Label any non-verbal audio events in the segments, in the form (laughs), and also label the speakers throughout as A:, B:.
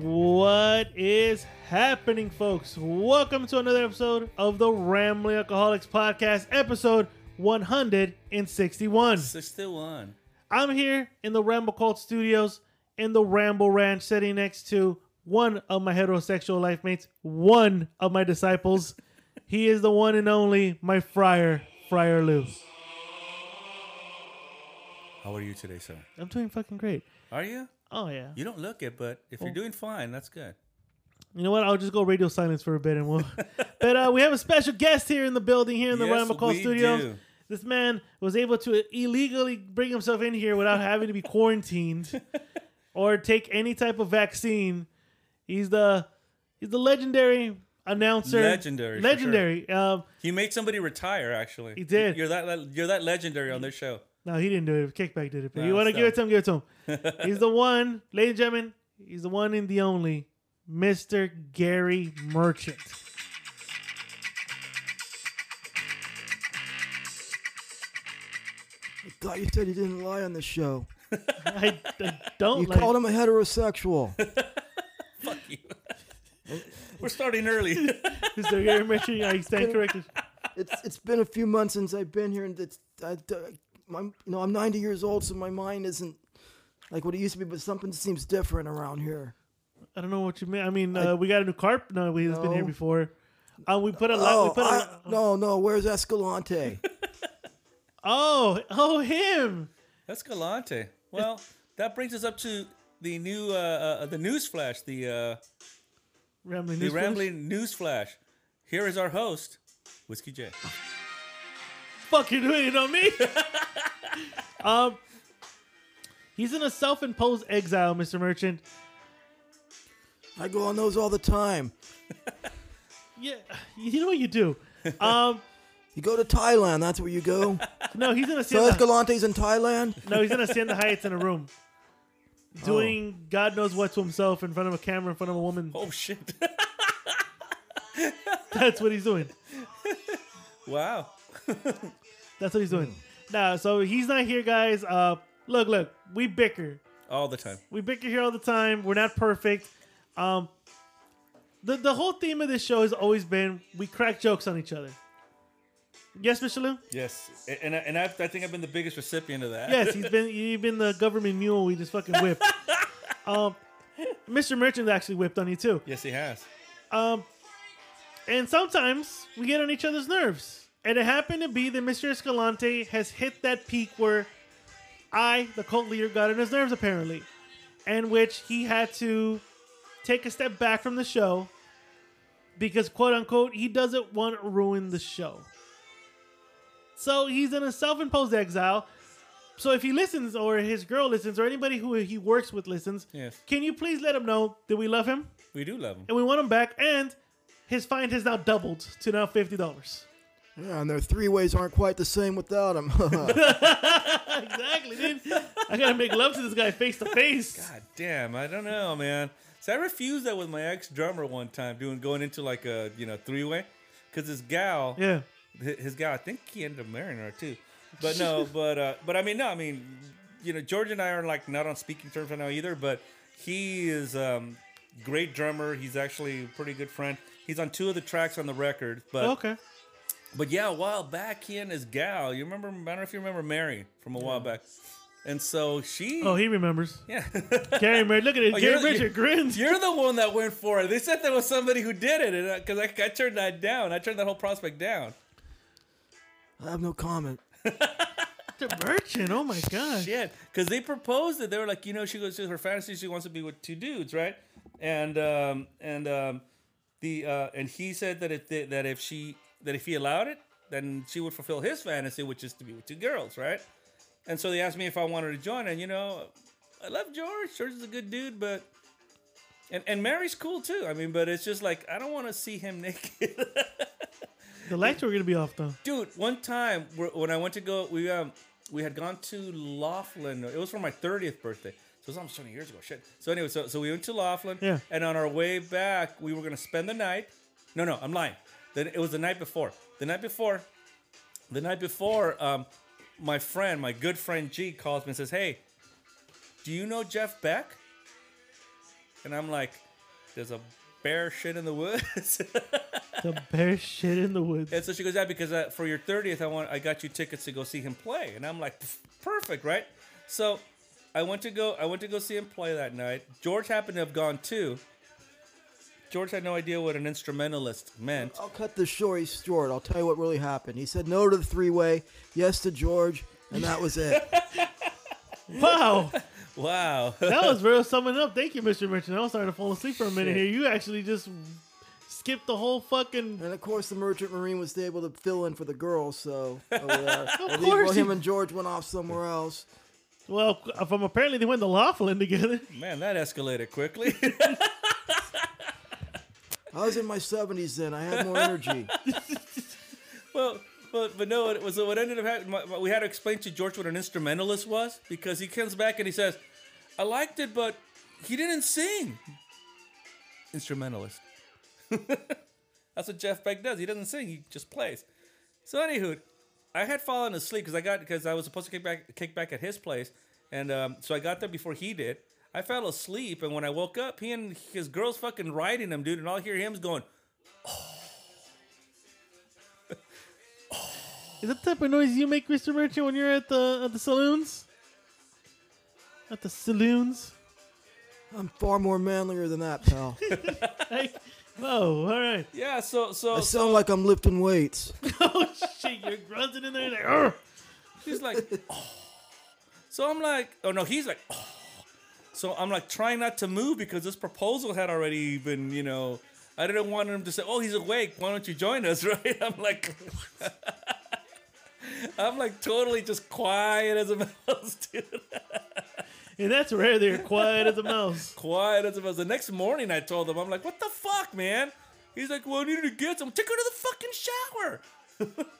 A: What is happening, folks? Welcome to another episode of the Rambling Alcoholics Podcast, episode 161.
B: 61.
A: I'm here in the Ramble Cult Studios in the Ramble Ranch, sitting next to one of my heterosexual life mates, one of my disciples. he is the one and only, my friar, Friar Lou.
B: How are you today, sir?
A: I'm doing fucking great.
B: Are you?
A: Oh, yeah.
B: You don't look it, but if you're doing fine, that's good.
A: You know what? I'll just go radio silence for a bit
B: (laughs)
A: and we'll. but uh, we have a special guest here in the building, here in the
B: Yes,
A: Ryan McCall
B: we
A: Studios.
B: do.
A: This man was able to illegally bring himself in here without having to be
B: (laughs)
A: quarantined or take any type of vaccine. He's the he's the legendary announcer.
B: Legendary, for sure.
A: Legendary. Um,
B: You made somebody retire, actually.
A: He did.
B: You're that you're that legendary on this show.
A: no, he didn't do it. Kickback did it. But
B: No,
A: you want to
B: still.
A: give it to him, give it to him.
B: (laughs)
A: he's the one, ladies and gentlemen, he's the one and the only Mr. Gary Merchant. (laughs)
C: I thought you said you didn't lie on the show.
A: I, I don't
C: You
A: like
C: called him a heterosexual.
B: Fuck you. (laughs) We're starting (laughs) early.
A: Mr. Gary Merchant. I stand corrected.
C: it's it's been a few months since I've been here, and it's I, am you know I'm 90 years old, so my mind isn't like what it used to be, but something seems different around here.
A: I don't know what you mean. I mean, uh, we got a new carp. No, we has been here
C: No.
A: before. Uh, we put a lot. we
C: Oh,
A: put a
C: I- no, no, where's
A: (laughs)
C: Escalante?
A: oh, oh, him.
B: that's Galante. Well, that brings us up to the new uh, uh the news flash, the uh
A: Rambling.
B: the
A: News Flash.
B: rambling news flash. Here is our host, Whiskey (laughs) J.
A: Fuck, you're doing it on me. (laughs) um, he's in a self-imposed exile, Mr. Merchant.
C: I go on those all the time.
A: Yeah, you know what you do. Um,
C: You go to Thailand, that's where you
A: (laughs)
C: go.
A: no, he's in
C: (laughs)
A: a
C: So
A: hacienda.
C: Escalante's in Thailand.
A: No, he's in a hacienda heights in a
C: (laughs)
A: room,
C: Oh.
A: doing God knows what to himself in front of a camera, in front of a woman.
B: Oh shit. (laughs)
A: That's what he's doing.
B: wow.
A: That's what he's doing. Nah, so he's not here, guys. Uh, look, look, we bicker.
B: All the time.
A: We bicker here all the time. We're not perfect. Um, the the whole theme of this show has always been we crack jokes on each other. Yes, Mr. Lou.
B: Yes. A- And I, and I've, I think I've been the biggest recipient of that.
A: Yes, he's been you've been the government mule we just fucking whipped. um, Mr. Merchant actually whipped on you too.
B: yes, he has.
A: Um, and sometimes we get on each other's nerves. And it happened to be that Mr. Escalante has hit that peak where I, the cult leader, got on his nerves apparently, and which he had to take a step back from the show because, quote unquote, he doesn't want to ruin the show. So he's in a self imposed exile. So if he listens, or his girl listens, or anybody who he works with listens,
B: Yes.
A: can you please let him know that we love him?
B: We do love him.
A: and we want him back. And his fine has now doubled to now fifty dollars.
C: Yeah, and their three ways aren't quite the same without him.
A: exactly, dude. (laughs) I gotta make love to this guy face to face.
B: God damn, I don't know, man. So I refused that with my ex drummer one time, doing going into like a you know three way, because his gal,
A: Yeah,
B: hi- his gal, I think he ended up marrying her too.
A: (laughs)
B: But no, but uh, but I mean no, I mean you know George and I are like not on speaking terms right now either. But he is um great drummer. He's actually a pretty good friend. He's on two of the tracks on the record. But
A: Oh, okay.
B: but yeah, a while back he and his gal, you remember? I don't know if you remember Mary from a while back. And so she,
A: Oh, he remembers.
B: yeah.
A: (laughs) Gary Mer, look at it.
B: Oh,
A: Gary
B: you're-
A: Merchant grins.
B: You're the one that went for it. They said there was somebody who did it, and because I, I turned that down, I turned that whole prospect down.
C: (laughs) I have no comment.
A: Mr. Merchant. Oh my god.
B: Shit, because they proposed it. They were like, you know, she goes her fantasy. She wants to be with two dudes, right? And um, and um, the uh, and he said that if they, that if she that if he allowed it, then she would fulfill his fantasy, which is to be with two girls, right? And so they asked me if I wanted to join, and you know, I love George. George is a good dude, but and and Mary's cool too. I mean, but it's just like I don't want to see him (laughs) naked.
A: The lights were gonna be off though.
B: dude one time wh- when i went to go we um we had gone to laughlin it was for my 30th birthday so it was almost 20 years ago shit so anyway so, so we went to laughlin
A: Yeah.
B: and on our way back we were gonna spend the night no no i'm lying then it was the night before the night before the night before um my friend my good friend g calls me and says hey do you know jeff beck and i'm like there's a bear shit in the woods (laughs)
A: The bear shit in the woods.
B: And so she goes, "Yeah, because uh, for your thirtieth, I want I got you tickets to go see him play." And I'm like, "Pff, "Perfect, right?" So I went to go I went to go see him play that night. George happened to have gone too. George had no idea what an instrumentalist meant.
C: I'll cut the story short. I'll tell you what really happened. He said no to the three way, yes to George, and that was it.
B: (laughs)
A: Wow,
B: Wow. (laughs)
A: that was real summing up. Thank you, Mr. Merchant. I was starting to fall asleep for a minute
B: Shit.
A: here. You actually just skipped the whole fucking.
C: and of course, the merchant marine was able to fill in for the girls.
A: (laughs)
C: So over there. of
A: course he-
C: him and George went off somewhere else.
A: Well, from apparently they went to Laughlin together.
B: Man, that escalated quickly. (laughs)
C: I was in my seventies then. I had more
A: (laughs)
C: energy.
B: well, but, but no, it was what ended up happening. my- my- We had to explain to George what an instrumentalist was because he comes back and he says, "I liked it, but he didn't sing." Instrumentalist. (laughs) That's what Jeff Beck does. He doesn't sing. He just plays. So anywho, I had fallen asleep because I got because I was supposed to kick back kick back at his place, and um, so I got there before he did. I fell asleep, and when I woke up, he and his girl's fucking riding him, dude, and all I hear him is going.
A: Is that the type of noise you make, Mr. Merchant, when you're at the at the saloons? At the saloons? (laughs)
C: I'm far more manlier than that, pal.
A: Hey, whoa, all right.
B: Yeah, so so
C: I sound like I'm lifting weights.
A: Oh shit, you're grunting in there like, "Arr."
B: He's like, oh. So I'm like, oh no, he's like, oh. So I'm like trying not to move because this proposal had already been, you know, I didn't want him to say, oh, he's awake. Why don't you join us, (laughs) right? I'm like, I'm like totally just quiet as a (laughs) mouse, dude.
A: and that's rare. They're quiet as a mouse.
B: Quiet as a mouse. The next morning, I told him, I'm like, what the fuck, man? He's like, well, I needed to get some. Take her to the fucking shower. (laughs)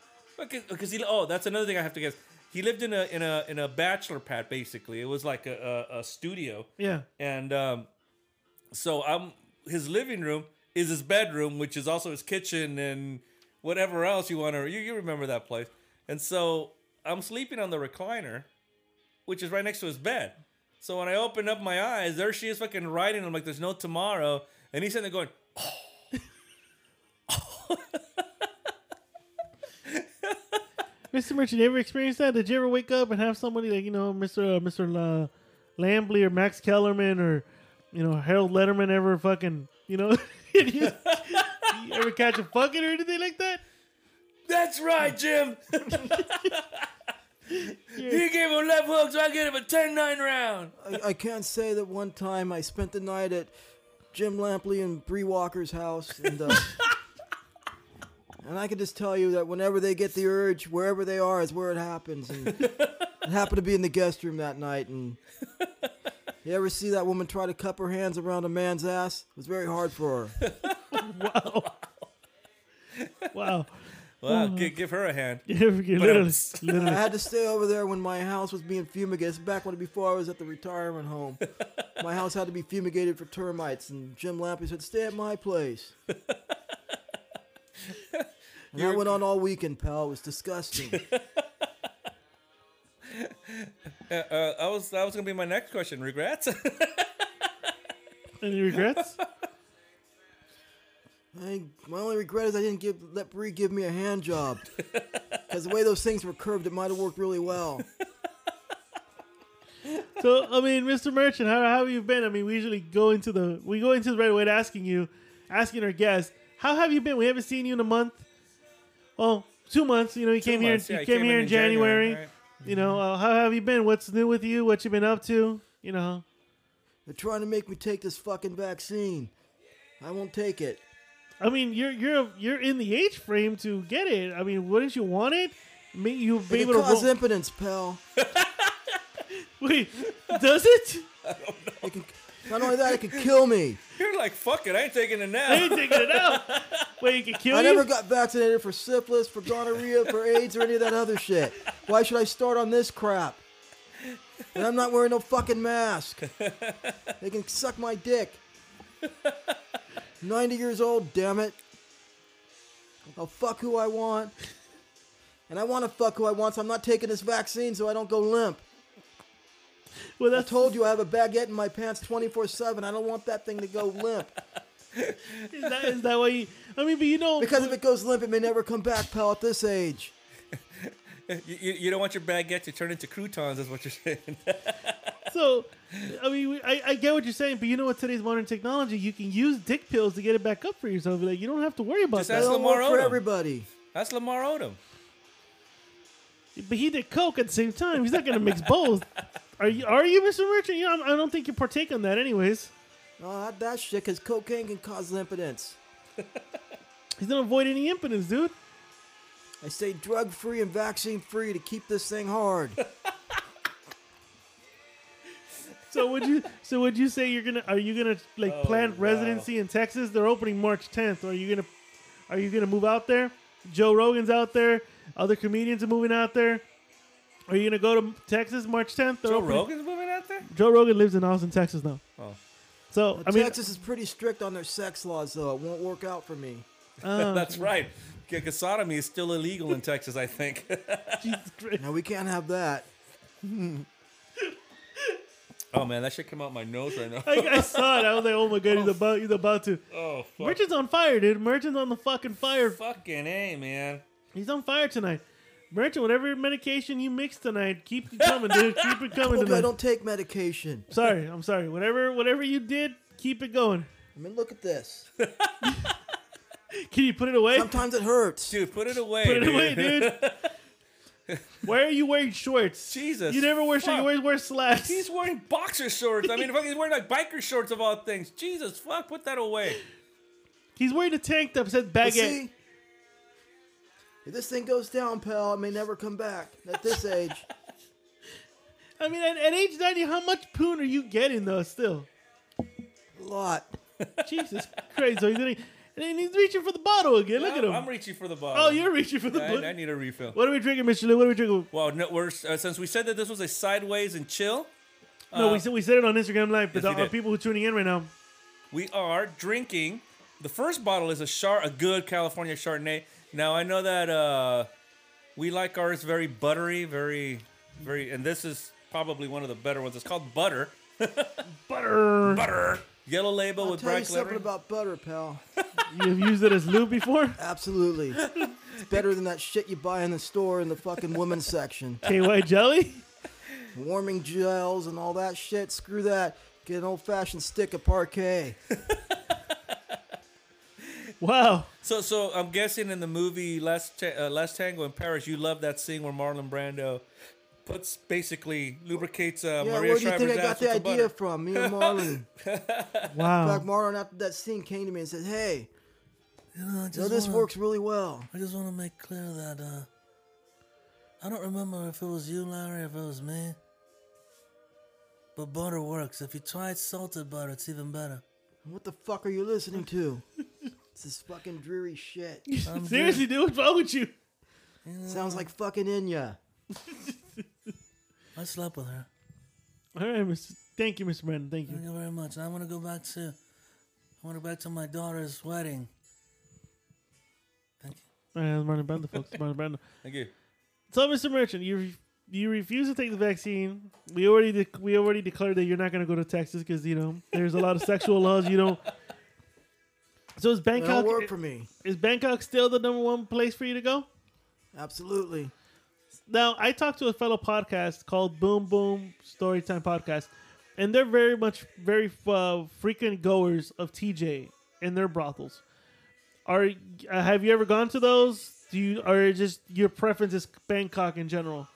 B: Okay, because he. Oh, that's another thing I have to guess. He lived in a in a in a bachelor pad. Basically, it was like a a, a studio,
A: Yeah,
B: and um, so I'm his living room is his bedroom, which is also his kitchen and whatever else you want to. You you remember that place? And so I'm sleeping on the recliner, which is right next to his bed. So when I open up my eyes, there she is fucking writing. I'm like, there's no tomorrow, and he's sitting there going.
A: Mr. Merchant, you ever experienced that? Did you ever wake up and have somebody like you know, Mr. Uh, Mr. La- Lambley or Max Kellerman or you know Harold Letterman ever fucking you know? (laughs) you ever catch a fucking or anything like that?
B: That's right, Jim. (laughs) he gave him a left hook, so I gave him a 10-9 round.
C: I, I can't say that one time I spent the night at Jim Lampley and Bree Walker's house, and uh, and I can just tell you that whenever they get the urge, wherever they are is where it happens. And it happened to be in the guest room that night, and you ever see that woman try to cup her hands around a man's ass? It was very hard for her.
A: Wow, wow. (laughs)
B: Wow, give, give her a hand.
A: You ever get- literally,
C: I
A: literally.
C: had to stay over there when my house was being fumigated. It's back when before I was at the retirement home. My house had to be fumigated for termites, and Jim Lampley said, "Stay at my place." And I went on all weekend, pal. It was disgusting.
B: Uh, I was that was gonna be my next question. Regrets? (laughs)
A: Any regrets?
C: I, my only regret is I didn't give let Bree give me a hand job, because the way those things were curved, it might have worked really well.
A: So I mean, Mr. Merchant, how, how have you been? I mean, we usually go into the we go into the right away to asking you, asking our guests, how have you been? We haven't seen you in a month. Well, two months. You know, you came
B: months,
A: here.
B: yeah,
A: you
B: I
A: came,
B: came
A: here
B: in
A: in
B: in January,
A: January. You know, uh, how have you been? What's new with you? What you been up to? You know,
C: They're trying to make me take this fucking vaccine. I won't take it.
A: I mean, you're you're you're in the age frame to get it. I mean, wouldn't you want it? May you be
C: It
A: able to
C: cause
A: roll,
C: impotence, pal.
A: Wait, does it? (laughs)
C: It can, not only that, it could kill me.
B: You're like, fuck it, I ain't taking a
A: I
B: nap.
A: ain't taking it out. Wait, it can kill
C: I
A: you?
C: never got vaccinated for syphilis, for gonorrhea, for AIDS, or any of that other shit. Why should I start on this crap? And I'm not wearing no fucking mask. They can suck my dick. 90 years old, damn it. I'll fuck who I want. And I want to fuck who I want, so I'm not taking this vaccine so I don't go limp.
A: well,
C: I
A: that's
C: told you I have a baguette in my pants 24 7. I don't want that thing to go limp.
A: is that, is that why? You, I mean, but you know,
C: Because if it goes limp, it may never come back, pal, at this age.
B: you, you, you don't want your baguette to turn into croutons, is what you're saying. (laughs)
A: so I mean, we- I, I get what you're saying, but you know, with today's modern technology, you can use dick pills to get it back up for yourself. Like, you don't have to worry about
B: Just
C: They
A: that.
B: That's
C: don't
B: Lamar
C: work for
B: Odom.
C: everybody.
B: That's Lamar Odom.
A: But he did coke at the same time. He's not going to
B: (laughs)
A: mix both. Are you? Are you, Mr. Merchant? You know, I I don't think you partake on that, anyways.
C: No, Oh, not that shit, because cocaine can cause impotence.
A: He's gonna avoid any impotence, dude.
C: I stay drug free and vaccine free to keep this thing
B: (laughs)
C: hard.
A: So would you? so would you say you're gonna? Are you gonna like
B: Oh,
A: plan residency in Texas? They're opening March 10th. Are you gonna? Are you gonna move out there? Joe Rogan's out there. Other comedians are moving out there. Are you gonna go to Texas March 10th? They're
B: Joe
A: opening-
B: Rogan's moving out there?
A: Joe Rogan lives in Austin, Texas now.
B: Oh.
A: So I mean,
C: Texas is pretty strict on their sex laws, though. It won't work out for me.
A: Uh.
B: (laughs) That's right. Because sodomy is still illegal in Texas, I think. (laughs)
A: (laughs) Jesus Christ.
C: No, we can't have that.
B: oh, man, that shit came out my nose
A: (laughs)
B: right now.
A: I, I saw it. I was like, oh my god, he's about, he's about to.
B: oh, fuck.
A: Merchant's on fire, dude. Merchant's on the fucking fire.
B: Fucking A, man.
A: He's on fire tonight. Merchant, whatever medication you mix tonight, keep it coming, dude. Keep it coming
C: Told you I
A: tonight.
C: don't (laughs) take medication.
A: Sorry, I'm sorry. Whatever, whatever you did, keep it going.
C: I mean, look at
B: (laughs)
C: this.
A: Can you put it away?
C: Sometimes it hurts.
B: Dude, put it away.
A: Put it
B: dude.
A: away, dude. Why are you wearing shorts?
B: (laughs) Jesus.
A: You never wear shorts. You
B: fuck.
A: always wear slacks.
B: He's wearing boxer shorts. I mean, fuck, he's wearing like biker shorts of all things. Jesus, fuck, put that away.
A: He's wearing a tank top that says
C: You
A: baguette.
C: see? If this thing goes down, pal, it may never come back. At this age,
A: I mean, at, at age 90, how much poon are you getting, though, still?
C: a lot.
A: Jesus Christ. So he's gonna, and then he's reaching for the bottle again. Look at him.
B: I'm reaching for the bottle.
A: oh, you're reaching for the
B: I, I
A: bottle.
B: need a refill.
A: What are we drinking, Mr. Lou? What are we drinking?
B: Well, no, we're, uh, since we said that this was a sideways and chill,
A: No,
B: Uh,
A: we said, we said it on Instagram Live, but
B: yes, we
A: the, our
B: did.
A: people who are tuning in right now,
B: we are drinking. The first bottle is a char, a good California Chardonnay. Now I know that uh, we like ours very buttery, very, very, and this is probably one of the better ones. It's called Butter.
A: butter.
B: Butter. Yellow label
C: I'll
B: with
C: tell you
B: black
C: something
B: celery.
C: about butter, pal.
A: You've used it as lube
B: (laughs)
A: before?
C: Absolutely. It's better than that shit you buy in the store in the fucking women's section.
A: KY jelly?
C: Warming gels and all that shit. Screw that. Get an old fashioned stick of parquet.
A: Wow.
B: so, so I'm guessing in the movie Last Ta- uh, Last Tango in Paris, you love that scene where Marlon Brando puts basically lubricates
C: Yeah,
B: uh, Maria
C: where do you
B: Shriver's
C: think I
B: ass
C: got the
B: with some
C: idea
B: butter.
C: from? Me
B: (laughs)
C: and Marlon.
D: Oh.
C: In
A: (laughs)
C: fact,
A: Wow.
C: Marlon, after that scene, came to me and said, Hey,
D: I
C: you know,
D: just
C: this
D: wanna,
C: works really well.
D: I just want to make clear that uh, I don't remember if it was you, Larry, if it was me. But butter works. If you try salted butter, it's even better.
C: What the fuck are you listening to? It's this fucking dreary shit.
A: Seriously, dude, what's wrong with you?
C: Sounds like fucking Inya.
D: I slept with her.
A: All right, Mr. Thank you, Mr. Brandon. Thank
D: Thank
A: you.
D: you very much. And I want to go back to, I want to go back to my daughter's wedding. Thank you.
A: All right, that's Marlon Brando, folks. Marlon Brando.
B: Thank you.
A: So, Mr. Merchant, you re- you refuse to take the vaccine. We already dec we already declared that you're not going to go to Texas because you know there's a lot of sexual laws. You don't. So is
C: It don't
A: Bangkok
C: work for me.
A: is Bangkok still the number one place for you to go?
C: Absolutely.
A: Now, I talked to a fellow podcast called Boom Boom Storytime Podcast, and they're very much very uh, frequent goers of TJ and their brothels. Are uh, have you ever gone to those? Do you or is just your preference is Bangkok in general?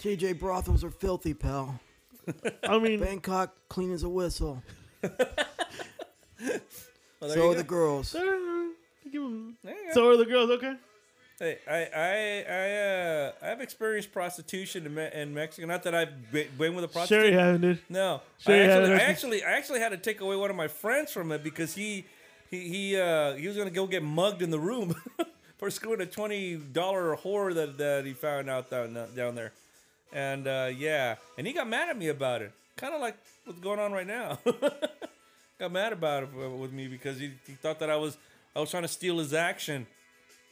C: TJ brothels are filthy, pal.
A: I mean,
C: Bangkok, clean as a whistle.
B: Well, there
C: So
B: you
C: are
B: Oh, go.
C: the girls.
A: give 'em-
B: There you go.
A: so are the girls okay?
B: Hey, I I I uh, I've experienced prostitution in, Me- in Mexico. Not that I've be- been with a prostitute.
A: Sure you haven't, dude.
B: No,
A: Sure
B: I,
A: you
B: actually,
A: haven't.
B: I actually I actually had to take away one of my friends from it because he he he uh, he was gonna go get mugged in the room (laughs) for screwing a twenty dollar whore that that he found out down down there, and uh, yeah, and he got mad at me about it, kind of like what's going on right now. (laughs) got mad about it uh, with me because he, he thought that I was I was trying to steal his action.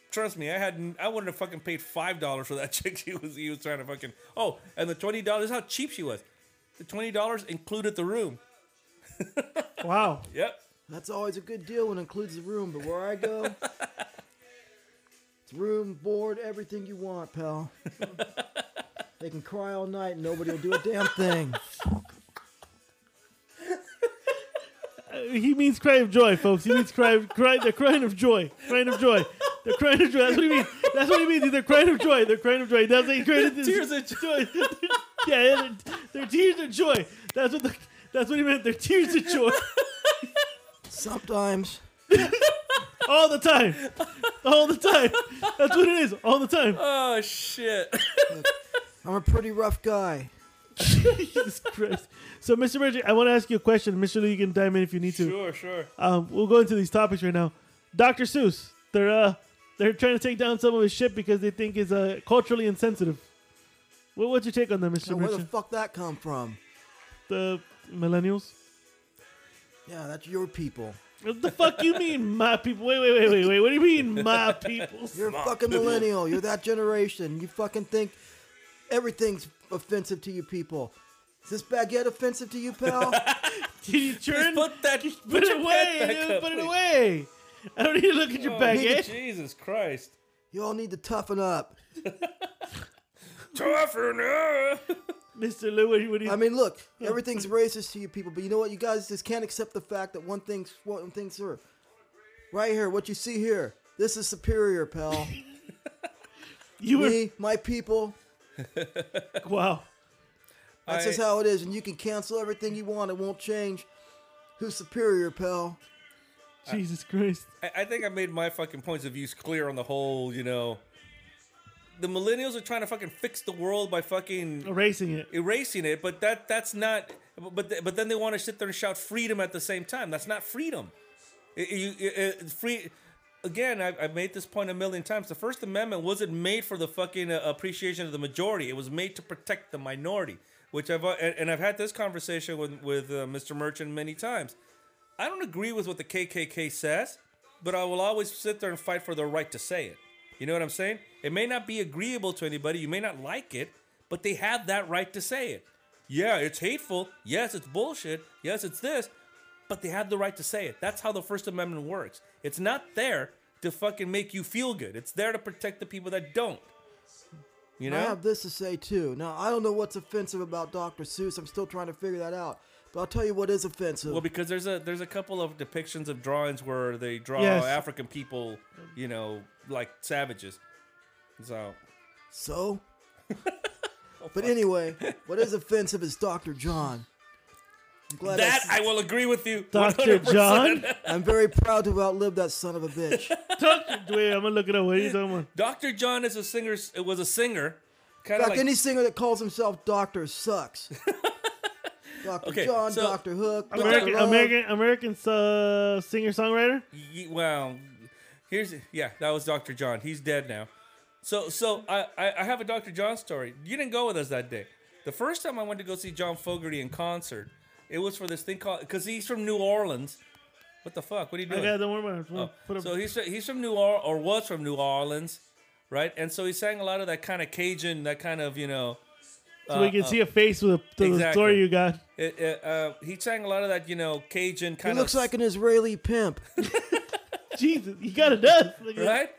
B: Trust me, I hadn't. I wouldn't have fucking paid five dollars for that (laughs) chick. He was he was trying to fucking. Oh, and the twenty dollars. How cheap she was. The twenty dollars included the room.
A: Wow.
B: Yep.
C: That's always a good deal when it includes the room, but where I go, it's room, board, everything you want, pal. they can cry all night and nobody will do a damn thing.
A: He means cry of joy, folks. He means cry, cry. They're crying of joy, crying of joy. They're crying of joy. That's what he means. That's what he means. They're crying of joy. They're crying of joy. That's like
B: Tears of
A: joy. (laughs) yeah, yeah they're, they're tears of joy. That's what. The, that's what he meant. They're tears of joy
C: Sometimes.
A: all the time, all the time. That's what it is. All the time. (laughs)
B: Oh shit.
C: I'm a pretty rough guy.
A: Jesus Christ. So, Mr. Bridget, I want to ask you a question. Mr. Lee, you can dive in if you need to.
B: (laughs) sure, sure.
A: Um, we'll go into these topics right now. Dr. Seuss, they're uh, they're trying to take down some of his shit because they think is uh, culturally insensitive. What, what's your take on that, Mr.
C: Now, where the
A: Bridget?
C: fuck that come from?
A: the millennials?
C: Yeah, that's your people.
A: What the fuck you mean, my people? Wait, wait, wait, wait, wait. What do you mean, my people?
C: You're a fucking millennial. You're that generation. You fucking think everything's offensive to you people. Is this baguette offensive to you, pal?
A: (laughs) Can you turn? Put,
B: Put that. Put,
A: it
B: your
A: away.
B: pad
A: dude,
B: back up,
A: put it
B: please.
A: away. I don't need to look at your eh?
B: Oh,
A: baguette.
B: Jesus Christ.
C: you all need to toughen up.
B: Tougher now. (laughs)
A: Mr. Lou, what do you- what do you
C: I mean, look, everything's racist to you people, but you know what? You guys just can't accept the fact that one thing's one thing's sure. Right here, what you see here, this is superior, pal.
B: (laughs)
A: you were
C: Me, my people,
A: (laughs) wow.
C: that's just
B: I-
C: how it is, and you can cancel everything you want; it won't change. Who's superior, pal?
A: Jesus Christ.
B: I, I think I made my fucking points of views clear on the whole. You know, the millennials are trying to fucking fix the world by fucking
A: Erasing it.
B: erasing it, but that that's not. But th- but then they want to sit there and shout freedom at the same time. That's not freedom. It- you- it- it- free. Again, I've, I've made this point a million times. The First Amendment wasn't made for the fucking uh, appreciation of the majority. It was made to protect the minority. Which I've uh, and, and I've had this conversation with with uh, Mr. Merchant many times. I don't agree with what the KKK says, but I will always sit there and fight for the right to say it. You know what I'm saying? It may not be agreeable to anybody, you may not like it, but they have that right to say it. Yeah, it's hateful. Yes, it's bullshit. Yes, it's this, but they have the right to say it. That's how the First Amendment works. It's not there to fucking make you feel good, it's there to protect the people that don't. You
C: I
B: know?
C: have this to say too. Now, I don't know what's offensive about Dr. Seuss. I'm still trying to figure that out. But I'll tell you what is offensive.
B: Well, because there's a there's a couple of depictions of drawings where they draw
A: Yes.
B: African people, you know, like savages. So (laughs)
C: So? but anyway, what is offensive is Dr. John. I'm glad
B: that
C: I,
B: I will agree with you,
A: Dr. John?
C: am very proud to have outlived that son of a
B: (laughs)
C: bitch.
A: Dr. Wait, I'm gonna look it up. What are you talking about?
B: Doctor John is a singer. It was a singer, kind of
C: Fuck
B: like
C: any singer that calls himself Doctor
B: (laughs)
C: sucks. Dr.
B: Okay,
C: John,
B: so-
C: Dr. Hook,
A: American
C: Dr. Love.
A: American American uh, singer songwriter.
B: Ye- well, here's yeah, that was Doctor John. He's dead now. So so I I I have a Doctor John story. You didn't go with us that day. The first time I went to go see John Fogerty in concert, it was for this thing called because he's from New Orleans. What the fuck? What are you
A: I
B: doing?
A: got the warm up.
B: Oh,
A: Put up.
B: so he's he's from New Orleans or was from New Orleans, right? And so he sang a lot of that kind of Cajun, that kind of you know.
A: so we can see a face with a, to the
B: uh, exactly.
A: story you got.
B: It, it, uh, he sang a lot of that you know Cajun
C: He
B: kind of.
C: looks like an Israeli pimp.
A: Jesus, you got it done. Look at that.
B: (laughs) right?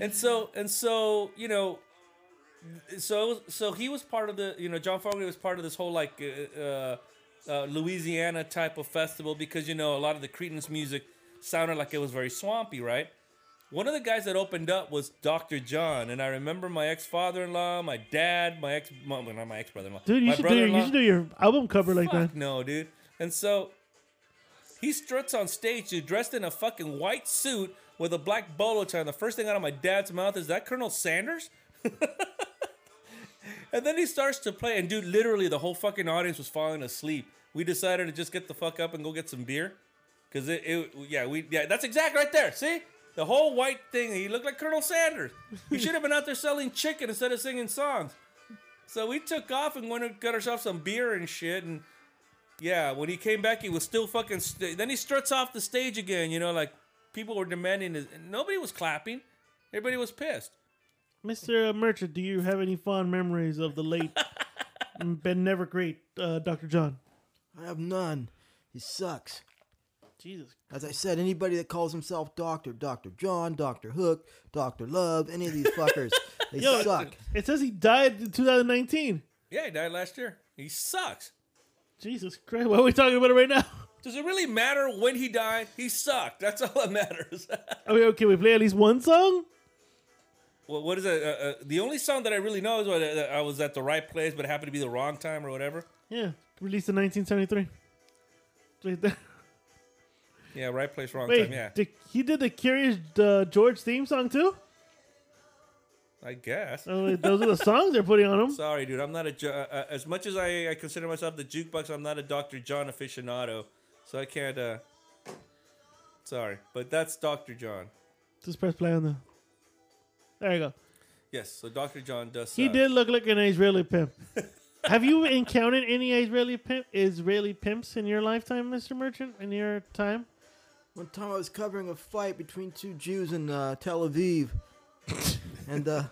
B: And so and so you know, so so he was part of the you know John Fogerty was part of this whole like uh, uh, uh, Louisiana type of festival because you know a lot of the Cretans music sounded like it was very swampy, right? One of the guys that opened up was Dr. John, and I remember my ex father in law, my dad, my ex well, not my ex brother in law,
A: Dude, you
B: my
A: should do your, you
B: brother-in-law.
A: should do your album cover like that.
B: Fuck no, dude. And so he struts on stage, dude, dressed in a fucking white suit with a black bolo tie. The first thing out of my dad's mouth is that Colonel Sanders. (laughs) and then he starts to play, and dude, literally the whole fucking audience was falling asleep. We decided to just get the fuck up and go get some beer, cause it, it yeah, we, yeah, that's exact right there. See, the whole white thing. He looked like Colonel Sanders. He should have been out there selling chicken instead of singing songs. So we took off and went and got ourselves some beer and shit. And yeah, when he came back, he was still fucking. St- then he struts off the stage again. You know, like people were demanding his. and Nobody was clapping. Everybody was pissed.
A: Mr. Merchant, do you have any fond memories of the late,
B: (laughs)
A: but never great uh, Dr. John?
C: I have none. He sucks.
A: Jesus.
C: As I said, anybody that calls himself Doctor, Doctor John, Doctor Hook, Doctor Love, any of these
A: (laughs)
C: fuckers, they
A: Yo,
C: suck.
A: It says he died in 2019.
B: Yeah, he died last year. He sucks.
A: Jesus Christ. Why are we talking about it right now? (laughs)
B: Does it really matter when he died? He sucked. That's (laughs) all that matters.
A: I mean, okay, we play at least one song?
B: Well, what is it? Uh, uh, the only song that I really know is what, uh, I was at the right place, but it happened to be the wrong time or whatever.
A: Yeah. Released in 1973. Right there.
B: Yeah, right place, wrong
A: Wait,
B: time. Yeah,
A: did- he did the Curious uh, George theme song too?
B: I guess.
A: Oh, wait, those are (laughs) the songs they're putting on him.
B: Sorry, dude. I'm not a ju- uh, uh, as much as I, I consider myself the jukebox. I'm not a Dr. John aficionado, so I can't. uh Sorry, but that's Dr. John.
A: Just press play on the. There you go.
B: Yes, so Dr. John does.
A: He
B: suck.
A: did look like an Israeli (laughs) pimp. Have you encountered any Israeli pimp, Israeli pimps in your lifetime, Mister Merchant? In your time? (laughs)
C: One time I was covering a fight between two Jews in uh, Tel
A: (laughs)
C: Aviv, and uh,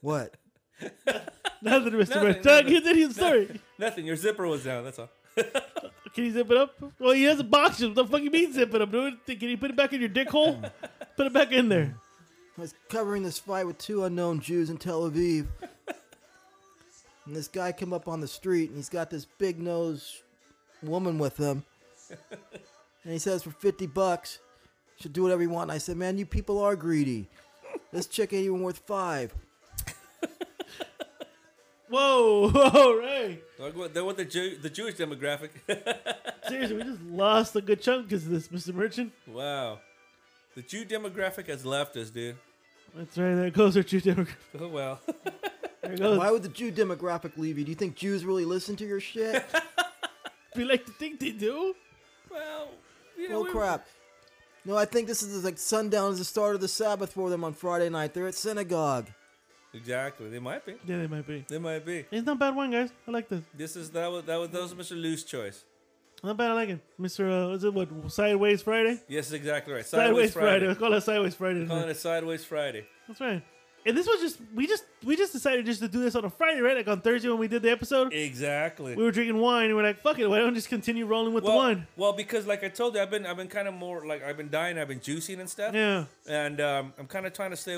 C: what?
A: Nothing, Mister
B: Nothing,
A: Merchant.
B: nothing.
A: Continue (laughs) the story.
B: nothing. Your zipper was down. That's all.
A: Can you zip it up? Well, he has a box. What the fuck you mean zip it up, dude? Can you put it back in your dick (laughs) hole? Put it back in there.
C: I was covering this fight with two unknown Jews in Tel Aviv. (laughs) and this guy come up on the street and he's got this big nosed woman with
B: (laughs)
C: him. and he says for 50 bucks, you should do whatever you want. And I said, man, you people are greedy. This chick ain't even worth five.
A: Whoa! (laughs) All right.
B: Like what- They're with the Jew, the Jewish demographic. (laughs)
A: Seriously, we just lost a good chunk because of this, Mister Merchant.
B: wow, the Jew demographic has left us, dude. (laughs)
A: That's right. There goes our Jew demographic.
B: Oh well. (laughs)
A: There goes.
C: Why would the Jew demographic leave you? Do you think Jews really listen to your shit?
A: We like to think they do.
B: well, (laughs) you know.
C: oh,
B: we-
C: crap. No, I think this is like sundown is the start of the Sabbath for them on Friday night. They're at synagogue.
B: Exactly. They might be.
A: Yeah, they might be.
B: They might be.
A: It's not a bad one, guys. I like this.
B: This is that was that was that was Mr. Loose choice.
A: Not bad. I like it. Mister, uh, is it what Sideways Friday?
B: Yes, exactly right.
A: Sideways,
B: Sideways,
A: Friday.
B: (laughs) Friday.
A: I call it Sideways Friday.
B: Calling it Sideways Friday.
A: That's right. And this was just we just we just decided just to do this on a Friday, right? Like on Thursday when we did the episode,
B: Exactly.
A: we were drinking wine and we're like, "Fuck it, why don't we just continue rolling with
B: well,
A: the wine?"
B: well, because like I told you, I've been I've been kind of more like I've been dying, I've been juicing and stuff.
A: Yeah.
B: And um, I'm kind of trying to stay.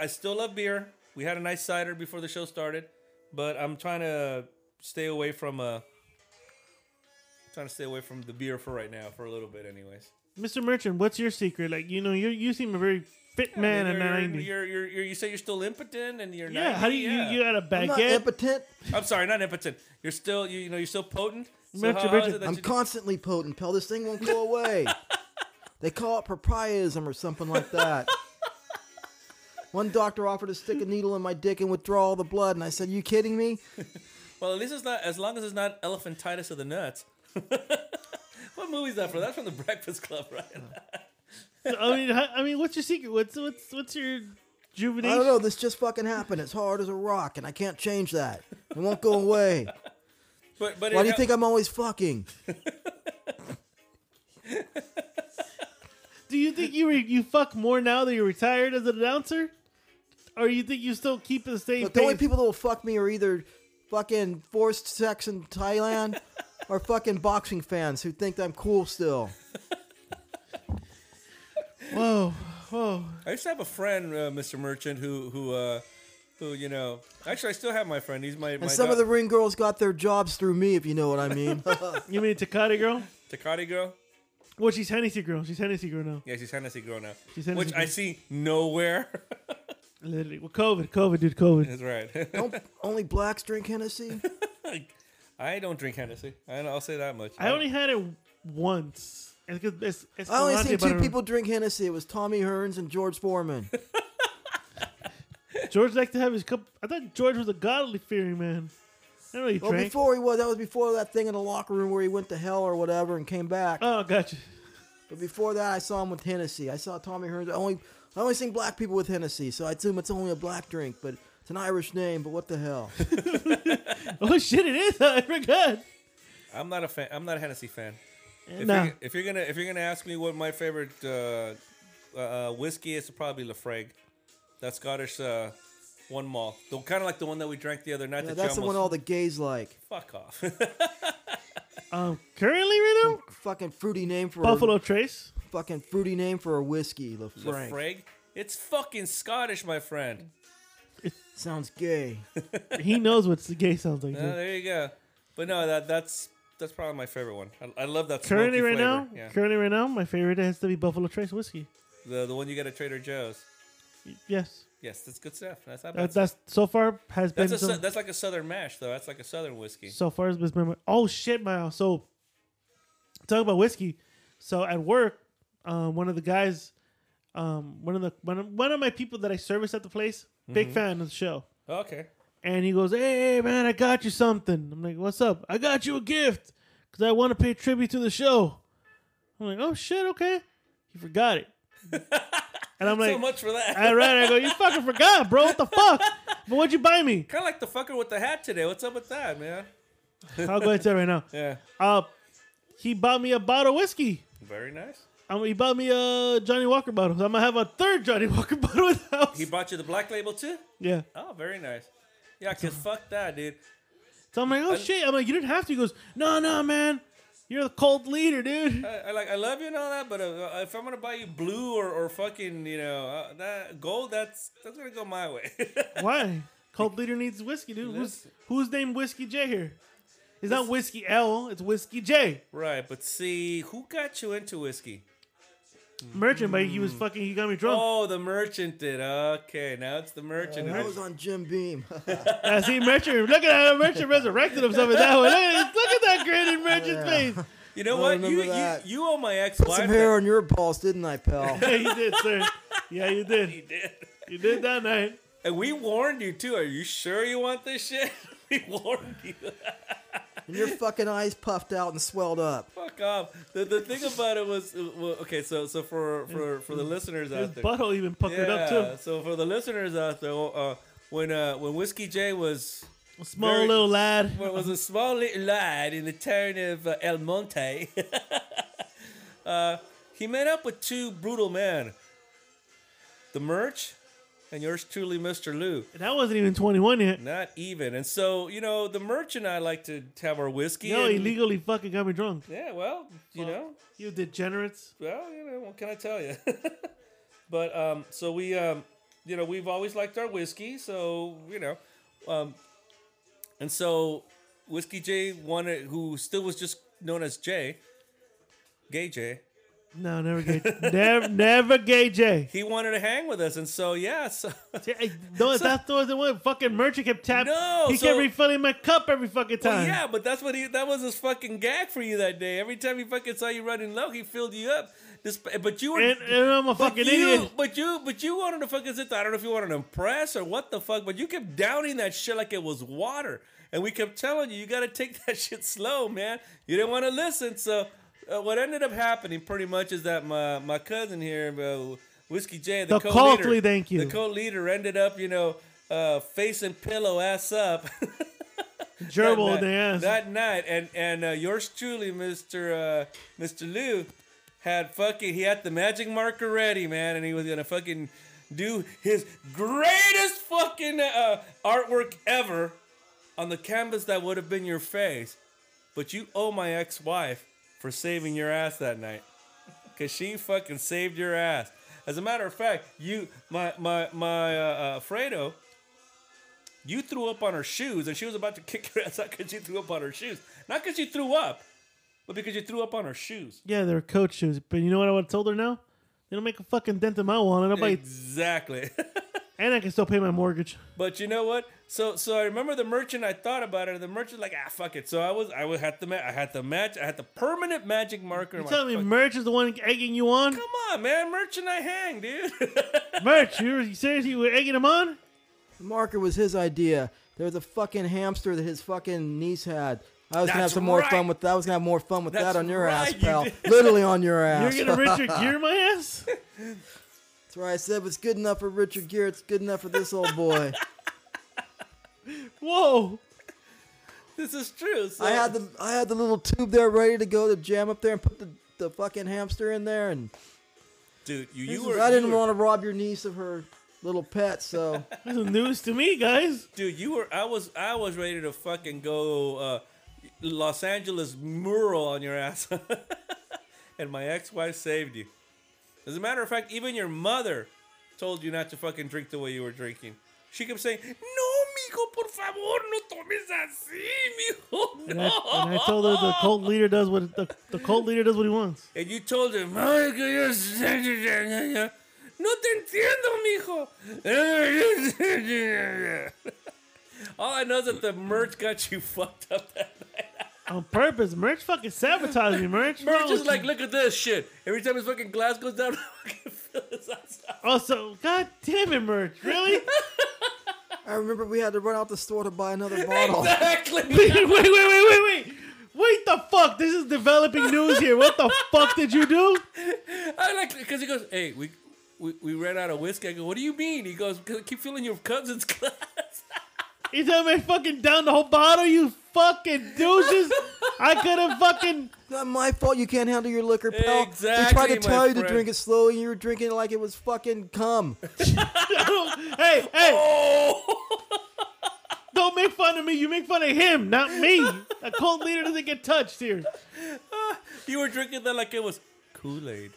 B: I still love beer. We had a nice cider before the show started, but I'm trying to stay away from uh, trying to stay away from the beer for right now for a little bit, anyways.
A: Mr. Merchant, what's your secret? Like, you know, you you seem a very fit man
B: I
A: at
B: mean, you're,
A: 90.
B: you're, you're, you're, you say you're still impotent and you're
A: yeah, how do
B: 90,
A: you
B: yeah.
A: you, you got a
C: I'm not
A: baguette?
C: impotent.
B: I'm sorry, not impotent. You're still you, you know you're still potent. So
A: Merchant,
B: how- how is it
A: merchant.
B: that
C: I'm
B: you-
C: constantly potent, pal. This thing won't go away. they call it propriism or something like that. One doctor offered to stick a needle in my dick and withdraw all the blood, and I said, "You kidding me?
B: Well, at least it's not as long as it's not elephantitis of the nuts. (laughs) what movie is that from? That's from The Breakfast Club, right?
A: I mean, how, I mean, what's your secret? What's what's what's your
C: I
A: juvenation?
C: don't know. This just fucking happened. It's hard as a rock, and I can't change that. It won't go away.
B: But but
C: Why
B: it
C: do you
B: got-
C: think I'm always fucking?
A: Do you think you re- you fuck more now that you're retired as an announcer, or you think you still keep the same?
C: Look, the only
A: pace?
C: people that will fuck me are either fucking forced sex in Thailand or fucking boxing fans who think I'm cool still."
A: Whoa, whoa!
B: I used to have a friend, uh, Mr. Merchant, who who uh, who you know. Actually, I still have my friend. He's my my
C: And some of the
B: doc-
C: ring girls got their jobs through me, if you know what I mean.
A: You mean Takata girl?
B: Takati girl.
A: Well, she's Hennessy girl. She's Hennessy girl now.
B: Yeah, she's Hennessy girl now,
A: She's Hennessy
B: which I
A: girl.
B: see nowhere. (laughs)
A: Literally, well, COVID, COVID, dude, COVID.
B: That's right. (laughs)
C: Don't only blacks drink Hennessy?
B: I I don't drink Hennessy. I, I'll say that much.
A: I only had it once. It's, 'cause it's, it's
C: I only
A: Escalante,
C: seen
A: but I
C: two
A: don't-
C: people drink Hennessy. It was Tommy Hearns and George Foreman.
A: George liked to have his cup. I thought George was a godly fearing man. I don't know he
C: well,
A: drank.
C: before he was, that was before that thing in the locker room where he went to hell or whatever and came back.
A: oh, gotcha. (laughs)
C: But before that, I saw him with Hennessy. I saw Tommy Hearns. I only, I only seen black people with Hennessy, so I assume it's only a black drink, but it's an Irish name. But what the hell?
A: Oh shit, it is. (laughs) I forgot.
B: I'm not a fan. I'm not a Hennessy fan. If,
A: Nah.
B: you're, if you're gonna if you're gonna ask me what my favorite uh, uh, whiskey is, it's probably Lafrague, that Scottish uh, one malt, the kind of like the one that we drank the other night.
C: Yeah,
B: that
C: that's
B: you
C: the one all the
B: almost-
C: gays like.
B: fuck off. (laughs)
A: Um, currently right now,
C: Fucking fruity name for
A: Buffalo
C: A,
A: Trace.
C: fucking fruity name for a whiskey. Lafranc.
B: Lafrague, it's fucking Scottish, my friend. Uh,
C: Sounds gay.
A: He knows what gay sounds like.
B: Uh,
A: dude.
B: there you go. But no, that that's that's probably my favorite one. I, I love that. smoky
A: currently right
B: flavor.
A: now,
B: yeah.
A: currently right now, my favorite has to be Buffalo Trace whiskey.
B: the the one you get at Trader Joe's.
A: Yes,
B: Yes, that's good stuff. That's not bad.
A: that, that's so far has been
B: That's a,
A: some-
B: sou- that's like a southern mash though. That's like a southern whiskey.
A: So far as been my oh shit, my so talk about whiskey. So at work, um, one of the guys, um, one of the one of, one of my people that I service at the place,
B: Mm-hmm.
A: big fan of the show,
B: Okay.
A: and he goes, "Hey man, I got you something." I'm like, "What's up?" I got you a gift because I want to pay tribute to the show. I'm like, "Oh shit, okay." He forgot
B: (laughs)
A: it, and I'm like,
B: so much for that.
A: "All right," I go, "You fucking forgot, bro. What the fuck?" But what'd you buy me?
B: Kind of like the fucker with the hat today. What's up with that, man?
A: I'll go ahead and tell you right now.
B: Yeah.
A: Uh, he bought me a bottle of whiskey.
B: Very nice.
A: Um, he bought me a Johnny Walker bottle. So I'm gonna have a third Johnny (laughs) Walker bottle in the house.
B: He bought you the black label too?
A: yeah.
B: Oh, very nice. Yeah, cause fuck that, dude.
A: So I'm like, oh shit. I'm like, you didn't have to. He goes, no, no, man. You're the cult leader, dude.
B: I, I like, I love you and all that, but uh, if I'm gonna buy you blue or, or fucking, you know, uh, that gold, that's that's gonna go my way. (laughs)
A: Why? (laughs) Cult leader needs whiskey, dude. Who's
B: Listen.
A: who's named Whiskey J here? It's not Whiskey L. It's Whiskey J.
B: right, but see, who got you into whiskey?
A: Merchant, but he was fucking. He got me drunk.
B: Mm. Oh, the merchant did. Okay, now it's the merchant.
C: I was on Jim Beam. (laughs)
A: I see Merchant. Look at that. Merchant resurrected himself in that way. Look at, look at that grin in Merchant's face.
B: you know
C: I
B: what?
C: remember
B: You, you
C: that.
B: you owe my
C: Put
B: ex-wife.
C: some hair on your balls, didn't I, pal?
A: Yeah, you did, sir. Yeah, you
B: that- (laughs) you
A: did.
B: did.
A: You did that night.
B: And we warned you too. Are you sure you want this shit? (laughs) we warned you.
C: and your fucking eyes puffed out and swelled up.
B: Fuck off. The, the thing about it was well, okay. So so for for for the listeners
A: His
B: out there,
A: butthole even puckered up
B: yeah.
A: too.
B: So for the listeners out there, uh, when uh when Whiskey J was
A: Small
B: Very-
A: little lad.
B: well, was a small little lad in the town of uh, El Monte, (laughs) uh, he met up with two brutal men, the Merch, and yours truly, Mister Lou.
A: And I wasn't even 21 yet.
B: Not even. And so you know, the Merch and I like to have our whiskey.
A: Yo,
B: and-
A: illegally fucking got me drunk.
B: Yeah, well, you know,
A: You degenerates.
B: well, you know, what can I tell you? (laughs) but um, so we, um, you know, we've always liked our whiskey, so you know, um, and so whiskey J wanted, who still was just known as J, Gay J.
A: No, never gay. never, never gay J.
B: He wanted to hang with us, and so yeah, (laughs) so
A: See, I- No, that's the one. Fucking merchant kept tapping.
B: No,
A: he
B: so-
A: kept refilling my cup every fucking
B: Well,
A: time.
B: yeah, but that's what he—that was his fucking gag for you that day. Every time he fucking saw you running low, he filled you up. This, but you were
A: And, and I'm a fucking
B: you,
A: idiot.
B: But you, but you wanted to fucking sit there. I don't know if you wanted to impress or what the fuck, but you kept downing that shit like it was water. And we kept telling you, you got to take (laughs) that shit slow, man. You didn't want to listen. So uh, what ended up happening pretty much is that my, my cousin here, uh, Whiskey J, the,
A: The
B: co-leader,
A: cult lead, thank you.
B: The co-leader ended up, you know, uh, facing pillow ass up. (laughs)
A: Gerbil
B: that,
A: in the ass.
B: that night, and and uh, yours truly, Mister uh, Mister Lou, had fucking he had the magic marker ready, man, and he was gonna fucking do his greatest fucking uh, artwork ever on the canvas that would have been your face. But you owe my ex-wife for saving your ass that night. Cause she fucking saved your ass. As a matter of fact, you my my my uh, uh, Fredo, you threw up on her shoes, and she was about to (laughs) kick your ass out because you threw up on her shoes. Not because you threw up, but because you threw up on her shoes.
A: yeah, they were coach shoes. But you know what I would have told her now? They don't make a fucking dent in my wallet. Nobody
B: Exactly. (laughs)
A: and I can still pay my mortgage.
B: But you know what? So so I remember the merchant. I thought about it. and The merchant like ah fuck it. So I was I was had the ma- I had the match. I had the permanent magic marker.
A: You
B: in my
A: telling me
B: fuck-
A: merch is the one egging you on?
B: Come on, man, merchant. I hang, dude. (laughs)
A: Merch, you were- seriously you were egging him on?
C: The marker was his idea. There was a fucking hamster that his fucking niece had. I was gonna have
B: That's
C: some more
B: right.
C: fun with that. I was gonna have more fun with
B: That's
C: that on your ass,
B: right, you
C: pal.
B: did. (laughs)
C: Literally on your ass.
A: You're gonna Richard Gear my ass?
C: (laughs) That's right. I said if it's good enough for Richard Gere, it's good enough for this old boy.
A: Whoa!
B: this is true. So,
C: I had the I had the little tube there ready to go to jam up there and put the, the fucking hamster in there and
B: dude. You
C: this
B: you
C: is-
B: were
C: I
B: you
C: didn't
B: were-
C: want to rob your niece of her little pet, so
A: This is news to me, guys.
B: dude. You were I was I was ready to fucking go uh, Los Angeles mural on your ass, (laughs) and my ex wife saved you. As a matter of fact, even your mother told you not to fucking drink the way you were drinking. She kept saying, "No, mijo, por favor, no tomes así, mijo."
A: And I, and I told her
B: (laughs)
A: the cult leader does what the, the cult leader does what he wants.
B: And you told him, "Ay, que yo sé, ya, ya, ya, ya. No te entiendo, mijo. Ay, yo sé, ya, ya, ya." (laughs) All I know is that the merch got you (laughs) fucked up that night.
A: On purpose, merch fucking sabotaged me, merch.
B: Merch
A: No,
B: is like, look at this shit. Every time his fucking glass goes down, (laughs) I can feel his ass out.
A: also, god damn it, merch, really? (laughs)
C: I remember we had to run out the store to buy another (laughs)
B: (laughs)
C: bottle.
B: Exactly.
A: wait, wait, wait, wait, wait, wait. Wait the fuck! This is developing news here. What the fuck did you do?
B: I like because he goes, hey, we, we we ran out of whiskey. I go, what do you mean? He goes, "Because I keep feeling your cousin's (laughs) glass.
A: You tell me I fucking down the whole bottle, you fucking douches. I could have fucking. (coughs)
C: It's not my fault you can't handle your liquor, pal. we tried
B: Exactly,
C: to
B: my
C: tell you to
B: friend.
C: drink it slowly, and you were drinking it like it was fucking cum.
A: hey, hey,
B: Oh,
A: don't make fun of me. You make fun of him, not me. A cult leader doesn't get touched here.
B: (laughs) you were drinking that like it was Kool Aid.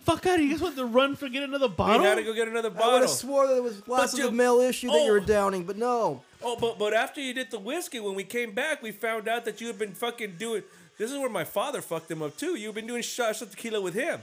A: Fuck out! You guys want to run for get another
B: You had to
A: bottle?
B: go get another
C: I would
B: bottle.
C: have swore that it was glasses
B: you-
C: of male issue that you were
B: Oh.
C: downing, but no.
B: Oh, but but after you did the whiskey, when we came back, we found out that you had been fucking doing. This is where my father fucked him up too. You've been doing shots of tequila with him,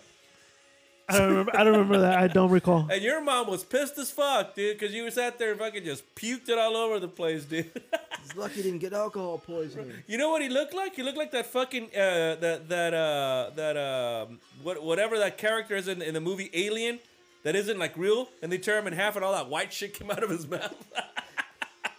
A: I don't remember. I don't remember that. I don't recall.
B: and your mom was pissed as fuck, dude, because you was out there and fucking just puked it all over the place, dude. (laughs)
C: It's lucky you didn't get alcohol poisoning.
B: you know what he looked like? He looked like that fucking uh, that that uh, that um what whatever that character is in, in the movie Alien that isn't like real, and they tear him in half, and all that white shit came out of his (laughs) mouth.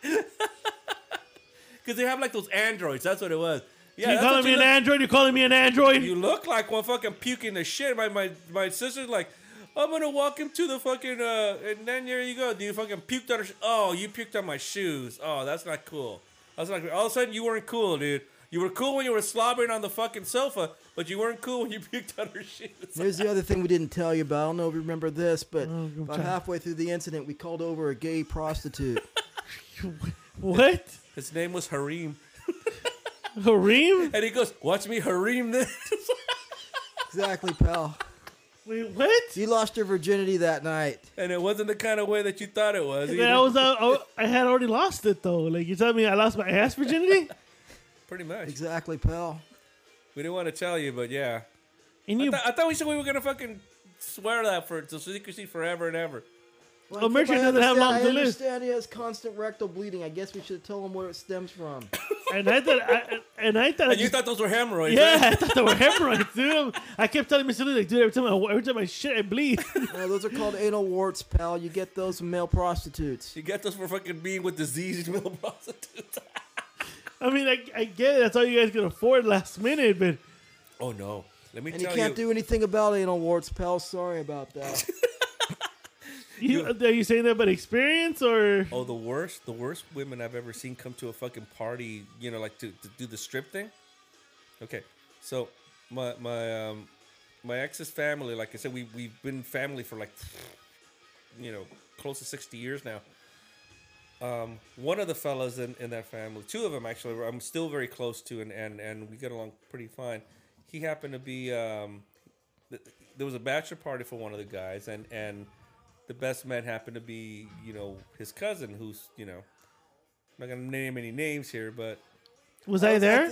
B: Because they have like those androids. That's what it was. (laughs) Yeah,
A: you
B: that's
A: calling
B: what
A: me an
B: look-
A: android? You calling me an android?
B: You look like one fucking puking the shit. My my my sister's like, I'm gonna walk him to the fucking uh, and then there you go, dude. Fucking puked on her. Sh- oh, you puked on my shoes. Oh, that's not cool. That's not. All of a sudden, you weren't cool, dude. You were cool when you were slobbering on the fucking sofa, but you weren't cool when you (laughs) puked on her shoes.
C: Here's the other thing we didn't tell you about. I don't know if you remember this, but
A: I'm
C: about
A: trying-
C: halfway through the incident, we called over a gay prostitute. (laughs)
A: what?
B: His name was Harim,
A: Hareem?
B: and he goes, "Watch me Harim this."
C: exactly, pal.
A: Wait, what?
C: You lost your virginity that night.
B: (laughs) and it wasn't the kind of way that you thought it was.
A: Yeah, I
B: either.
A: was. Uh, oh, I had already lost it though. Like you telling me, I lost my ass virginity,
B: pretty much.
C: Exactly, pal.
B: We didn't want to tell you, but yeah.
A: and
B: I,
A: you.
B: thought- I thought we said we were gonna fucking swear that for to secrecy forever and ever.
C: Well,
A: Oh, Merchant doesn't have long to
C: I
A: live.
C: understand he has constant rectal bleeding. I guess we should tell him where it stems from.
A: And I thought. I, and I thought. I
B: And you
A: just-
B: thought those were hemorrhoids?
A: yeah,
B: right?
A: I thought they were hemorrhoids, dude. I kept telling Mr. Lee, like, dude, every time I every time I shit, I bleed. (laughs)
C: No, Uh, those are called anal warts, pal. You get those from male prostitutes.
B: You got those for fucking being with diseased (laughs) male prostitutes.
A: I mean, I, I get it. That's all you guys could afford last minute, but
B: oh no. Let me
C: And you
B: tell
C: can't
B: you.
C: do anything about anal warts, pal. Sorry about
B: (laughs)
C: that.
A: you, are you saying that by experience (laughs) or?
B: oh, the worst, the worst women I've ever seen come to a fucking party, you know, like to, to do the strip thing. Okay. So my my um my ex's family, like I said, we we've been family for like (sniffs) you know, close to sixty years now. Um, one of the fellas in, in that family, two of them actually, I'm still very close to, and, and, and we get along pretty fine. He happened to be um, th- there was a bachelor party for one of the guys, and and the best man happened to be you know his cousin, who's you know I'm not gonna name any names here, but
A: Was I there?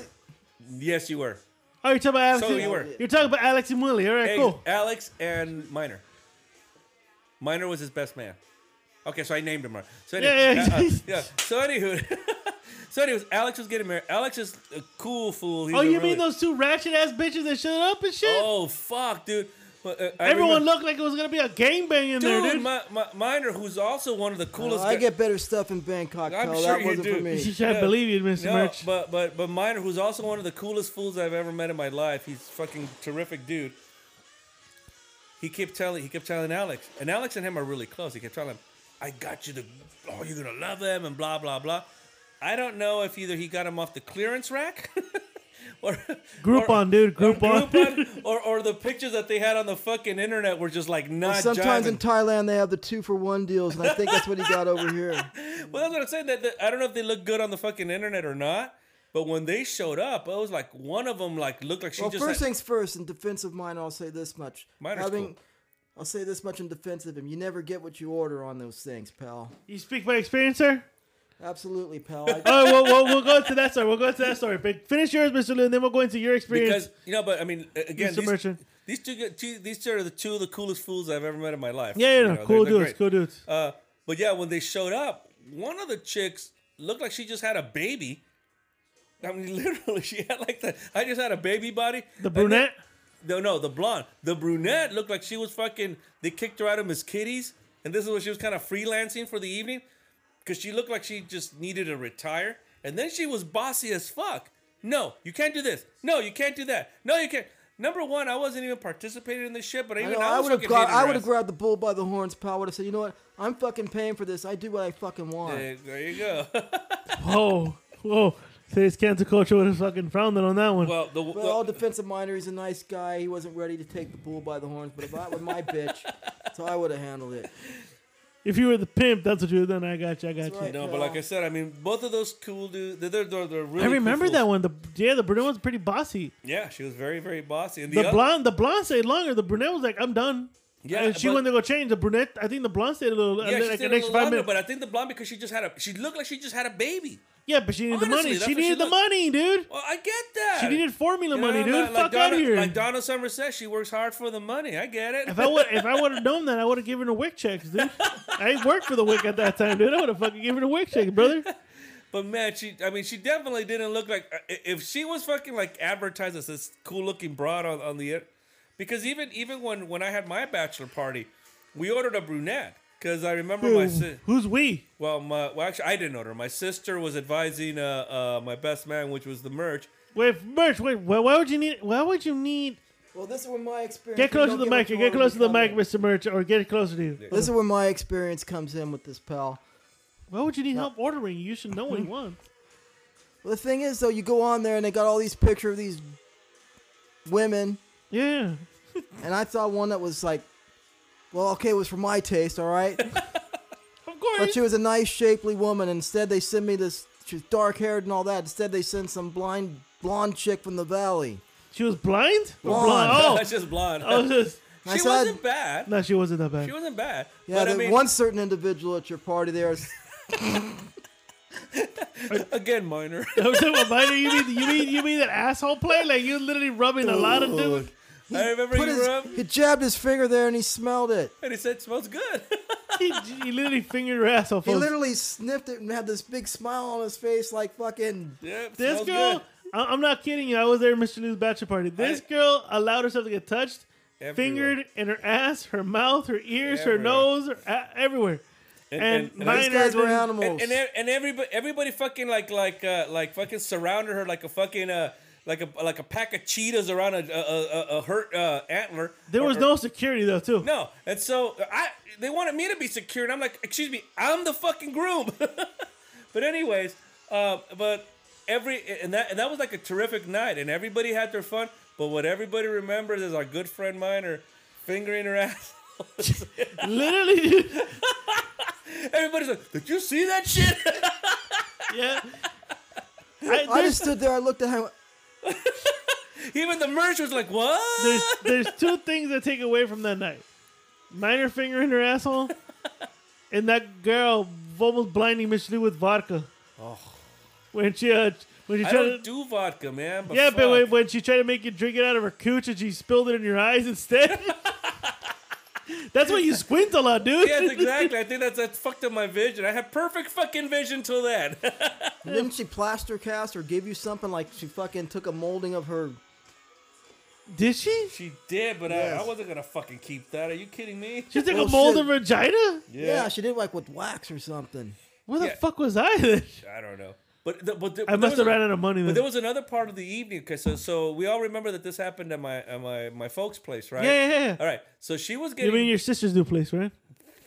B: yes, you were.
A: Oh, you're talking about Alex.
B: So
A: and-
B: you were.
A: You're talking about Alex and Willie. All right,
B: Hey,
A: cool.
B: Alex and Minor. Minor was his best man. Okay, so I named him. Minor. So
A: Yeah,
B: anyway,
A: yeah,
B: uh, uh,
A: yeah.
B: yeah. So anywho, (laughs) so anyways, Alex was getting married. Alex is a cool fool. He's
A: oh,
B: a
A: you
B: really-
A: mean those two ratchet ass bitches that showed up and shit?
B: Oh fuck, dude. Well, uh, I
A: Everyone
B: remember-
A: looked like it was gonna be a gangbang in there,
B: dude.
A: dude.
B: Mi- Mi- Minor, who's also one of the
C: Oh,
B: coolest.
C: I
B: guy-
C: get better stuff in Bangkok,
B: I'm
C: pal.
B: sure
C: that
B: you
C: wasn't
B: do.
C: for
A: (laughs)
B: (laughs)
A: I
C: me.
B: No,
A: believe you, Mr.
B: No,
A: Merch.
B: but but but Minor, who's also one of the coolest fools I've ever met in my life. He's fucking terrific, dude. He kept telling he kept telling Alex, and Alex and him are really close. He kept telling him, "I got you the oh you're gonna love them and blah blah blah." I don't know if either he got him off the clearance rack, (laughs) or
A: Groupon, dude,
B: or
A: Groupon.
B: Groupon, or or the pictures that they had on the fucking internet were just like not.
C: Sometimes
B: jiving.
C: in Thailand they have the two for one deals, and I think that's what he got over here.
B: Well, that's what I'm saying. That, that- I don't know if they look good on the fucking internet or not. But when they showed up, it was like one of them like looked like (laughs) she
C: Well,
B: just.
C: first
B: like-
C: things first. In defense of mine, I'll say this much.
B: Mine are
C: Having,
B: cool.
C: I'll say this much in defense of him. You never get what you order on those things, pal.
A: (laughs) You speak by experience, sir.
C: Absolutely,
B: (laughs)
C: pal. I,
A: All right, we'll, we'll, we'll go to that story. We'll go to that story. But finish yours, Mr. Lou, and then we'll go into your experience.
B: because you know, but I mean, a- again,
A: Mr.
B: these,
A: Merchant.
B: these two, gu- two, these two are the two of the coolest fools I've ever met in my life.
A: yeah, yeah,
B: You
A: no,
B: know, they're-
A: cool
B: they're
A: dudes,
B: great.
A: cool
B: (laughs)
A: dudes.
B: Uh, but yeah, when they showed up, one of the chicks looked like she just had a baby. I mean, (laughs) literally, she had like the I just had a baby body.
A: The
B: And then-
A: brunette.
B: No, no, the blonde. The brunette looked like she was fucking. They kicked her out of Miss Kitty's, and this is when she was kind of freelancing for the evening, because she looked like she just needed to retire. And then she was bossy as fuck. No, you can't do this. No, you can't do that. No, you can't. Number one, I wasn't even participating in this shit, but
C: I,
B: even
C: know,
B: I,
C: I
B: was
C: would have
B: fucking
C: got.
B: hating her
C: I would have
B: ass.
C: grabbed the bull by the horns, pal. Would have said, you know what? I'm fucking paying for this. I do what I fucking want.
B: There there you go.
A: Whoa, whoa. Today's cancer culture would have fucking frowned on that one.
B: (laughs) well, the,
C: Well, all defensive minor, he's a nice guy. He wasn't ready to take the bull by the horns, but if I was my bitch, so I would have handled it.
A: if you were the pimp, that's what you would have done. I got you, I got you.
C: right.
B: no, but like I said, I mean, both of those cool dudes. They're, they're, they're really
A: I remember
B: cool
A: that
B: fools.
A: one. The yeah, the brunette was pretty bossy.
B: Yeah, she was very, very bossy. And the,
A: The
B: other,
A: blonde, the blonde stayed longer. The brunette was like, "I'm done."
B: Yeah,
A: and she
B: but-
A: went to go change. The brunette, I think the blonde stayed a little, uh,
B: yeah, she
A: like
B: stayed
A: an extra
B: a little
A: five
B: longer,
A: minutes.
B: but I think the blonde because she just had a. She looked like she just had a baby.
A: yeah, but she needed the
B: Honestly,
A: money.
B: that's
A: She
B: what she
A: needed the
B: looked-
A: money, dude.
B: Well, I get that.
A: She needed formula
B: You know,
A: money, dude.
B: like- like
A: Fuck
B: Donna,
A: out of here.
B: Like Donna Summer says, she works hard for the money. I get it.
A: if I would, if I would have known that, I would have given her wick checks, dude. I ain't worked for the wick at that time, dude. I would have fucking given her wick check, brother.
B: (laughs) but man, she. I mean, she definitely didn't look like. uh, i- If she was fucking like advertised as this cool looking broad on, on the, because even even when when I had my bachelor party, we ordered a brunette because I remember my. si-
A: Who's we?
B: Well, my well, actually, I didn't order. My sister was advising uh, uh, my best man, which was the merch.
A: Wait, merch. Wait, why, why would you need? Why would you need?
C: Well, this is where my experience.
A: Get
C: you don't
A: close to the
C: what
A: mic.
C: you
A: Get
C: order,
A: close to the
C: you
A: mic,
C: come in.
A: Mister Merch, or get closer to you.
C: This is where my experience comes in with this pal.
A: Why would you need help ordering? You should know what you want.
C: Well, the thing is, though, you go on there and they got all these pictures of these women,
A: Yeah.
C: and I saw one that was like, well, okay, it was for my taste, all
A: (laughs)
C: right.
A: Of course.
C: But she was a nice, shapely woman. and Instead, they send me this. She's dark haired and all that. Instead, they send some blind blonde chick from the valley.
A: She was blind? Or
C: Blonde.
B: (laughs) That's
A: Oh,
B: just blonde.
A: I was just.
C: And I
B: she
C: saw-
B: wasn't bad.
A: No, she wasn't that bad.
B: She wasn't bad.
C: Yeah,
B: but I
C: the
B: mean,
C: one certain individual at your party there. Is,
B: (laughs) again, minor.
A: (laughs) I was talking about minor. You mean you mean you mean that asshole play? Like you literally rubbing a lot of dude.
B: (laughs) I remember
C: put
B: you
C: his,
B: were up
C: he jabbed his finger there and he smelled it.
B: and he said, "Smells good." (laughs)
A: He, he literally fingered her asshole.
C: He
A: folks.
C: literally sniffed it and had this big smile on his face, like fucking.
B: yeah, it
A: this
B: smells
A: girl.
B: good.
A: I- I'm not kidding you. I was there at Mr. Lou's bachelor party. This girl allowed herself to get touched,
B: Everywhere.
A: fingered in her ass, her mouth, her ears,
B: Everywhere.
A: her nose, her, a- everywhere. And,
B: And- and- and
A: minor
C: These guys were
A: didn't-
C: animals.
B: and, and e- and everybody everybody fucking like like uh, like fucking surrounded her like a fucking uh like a like a pack of cheetahs around a a, a, a hurt uh, antler.
A: There
B: Or-
A: was
B: or-
A: no security though, too.
B: no, and so I they wanted me to be secure, and I'm like, excuse me, I'm the fucking groom. (laughs) but anyways, uh, but every and that and that was like a terrific night, and everybody had their fun. But what everybody remembers is our good friend Minor fingering her ass. (laughs)
A: Literally, (laughs) dude.
B: Everybody's like, did you see that shit? (laughs)
A: Yeah.
C: I
A: I, there's-
C: just stood there. I looked at him.
B: Even the merch was like, what?
A: there's there's two things I take away from that night: minor finger in her asshole, and that girl almost blinding Miss Lou with vodka. When she uh, when she
B: Oh. I
A: tried to
B: don't do vodka, man. But
A: yeah, but when,
B: fuck.
A: when she tried to make you drink it out of her cooch and she spilled it in your eyes instead. (laughs) That's why you squint a lot, dude.
B: Yes, exactly. I think that's that's fucked up my vision. I had perfect fucking vision till then. (laughs)
C: Didn't she plaster cast or give you something like she fucking took a molding of her?
A: (laughs) Did she?
B: she did, but I, I
C: Yes.
B: wasn't gonna fucking keep that. Are you kidding me?
A: She took
C: Oh,
A: a mold
C: shit.
A: of vagina?
C: Yeah. she did like with wax or something.
A: Where the
B: Yeah.
A: fuck was I then?
B: I don't know. But the, but the,
A: I must
B: but there
A: have
B: was
A: ran
B: a-
A: out of money
B: But there
A: then.
B: was another part of the evening because so, so we all remember that this happened at my at my my folks' place, right?
A: Yeah, yeah, yeah.
B: All right. So she was
A: You
B: getting
A: mean your sister's new place, right?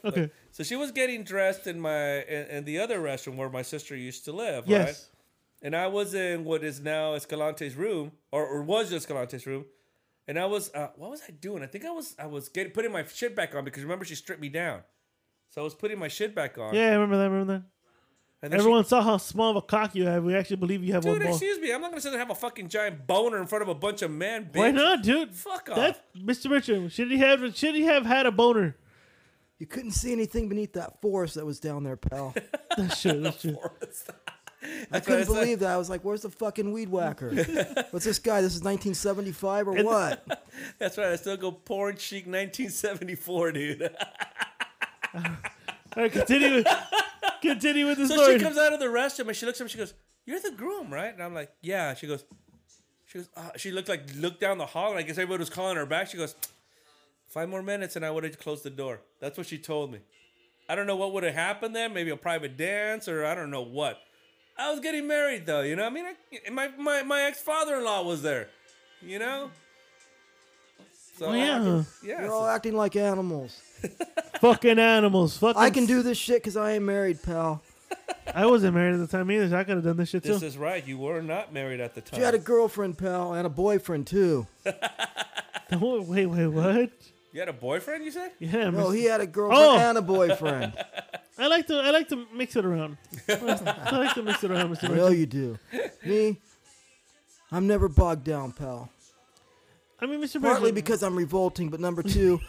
A: Okay.
B: so she was getting dressed in my in, in the other restroom where my sister used to live, right?
A: Yes.
B: and I was in what is now Escalante's room, or, or was Escalante's room. And I was, uh, what was I doing? I think I was, I was getting putting my shit back on because remember she stripped me down, so I was putting my shit back on.
A: Yeah, I remember that. I remember that.
B: and then she-
A: Everyone saw how small of a cock you have. We actually believe you have
B: dude,
A: one ball.
B: excuse me, I'm not gonna sit there and have a fucking giant boner in front of a bunch of men. Bitch.
A: Why
B: (laughs)
A: not, dude?
B: Fuck
A: That Mr. Richard, should he have should he have had a
B: (laughs)
A: boner?
C: You couldn't see anything beneath that forest that was down there,
B: (laughs)
C: pal.
A: That's true. That's true.
B: off.
C: I couldn't believe that. I was like, "Where's the fucking weed
B: (laughs)
C: whacker? What's this guy? This is 1975 or what?"
B: That's right. I still go porn chic 1974, dude.
A: All right,
B: (laughs)
A: continue. continue with the
B: So
A: story.
B: she comes out of the restroom and she looks at me. She goes, "You're the groom, right?" And I'm like, "Yeah." She goes, "She goes." Uh, she looked like looked down the hall, and I guess everybody was calling her back. She goes, five more minutes, and I would have closed the door." That's what she told me. I don't know what would have happened then. Maybe a private dance, or I don't know what. I was getting married though, you know. I mean, I, and my my my ex father in law was there, you know. So
A: Oh,
B: I-
A: yeah.
B: yeah.
C: You're
B: so-
C: all acting like animals.
A: fucking animals. Fucking
C: I can do this shit because I ain't married, pal.
A: I wasn't married at the time either. So I could have done this shit
B: this
A: too.
B: is right. You were not married at the time.
C: She had a girlfriend, pal, and a boyfriend too.
A: (laughs) wait, wait, what?
B: you had a boyfriend, you said?
A: Yeah,
C: No,
A: Mr.
C: he had a girlfriend
A: Oh.
C: and a boyfriend.
A: I like to I like to mix
C: (laughs)
A: it around. I like to mix it around, Mr.
C: I know
A: Richard.
C: you do. Me, I'm never bogged down, pal.
A: I mean, Mr.
C: Partly
A: (laughs) Richard,
C: because I'm revolting, but number two,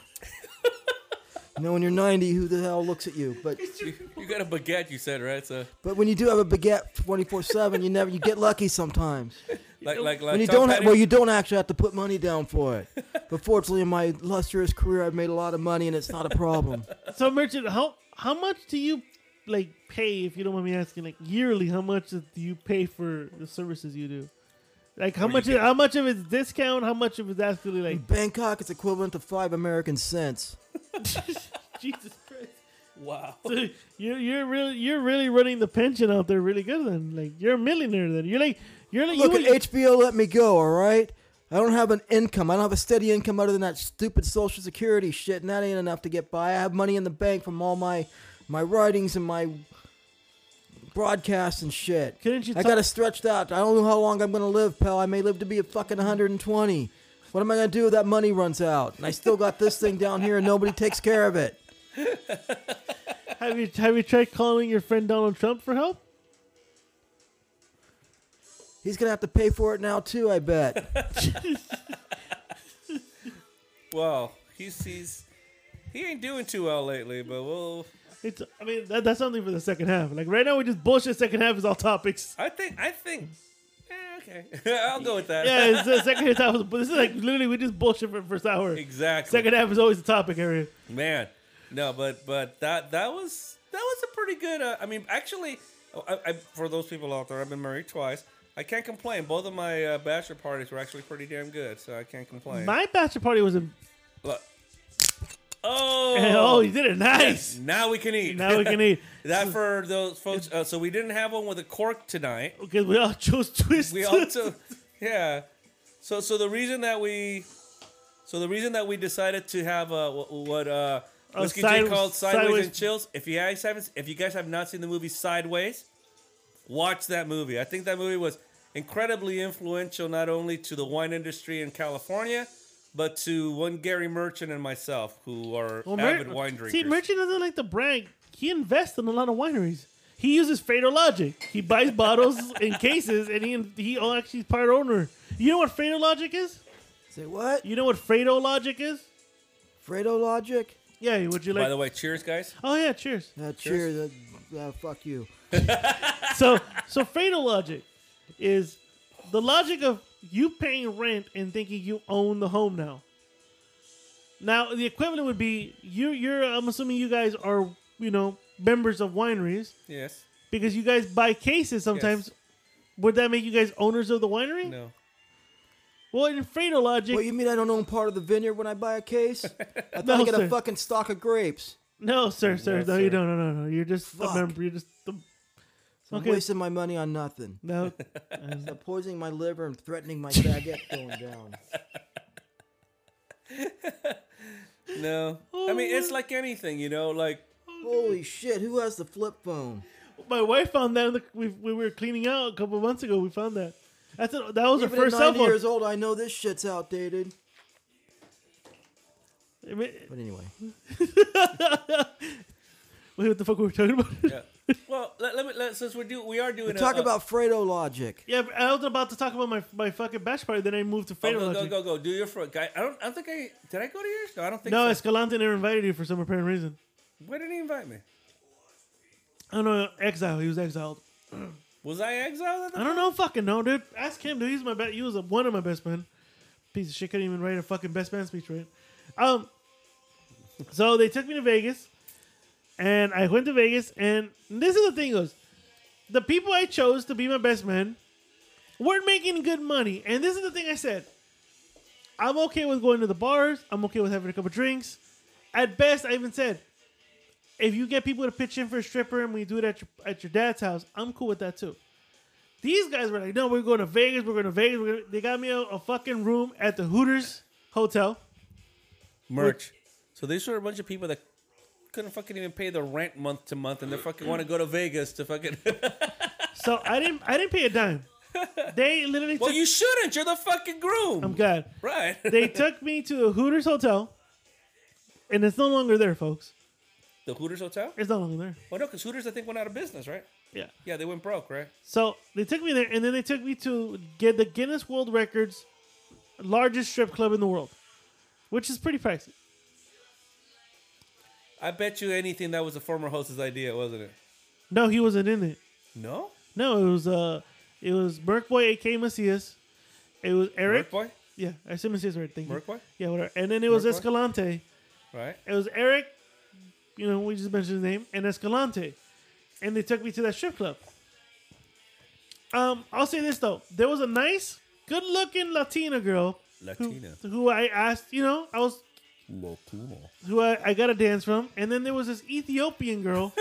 C: you know, when you're 90, who the hell looks at you? But
B: You, you got a baguette, you said, right? So
C: but when you do have a baguette 24/7, you never you get lucky sometimes.
B: like like like
C: When you
B: Tom
C: don't, ha-
B: Petty-
C: well, you don't actually have to put money down for it. But fortunately, in my lustrous career, I've made a lot of money, and it's not a problem.
A: so merchant, how how much do you like pay if you don't mind me asking? Like yearly, how much do you pay for the services you do? Like how
B: you
A: much?
B: get-
A: How much of it's discount? How much of it's actually like
C: In Bangkok, it's equivalent to five American cents.
A: (laughs) Jesus Christ?
B: Wow.
A: Dude, you're you're really you're really running the pension out there really good then. Like you're a millionaire then. You're like you're like
C: Look
A: you,
C: at HBO. Let me go. All right. I don't have an income. I don't have a steady income other than that stupid Social Security shit, and that ain't enough to get by. I have money in the bank from all my my writings and my broadcasts and shit.
A: Couldn't you
C: I
A: ta-
C: gotta stretch that. I don't know how long I'm gonna live, pal. I may live to be a fucking 120. What am I gonna do if that money runs out? And I still got this thing down here, and nobody takes care of it.
A: have you have you tried calling your friend Donald Trump for help?
C: He's gonna have to pay for it now too. I bet.
B: Well, he's he's he ain't doing too well lately, but we'll.
A: It's I mean that, that's something for the second half. Like right now we just bullshit. Second half is all topics. (laughs)
B: I think I think. eh, okay, (laughs) I'll go with that.
A: Yeah, it's the second half. Was, this is like literally we just bullshit for the first hour.
B: (laughs) exactly.
A: Second half is always the topic area.
B: Man, no, but but that that was that was a pretty good. Uh, I mean, actually, I, I, for those people out there, I've been married twice. I can't complain. Both of my uh, bachelor parties were actually pretty damn good, so I can't complain.
A: My bachelor party was a (laughs)
B: Look. Oh,
A: oh you did it nice.
B: now we can eat.
A: Now we
B: (laughs)
A: can eat
B: that for those folks. Uh, so we didn't have one with a cork tonight.
A: because we all chose twist. (laughs)
B: we also yeah so so the reason that we so the reason that we decided to have uh what, what uh
A: Uh,
B: whiskey
A: Sideways-
B: J called sideways,
A: Sideways.
B: and chills if you guys haven't if you guys have not seen the movie sideways watch that movie i think that movie was incredibly influential not only to the wine industry in california but to one gary merchant and myself who are
A: Well, Mer-
B: avid wine drinkers
A: See, Merchant doesn't like to brag. He invests in a lot of wineries. He uses Fatal Logic. He buys
B: (laughs)
A: bottles and cases, and he he oh, actually is part owner. You know what Fatal Logic is?
C: Say what?
A: You know what Fredo Logic is?
C: Fredo logic?
A: Yeah, would you
B: by
A: like?
B: the way cheers guys
A: Oh yeah, cheers.
C: Uh, cheers. Uh, uh, fuck you.
B: (laughs)
A: So so Fredo Logic is the logic of you paying rent and thinking you own the home now. Now the equivalent would be you. You're. I'm assuming you guys are. You know, members of wineries
B: Yes.
A: because you guys buy cases sometimes. Would that make you guys owners of the winery?
B: No.
A: Well, in Fredo logic,
C: Well, you mean I don't own part of the vineyard when I buy a
A: (laughs)
C: case? I thought
A: No,
C: I get
A: sir.
C: a fucking stock of grapes.
A: no, sir, sir,
B: Yes,
A: no, you
B: sir.
A: don't, no, no, no. You're just a
C: Fuck.
A: member. You're just the.
C: I'm
A: Okay.
C: wasting my money on nothing.
A: No,
C: I'm poisoning my liver and threatening my baguette
A: (laughs)
C: going down.
B: No. I mean, it's like anything, you know, like
C: Holy shit! Who has the flip phone?
A: my wife found that in the, we, we were cleaning out a couple of months ago. We found that. That's a, that was her
C: Even at
A: first cell
C: 90
A: phone.
C: years old, I know this shit's outdated.
A: I mean,
C: But anyway,
A: wait, what the fuck were we talking about? (laughs) Yeah,
B: yeah. uh, well, let, let me let, since we do we are doing a-
C: talk
A: uh,
B: a-
C: about Fredo logic.
A: but I was about to talk about my my fucking bash party. Then I moved to
B: Oh,
A: Fredo
B: go, go
A: logic.
B: go go do your front guy. I don't I don't think I did I go to yours? No, I don't think
A: No,
B: so.
A: Escalante never invited you for some apparent reason.
B: Why didn't he invite me?
A: I don't know. Exile. He was exiled.
B: Was I exiled at the
A: I don't know. Fucking no, dude. Ask him, dude. He's my best. He was a, one of my best men. Piece of shit. Couldn't even write a fucking best man speech right. Um. So they took me to Vegas, and I went to Vegas, and this is the thing: goes the people I chose to be my best men weren't making good money, and this is the thing I said. I'm okay with going to the bars. I'm okay with having a couple drinks. At best, I even said, if you get people to pitch in for a stripper and we do it at your, at your dad's house, I'm cool with that too. These guys were like, no, we're going to Vegas. We're going to Vegas. We're going to... They got me a, a fucking room at the Hooters Hotel.
B: merch? So these were a bunch of people that couldn't fucking even pay the rent month to month and they fucking want to go to Vegas to fucking (laughs)
A: So I didn't I didn't pay a dime. They literally
B: Well,
A: took...
B: you shouldn't. You're the fucking groom.
A: I'm God.
B: right.
A: They took me to the Hooters Hotel. And it's no longer there, folks.
B: (laughs) the Hooters Hotel?
A: It's no longer there.
B: Well, no, because Hooters, I think, went out of business, right?
A: Yeah.
B: Yeah, they went broke, right?
A: So they took me there, and then they took me to get the Guinness World Records largest strip club in the world, which is pretty pricey.
B: I bet you anything that was the former host's idea, wasn't it?
A: No, he wasn't in it.
B: No?
A: No, it was uh, it was Merc Boy, aka Macias. It was Eric.
B: Merc Boy?
A: Yeah, I said Macias right. Thank you.
B: Merc Boy?
A: Yeah, whatever. And then it was
B: Merc Boy?
A: Escalante.
B: Right?
A: It was Eric. You know, we just mentioned his name and Escalante, and they took me to that strip club. Um, I'll say this though, there was a nice, good-looking Latina girl who-
B: Latina.
A: who, I asked. You know, I was
B: Latino.
A: who I, I got a dance from, and then there was this Ethiopian girl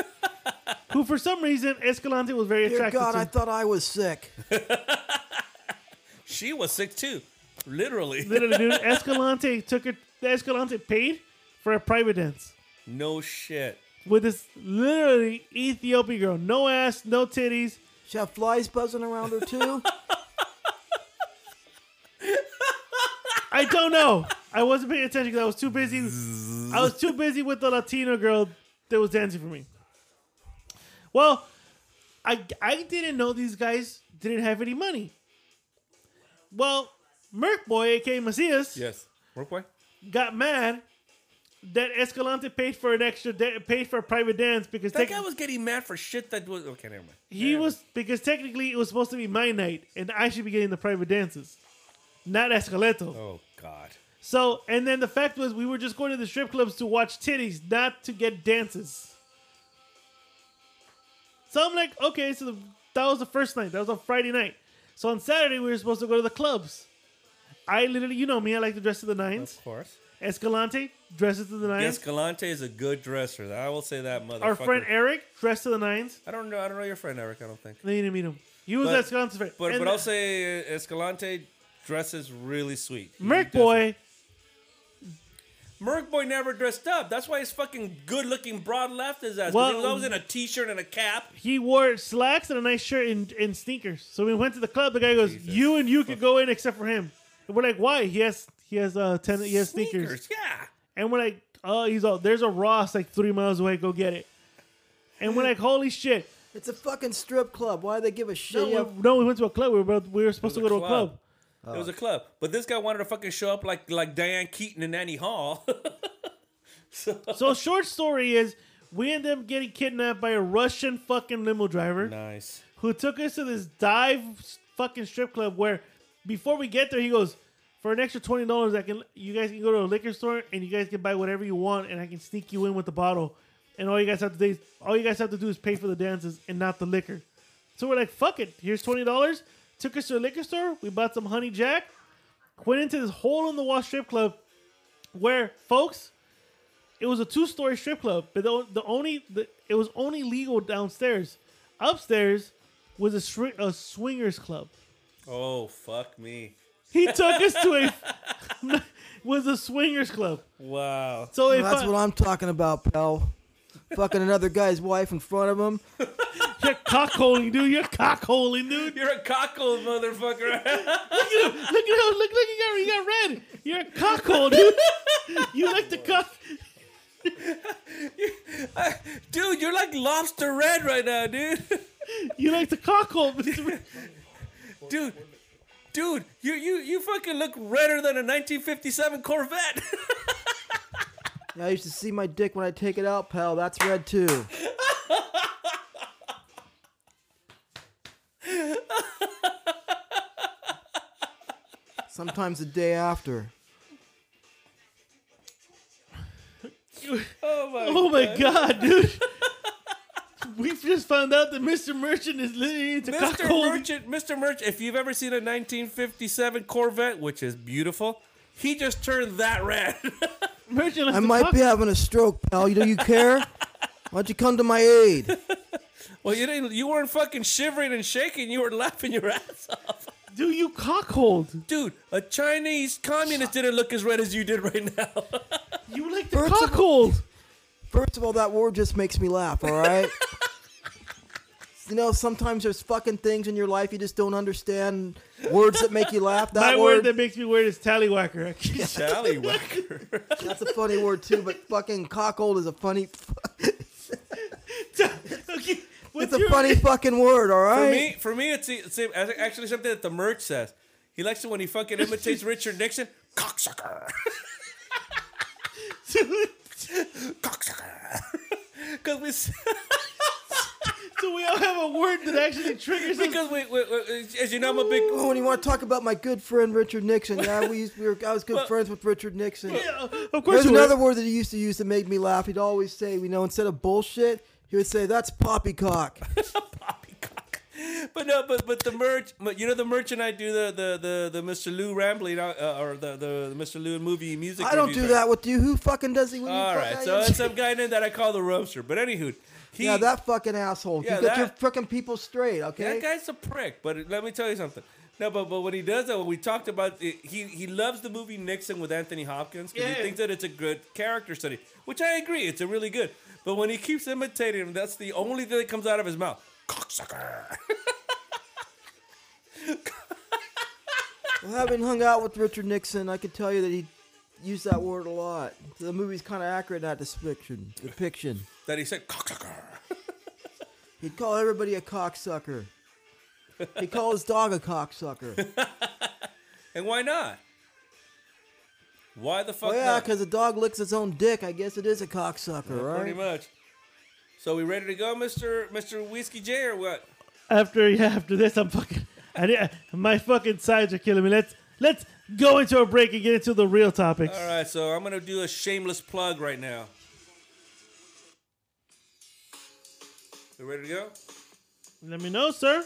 A: who, for some reason, Escalante was very
C: Dear
A: attracted
C: God,
A: to.
C: I thought I was sick.
B: She was sick too. Literally.
A: Literally, dude, Escalante took her. Escalante paid for a private dance
B: (laughs) No shit.
A: with this literally Ethiopian girl, no ass, no titties.
C: She had flies buzzing around her
A: (laughs)
C: too.
A: I don't know.
B: (laughs)
A: I wasn't paying attention because I was too busy. I was too busy with the Latino girl that was dancing for me. Well, I I didn't know these guys didn't have any money. Well, Merc Boy, aka Macias,
B: Yes. Merc Boy?
A: got mad that Escalante paid for an extra da- paid for a private dance because
B: That
A: tec-
B: guy was getting mad for shit that was. Okay, never mind.
A: he was because technically it was supposed to be my night and I should be getting the private dances, not Escaleto.
B: Oh, God.
A: So, and then the fact was, we were just going to the strip clubs to watch titties, not to get dances. So I'm like, okay, so the, that was the first night. That was on Friday night. So on Saturday, we were supposed to go to the clubs. I literally, you know me, I like to dress to the nines.
B: Of course.
A: Escalante dresses to the nines.
B: Escalante is a good dresser. I will say that, motherfucker.
A: Our friend Eric dressed to the nines.
B: I don't know. I don't know your friend Eric. I don't think.
A: They didn't meet him. He was
B: But-
A: Escalante's friend.
B: But
A: And
B: but I'll say uh, Escalante dresses really sweet. He
A: Merc
B: does-
A: Boy,
B: Merc Boy never dressed up. That's why his fucking good looking broad left his ass. 'cause
A: Well-
B: he was always in a t shirt and a cap.
A: he wore slacks and a nice shirt and, and sneakers. So we went to the club. The guy goes, "You and you could go in except for him." And we're like, "Why?" He has he has uh ten he has sneakers.
B: Yeah.
A: And we're like, "Oh, he's all there's a Ross like three miles away. Go get it." And we're like, "Holy shit!"
C: It's a fucking strip club. Why do they give a
A: No,
C: shit?
A: we, no, we went to a club. We were about- we were supposed to
B: It
A: go
B: was
A: to
B: a
A: a club.
B: It was a club. But this guy wanted to fucking show up like like Diane Keaton and Annie Hall. (laughs)
A: so short story is, we ended up getting kidnapped by a Russian fucking limo driver.
B: nice.
A: who took us to this dive fucking strip club where before we get there he goes for an extra twenty dollars, I can you guys can go to a liquor store and you guys can buy whatever you want, and I can sneak you in with the bottle. And all you guys have to do is, all you guys have to do is pay for the dances and not the liquor. So we're like, fuck it. Here's twenty dollars. Took us to a liquor store. We bought some honey jack. Went into this hole in the wall strip club, where folks, it was a two story strip club, but the, the only the, it was only legal downstairs. Upstairs was a, swi- a swingers club.
B: Oh fuck me!
A: He took us to a (laughs) was a swingers club.
B: Wow.
A: So if
C: Well, that's
A: I,
C: what I'm talking about, pal. Fucking another guy's wife in front of him.
A: you're cockholing, dude, you're cockholing, dude.
B: You're a cockle, motherfucker.
A: Look
B: (laughs)
A: at how look look you got you got red. You're a cockhole, dude. You like to cock.
B: dude, you're like lobster red right now, dude. (laughs)
A: You like to cockhole, Mr.
B: Dude, dude, you you you fucking look redder than a 1957 Corvette. (laughs)
C: I used to see my dick when I take it out, pal. That's red too. Sometimes the day after.
B: oh my.
A: Oh my god, dude. We just found out that Mr. Merchant is literally into
B: (laughs) Mr.
A: cockholing.
B: Merchant, Mr. Merchant, if you've ever seen a 1957 Corvette, which is beautiful, he just turned that red. (laughs)
A: Merchant likes
C: I
A: to
C: might
A: cock-
C: be having a stroke, pal. You know you care? Why don't you come to my aid?
B: well, you didn't. You weren't fucking shivering and shaking. You were laughing your ass off,
A: Do you cockhold?
B: dude. A Chinese communist didn't look as red as you did right now.
A: You like to
C: First of all-
A: cockhold.
C: First of all, that word just makes me laugh, all
A: (laughs)
C: right? you know, sometimes there's fucking things in your life you just don't understand. Words that make you laugh. That
A: My word that makes me weird is tallywhacker. (laughs)
B: (laughs) Tallywhacker.
C: That's a funny word too, but fucking cockhold is a funny.
A: (laughs) okay, what's
C: It's a
A: your- (laughs)
C: funny fucking word, all
B: For
C: right.
B: me, for me, it's, it's actually something that the merch says. He likes it when he
C: (laughs)
B: fucking imitates Richard Nixon. Cocksucker. Cocksucker. Because
C: (laughs)
B: we. s-
A: So we all have a word that actually triggers us.
B: Because we, we, we- as you know, I'm a big.
C: Oh, and you want to talk about my good friend Richard Nixon? Yeah, we, used, we were I was good friends with Richard Nixon.
A: Yeah, of course,
C: There's
A: you would.
C: another word that he used to use that made me laugh. He'd always say, you know, instead of bullshit, he would say that's
A: (laughs)
C: poppycock.
B: poppycock. But no, but but the merch, but you know the merch and I do the the the, the Mr. Lou rambling uh, or the, the Mr. Lou movie music.
C: I don't
B: review
C: do
B: thing.
C: that with you. Who fucking does he? With
B: All right, so it's some guy named that I call the roaster. But anywho, he
C: yeah, that fucking asshole.
B: Yeah,
C: you got your
B: that-
C: fucking people straight, okay?
B: That guy's a prick, but let me tell you something. No, but but when he does that, when we talked about it, he he loves the movie Nixon with Anthony Hopkins because
A: Yeah.
B: he thinks that it's a good character study, which I agree, it's a really good. But when he keeps imitating him, that's the only thing that comes out of his mouth. Cocksucker.
C: Well, having hung out with Richard Nixon, I can tell you that he used that word a lot. So the movie's kind of accurate in that depiction. Depiction.
B: That he said cocksucker.
C: He'd call everybody a cocksucker. He'd call his dog a
B: (laughs)
C: cocksucker.
B: And why not? Why the fuck
C: Oh yeah,
B: not?
C: because a dog licks its own dick. I guess it is a cocksucker,
B: Pretty
C: right?
B: much. So we ready to go, Mister Mister Whiskey J, or what?
A: after yeah, after this, I'm fucking. I, need- my fucking sides are killing me. Let's let's go into a break and get into the real topics.
B: All right, so I'm gonna do a shameless plug right now. You ready to go?
A: Let me know, sir.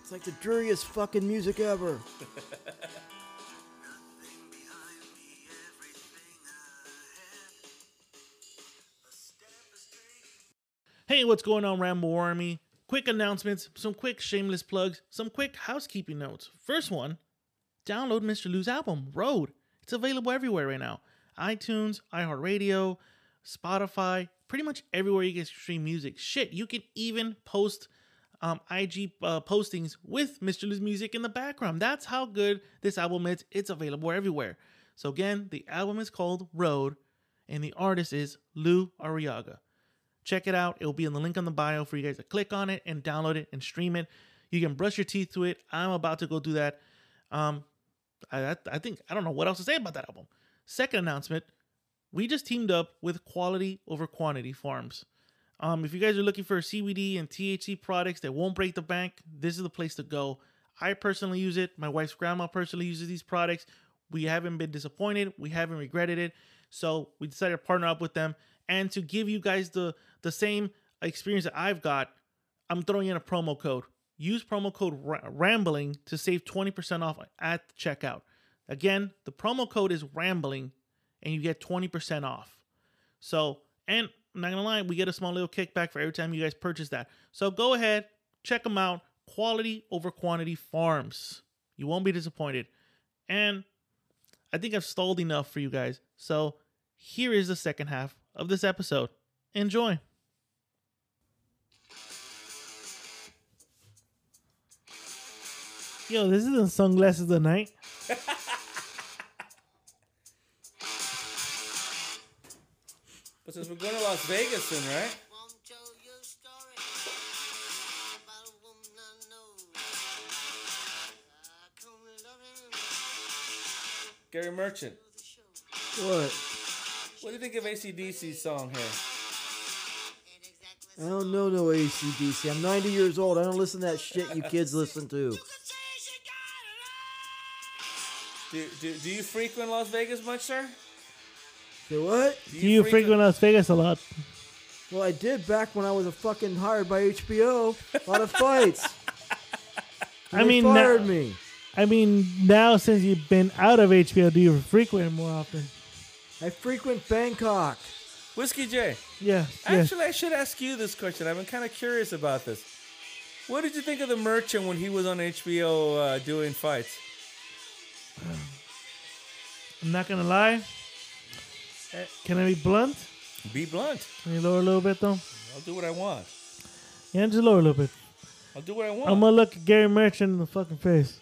C: It's like the dreariest fucking music ever.
A: Hey, what's going on, Rambo Army? Quick announcements, some quick shameless plugs, some quick housekeeping notes. First one download Mr. Lou's album, Road. It's available everywhere right now iTunes, iHeartRadio, Spotify, pretty much everywhere you can stream music. Shit, you can even post um, IG uh, postings with Mr. Lou's music in the background. That's how good this album is. It's available everywhere. So, again, the album is called Road, and the artist is Lou Arriaga check it out. It'll be in the link on the bio for you guys to click on it and download it and stream it. You can brush your teeth to it. I'm about to go do that. Um, I, I- I think I don't know what else to say about that album. Second announcement we just teamed up with Quality Over Quantity Farms. Um, if you guys are looking for CBD and THC products that won't break the bank, this is the place to go. I personally use it. My wife's grandma personally uses these products. We haven't been disappointed. We haven't regretted it. So we decided to partner up with them and to give you guys the the same experience that I've got. I'm throwing in a promo code. Use promo code Ra- Rambling to save 20% off at the checkout. Again, the promo code is Rambling, and you get 20% off. So, and I'm not gonna lie, we get a small little kickback for every time you guys purchase that. So go ahead, check them out. Quality over quantity farms. You won't be disappointed. And I think I've stalled enough for you guys. So here is the second half of this episode. Enjoy. Yo, this isn't sunglasses of the night.
B: But since we're going to Las Vegas soon, right?
E: won't tell you a story about a woman I know. I come loving
B: Gary Merchant.
E: the show.
C: What?
B: What do you think of ACDC's song here?
E: Ain't exactly
C: I don't know no ACDC. I'm 90 years old. I don't listen to that shit you kids listen to.
E: You could say she got it
B: Do, do, do you frequent Las Vegas much, sir?
C: Say what?
A: Do you frequent Las Vegas a lot?
C: Well, I did back when I was a fucking hired by HBO. A lot of
A: (laughs)
C: fights.
A: I
C: They
A: mean,
C: fired
A: now-
C: me.
A: I mean, now since you've been out of HBO, do you frequent more often?
C: I frequent Bangkok.
B: Whiskey J.
A: Yeah. Yes.
B: Actually, I should ask you this question. I've been kind of curious about this. What did you think of the merchant when he was on HBO uh, doing fights?
A: I'm not gonna lie. Uh, Can I be blunt?
B: Be blunt.
A: Can you lower a little bit though?
B: I'll do what I want.
A: Yeah, just lower a little bit.
B: I'll do what I want.
A: I'm gonna look Gary Merchant in the fucking face.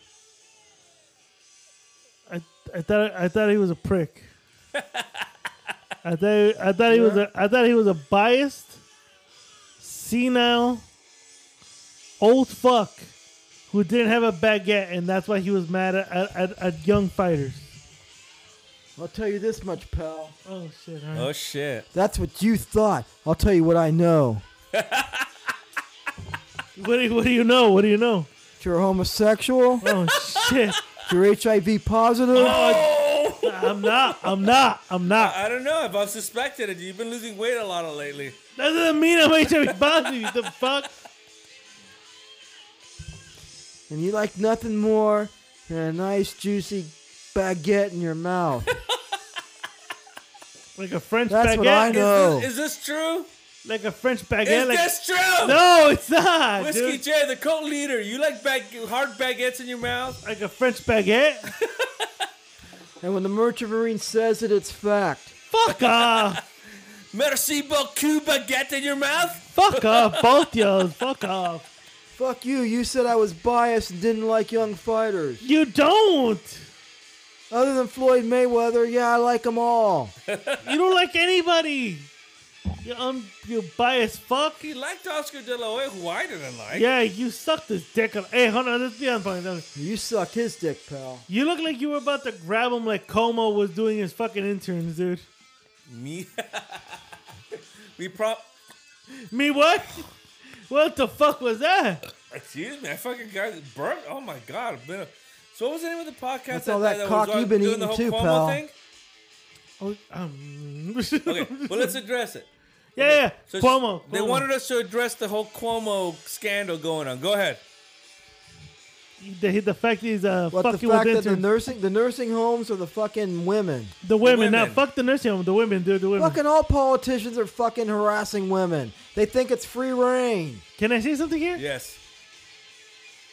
A: I I thought I thought he was a prick. I thought I thought he was a I thought he was a biased, senile, old fuck who didn't have a baguette, and that's why he was mad at at, at, at young fighters.
C: I'll tell you this much, pal.
A: Oh shit! all right.
B: oh shit!
C: That's what you thought. I'll tell you what I know.
A: What do you, what do you know? What do you know?
C: That You're homosexual. (laughs)
A: Oh shit!
C: that You're HIV positive.
A: Oh. I'm not. I'm not. I'm not.
B: I don't know if I've suspected it. You've been losing weight a lot lately.
A: That doesn't mean I'm HIV positive. The fuck.
C: and you like nothing more than a nice, juicy baguette in your mouth.
A: (laughs) Like a French
C: That's
A: baguette.
C: what I
B: Is,
C: know.
B: this, is this true?
A: Like a French baguette.
B: Is
A: like,
B: this true?
A: no, it's not,
B: Whiskey
A: dude.
B: J, the cult leader. You like bag- hard baguettes in your mouth?
A: Like a French baguette.
C: and when the merchant marine says it, it's fact.
A: Fuck
B: (laughs)
A: off.
B: Merci beaucoup baguette in your mouth?
A: Fuck off, both y'all. Fuck off.
C: Fuck you. You said I was biased and didn't like young fighters.
A: You don't.
C: Other than Floyd Mayweather, yeah, I like them all.
A: You don't like anybody. You um, you biased fuck.
B: He liked Oscar De La Hoya, who I didn't like.
A: Yeah, you sucked his dick. up. Hey, hold on. Let's be on point.
C: You sucked his dick, pal.
A: You look like you were about to grab him like Como was doing his fucking interns, dude.
B: Me. (laughs) we prop.
A: Me what? What the fuck was that?
B: Excuse me, I fucking got burnt. Oh my god, I've been. A- so what was the name of the podcast?
C: That's all that
B: was
C: cock
B: on-
C: you've been
B: doing the
C: eating
B: whole
C: too, pal.
B: Cuomo Thing?
A: Oh, um, (laughs)
B: Okay, well let's address it.
A: yeah, yeah.
C: (laughs)
B: So
A: Cuomo.
B: They
A: Cuomo.
B: wanted us to address the whole Cuomo scandal going on. Go ahead.
A: the, the fact is, uh,
C: What
A: fucking
C: the fact
A: with
C: that the
A: interns.
C: nursing the nursing homes are the fucking women.
A: The women, now
B: women.
A: fuck the nursing home. The women, dude, the women.
C: Fucking all politicians are fucking harassing women. They think it's free reign.
A: Can I say something here?
B: Yes.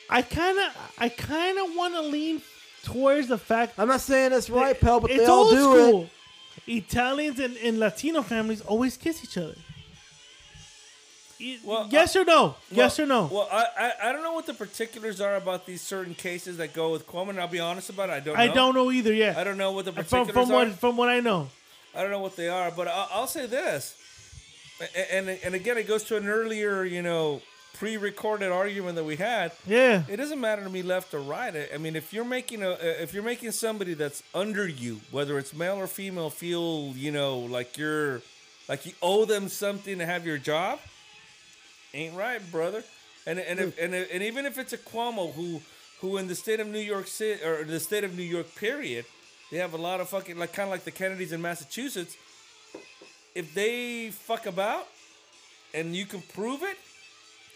A: I kind of, I kind of want to lean towards the fact.
C: I'm not saying it's right,
A: that
C: pal, but
A: it's
C: they all
A: old
C: do
A: school.
C: it.
A: Italians and, and Latino families always kiss each other. Y-
B: Well,
A: yes or no? yes or
B: Well-
A: no?
B: Well, I, I I don't know what the particulars are about these certain cases that go with Cuomo, and I'll be honest about it. I don't.
A: I
B: know.
A: don't know either. Yeah,
B: I don't know what the
A: from
B: particulars
A: from
B: are.
A: what from what I know.
B: I don't know what they are, but I'll, I'll say this, A- and and again, it goes to an earlier, you know, pre-recorded argument that we had.
A: Yeah.
B: It doesn't matter to me left or right. I- I mean, if you're making a uh, if you're making somebody that's under you, whether it's male or female, feel you know like you're like you owe them something to have your job, ain't right, brother. And and if, and, if, and even if it's a Cuomo who who in the state of New York City or the state of New York period, they have a lot of fucking like kind of like the Kennedys in Massachusetts. If they fuck about, and you can prove it,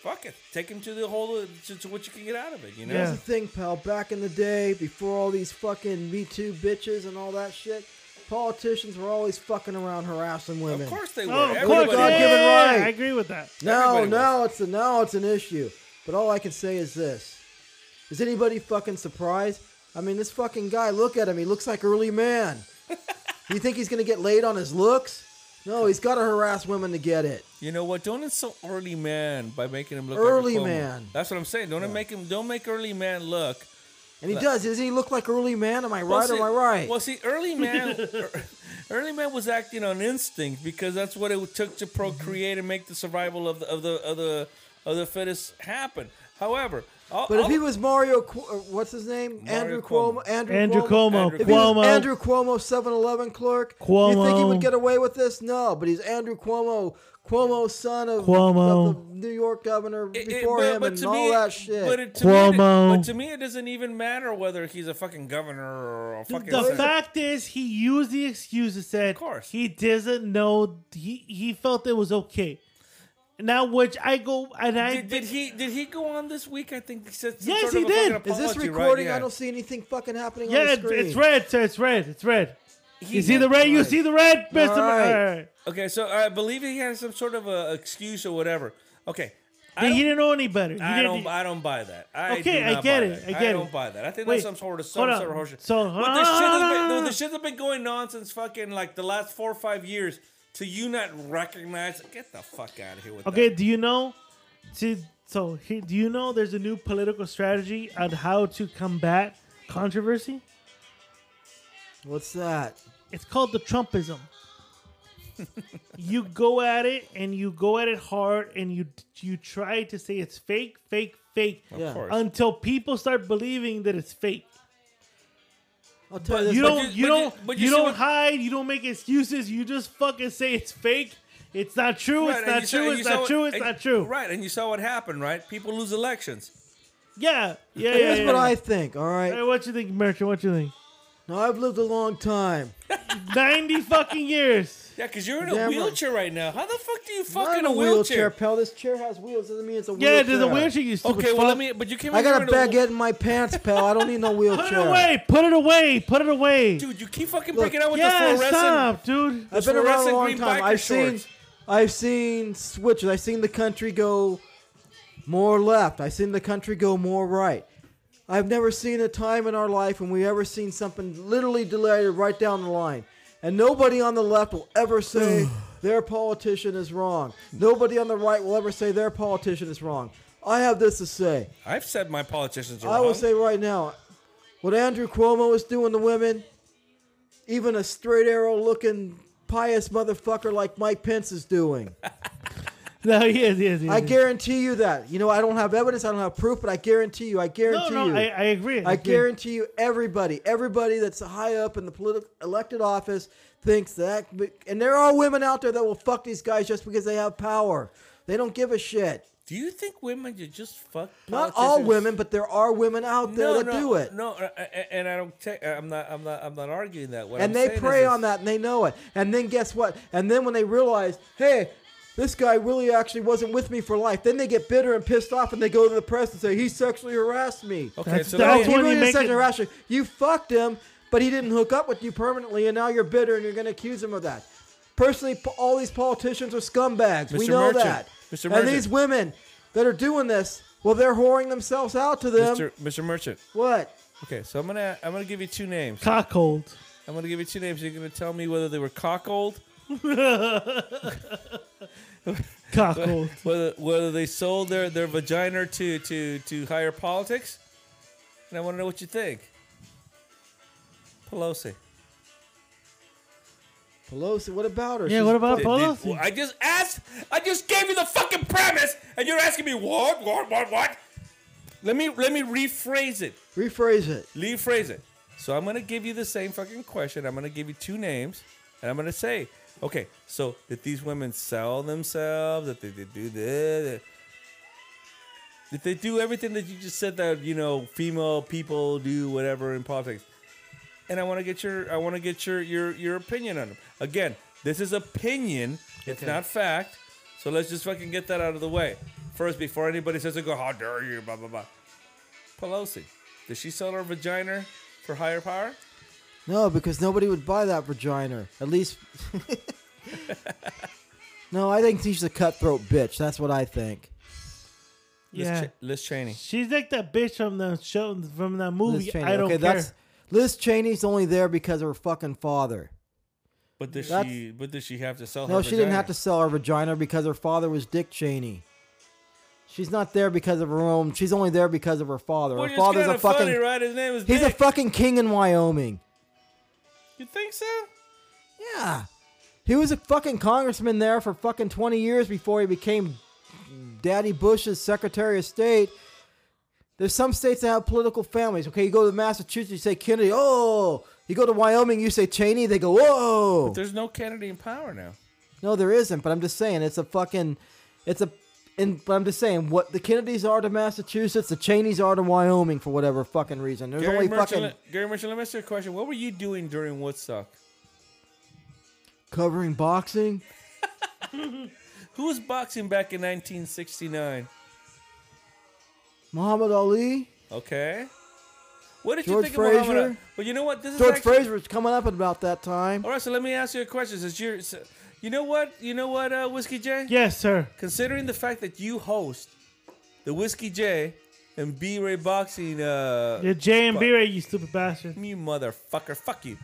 B: fuck it. Take him to the whole to, to what you can get out of it. You know.
A: Yeah.
C: That's the thing, pal. Back in the day, before all these fucking Me Too bitches and all that shit, politicians were always fucking around harassing women.
B: Of course they were.
A: Oh, of
B: Everybody
A: course.
C: Everybody-
A: Yeah,
C: God-given right.
A: I agree with that.
C: Now,
B: Everybody
C: now it's a, now it's an issue. But all I can say is this: Is anybody fucking surprised? I mean, this fucking guy. Look at him. He looks like early
B: (laughs)
C: man. you think he's gonna get laid on his looks? No, he's got to harass women to get it.
B: You know what? Don't insult early man by making him look
C: Early
B: like a Cuomo.
C: man.
B: That's what I'm saying. Don't make him. Don't make early man look.
C: And he does. Doesn't he look like early man? Am I right
B: see,
C: or am I right?
B: Well, see, early man,
C: (laughs)
B: er- early man was acting on instinct because that's what it took to procreate and make the survival of the of the of the, of the fetus happen. However, I'll,
C: but if
B: I'll-
C: he was Mario, Qu- uh, what's his name?
B: Mario
C: Andrew
B: Cuomo.
C: Cuomo. Andrew,
A: Andrew Cuomo.
B: Andrew
C: If he was
A: Cuomo.
C: Andrew Cuomo, 7-Eleven clerk, you think he
A: Cuomo.
C: would get away with this? No, but he's Andrew Cuomo, Cuomo, son of,
A: Cuomo.
C: of the New York governor
B: it- it-
C: before him, and all that shit.
B: But it, to me, it,
A: Cuomo.
B: but to me, it doesn't even matter whether he's a fucking governor or a fucking.
A: The
B: senator.
A: fact is, he used the excuse and said,
B: course.
A: he doesn't know. He he felt it was okay." Now, which I go and I
B: Did, did he did he go on this week? I think he said. some
A: Yes,
B: sort
A: he
B: of a
A: did.
B: fucking
C: is this
B: apology, right?
C: recording?
B: Yeah.
C: I don't see anything fucking happening on
A: yeah,
C: the
A: it-
C: screen.
A: it's red, sir. It's red. It's red.
B: He
A: You see the
B: did.
A: red. You see the red,
C: All
A: Mister.
C: right.
B: Okay, so I believe he has some sort of a excuse or whatever. Okay, I
A: He
B: don't-
A: didn't know any better. He
B: I
A: didn't- e-
B: don't. I don't buy that. I
A: Okay,
B: do
A: I
B: not
A: get
B: buy
A: it,
B: that.
A: I get
B: don't
A: it.
B: buy that. I think
A: Wait,
B: that's some sort of some
A: hold on.
B: sort of horseshit.
A: So-
B: but the shit, that's
A: Ah!
B: been, the shit that's been going on since fucking like the last four or five years. To you not recognize, get the fuck out of here with
A: Okay,
B: that.
A: do you know? To, so, he, do you know there's a new political strategy on how to combat controversy?
C: What's that?
A: It's called the Trumpism. you go at it and you go at it hard and you you try to say it's fake, fake, fake
B: Of
C: Yeah.
B: course.
A: until people start believing that it's fake.
C: I'll tell you this.
A: You
B: But
A: don't
B: you-
A: you,
B: but you-
A: don't
B: but
A: you,
B: you see
A: don't
B: what-
A: hide, you don't make excuses, you just fucking say it's fake. It's not true,
B: Right,
A: it's
B: and
A: not
B: you saw-
A: true,
B: and you
A: it's
B: saw
A: not
B: what-
A: true, it's
B: and-
A: not true.
B: Right, and you saw what happened, right? People lose elections.
A: Yeah. Yeah, yeah.
C: Here's
A: yeah,
C: what
A: yeah.
C: I think. All
A: Hey,
C: right.
A: what you think, Merchant? What you think?
C: Now I've lived a long time.
A: Ninety fucking years.
B: Yeah, because you're in a
C: Damn right.
B: wheelchair right now. How the fuck do you
C: Not
B: fuck
C: in
B: in a wheelchair?
C: pal. This chair has wheels. Doesn't mean it's a wheelchair.
A: Yeah, there's a wheelchair. You stupid
B: Okay, well let
A: fuck.
B: me. But you came.
C: I
B: in here
C: got a
B: in a
C: baguette
B: wheel-
C: in my pants, pal. I don't need no wheelchair.
A: (laughs) Put it away. Put it away. Put it away.
B: Dude, you keep fucking
C: Look,
B: breaking out with the
A: yeah,
B: fluorescent.
A: stop, dude.
C: I've been around a
B: fluorescent
C: long
B: green
C: time.
B: biker
C: I've seen,
B: shorts.
C: I've seen switches. I've seen the country go more left. I've seen the country go more right. I've never seen a time in our life when we ever seen something literally delayed right down the line. And nobody on the left will ever say their politician is wrong. Nobody on the right will ever say their politician is wrong. I have this to say.
B: I've said my politicians are
C: I
B: wrong.
C: will say right now, what Andrew Cuomo is doing to women, even a straight arrow looking pious motherfucker like Mike Pence is doing.
A: (laughs) No, he is, he is, he (laughs) is.
C: I guarantee you that. You know, I don't have evidence, I don't have proof, but I guarantee you, I
A: No,
C: guarantee
A: no,
C: you.
A: I, I agree.
C: I
A: agree.
C: guarantee you, everybody, everybody that's high up in the political elected office thinks that, and there are women out there that will fuck these guys just because they have power. They don't give a shit.
B: Do you think women you just fuck?
C: Not all
B: politicians?
C: women, but there are women out there that
B: no,
C: do it.
B: No, uh, uh, and I don't. ta- I'm not. I'm not. I'm not arguing that. What
C: and
B: I'm
C: they
B: saying
C: prey
B: is-
C: on that and they know it and then guess what and then when they realize hey this guy really actually wasn't with me for life then they get bitter and pissed off and they go to the press and say he sexually harassed me
B: Okay,
A: That's-
B: so
C: he
A: that's what-
B: let me,
A: when
C: really
A: you
C: didn't
A: make
C: sexually
A: it-
C: harass you you fucked him but he didn't hook up with you permanently and now you're bitter and you're going to accuse him of that personally po- all these politicians are scumbags we
B: Mr.
C: know
B: Merchant.
C: that
B: Mr.
C: and
B: Merchant.
C: these women that are doing this well they're whoring themselves out to them
B: Mr. Mr. Merchant.
C: what
B: Okay, so I'm gonna. I'm gonna give you two names.
A: Cockhold.
B: I'm gonna give you two names. You're gonna tell me whether they were cockold,
C: (laughs)
A: Cockhold.
B: whether whether they sold their their vagina to to to higher politics, and I want to know what you think. Pelosi.
C: Pelosi, what about her?
A: Yeah,
C: She's
A: what about
C: fucking-
A: Pelosi?
B: Well, I just asked. I just gave you the fucking premise, and you're asking me what, what, what, what? Let me let me rephrase it.
C: Rephrase it.
B: Rephrase it. So I'm gonna give you the same fucking question. I'm gonna give you two names, and I'm gonna say, okay, so did these women sell themselves? Did they, did do this? Did they do everything that you just said that you know female people do whatever in politics? And I want to get your I want to get your your your opinion on them. Again, this is opinion. It's not fact. So let's just fucking get that out of the way first before anybody says, "Go, how dare you?" Blah blah blah. Pelosi, did she sell her vagina for higher power?
C: No, because nobody would buy that vagina. At
B: (laughs)
C: least. no, I think she's a cutthroat bitch. That's what I think.
B: Liz,
A: Yeah.
B: Ch- Liz Cheney.
A: She's like that bitch from the show from that movie. I don't care.
C: that's Liz Cheney's only there because of her fucking father.
B: But did
C: That's-
B: she? But did she have to sell?
C: No,
B: her
C: she didn't have to
B: vagina?
C: sell her vagina because her father was Dick Cheney. She's not there because of her own. She's only there because of her father.
B: Well,
C: her
B: it's
C: father's
B: kinda
C: a fucking.
B: funny, right? His name is
C: He's a
B: Dick.
C: fucking king in Wyoming.
B: you think so?
C: Yeah. He was a fucking congressman there for fucking 20 years before he became Daddy Bush's Secretary of State. There's some states that have political families. Okay, you go to Massachusetts, you say Kennedy, oh. You go to Wyoming, you say Cheney, they go, whoa.
B: There's no Kennedy in power now.
C: No, there isn't, but I'm just saying it's a fucking it's a and but I'm just saying what the Kennedys are to Massachusetts, the Cheneys are to Wyoming for whatever fucking reason. There's
B: Gary
C: only
B: Merchant,
C: fucking
B: Gary Merchant, let me ask you a question. What were you doing during Woodstock?
C: covering boxing.
B: Who was boxing back in 1969?
C: Muhammad Ali.
B: Okay. What did
C: George
B: you think of Muhammad? Ali?
C: Frazier?
B: Well, you know what? This is
C: George
B: actually-
C: Fraser was coming up at about that time.
B: All right, so let me ask you a question. Since you're, so- you know what, you know what, uh, Whiskey J.
A: Yes, sir.
B: Considering the fact that you host the Whiskey J and B Ray Boxing, uh,
A: You're J and
B: Fuck.
A: B Ray, you stupid bastard.
B: you motherfucker, fuck you.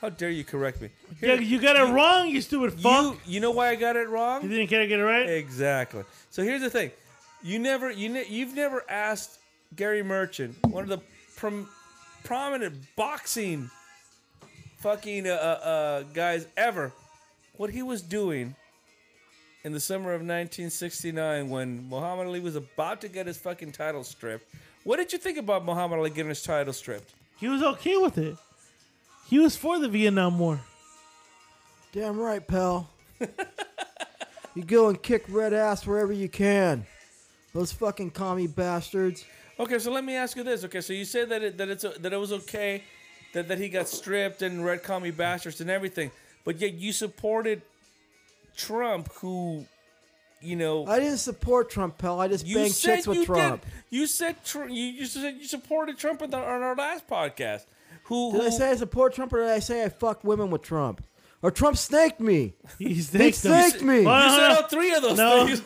B: How dare you correct me?
A: Yeah,
B: Here-
A: you got it wrong, you stupid fuck.
B: You, you know why I got it wrong?
A: You, didn't care to get it right.
B: Exactly. So here's the thing: you never, you ne- you've never asked Gary Merchant, one of the prom- prominent boxing fucking uh, uh, uh, guys ever, what he was doing in the summer of 1969 when Muhammad Ali was about to get his fucking title stripped. What did you think about Muhammad Ali getting his title stripped?
A: He was okay with it. He was for the Vietnam War.
C: Damn right, pal. (laughs) you go and kick red ass wherever you can. Those fucking commie bastards.
B: Okay, so let me ask you this. Okay, so you said that it, that it's that it was okay that, that he got stripped and red commie bastards and everything, but yet you supported Trump, who, you know,
C: I didn't support Trump, pal. I just
B: you
C: banged chicks with
B: you
C: Trump.
B: did. You said Tr- you you said you supported Trump in the, on our last podcast. Who,
C: Did I
B: who
C: say I support Trump or did I say I fucked women with Trump? Or Trump snaked me? (laughs)
A: He
C: He
A: snaked him.
C: snaked me.
A: What?
B: you said
A: Uh-huh.
B: all three of those
A: No.
B: things.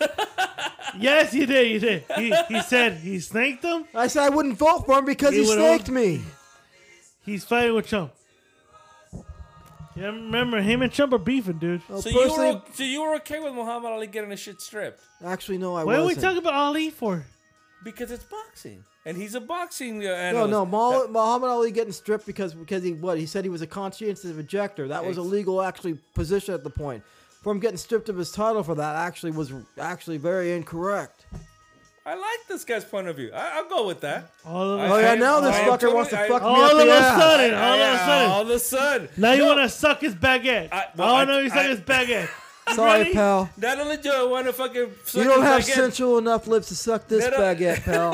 B: (laughs)
A: Yes, you did. You did. He, he said he snaked him.
C: I said I wouldn't vote for him because
A: You
C: he
A: would've-
C: snaked me.
A: He's fighting with Trump. Yeah, remember him and Trump are beefing, dude.
C: Well,
B: so you were
C: personally,
B: o- so you were okay with Muhammad Ali getting his shit stripped
C: actually no, I
A: Why are we
C: wasn't.
A: talking about Ali for?
B: because it's boxing and he's a boxing uh, analyst.
C: no, no, Mah-
B: That-
C: Muhammad Ali getting stripped because because he what he said he was a conscientious objector. That was a
B: Ex-
C: legal actually position at the point. For him getting stripped of his title for that actually was actually very incorrect.
B: I like this guy's point of view. I, I'll go with that.
A: All of
B: I-
A: a
C: Oh yeah,
B: I-
C: now this
B: I am
C: fucker
B: totally-
C: wants to
B: I-
C: fuck me
A: All
C: up
A: of
C: the
A: a
C: ass.
A: sudden, all of a
B: Yeah,
A: sudden.
B: All of a sudden.
A: Now you
B: No,
A: want to suck his baguette. I,
B: I- well,
A: want to
B: I-
A: know you suck
B: I-
A: his baguette.
C: Sorry,
A: Ready?
C: pal.
B: Not only do I want to fucking. Suck
C: You don't
B: his
C: have
B: baguette,
C: sensual enough lips to suck this
B: No, no.
C: baguette, pal.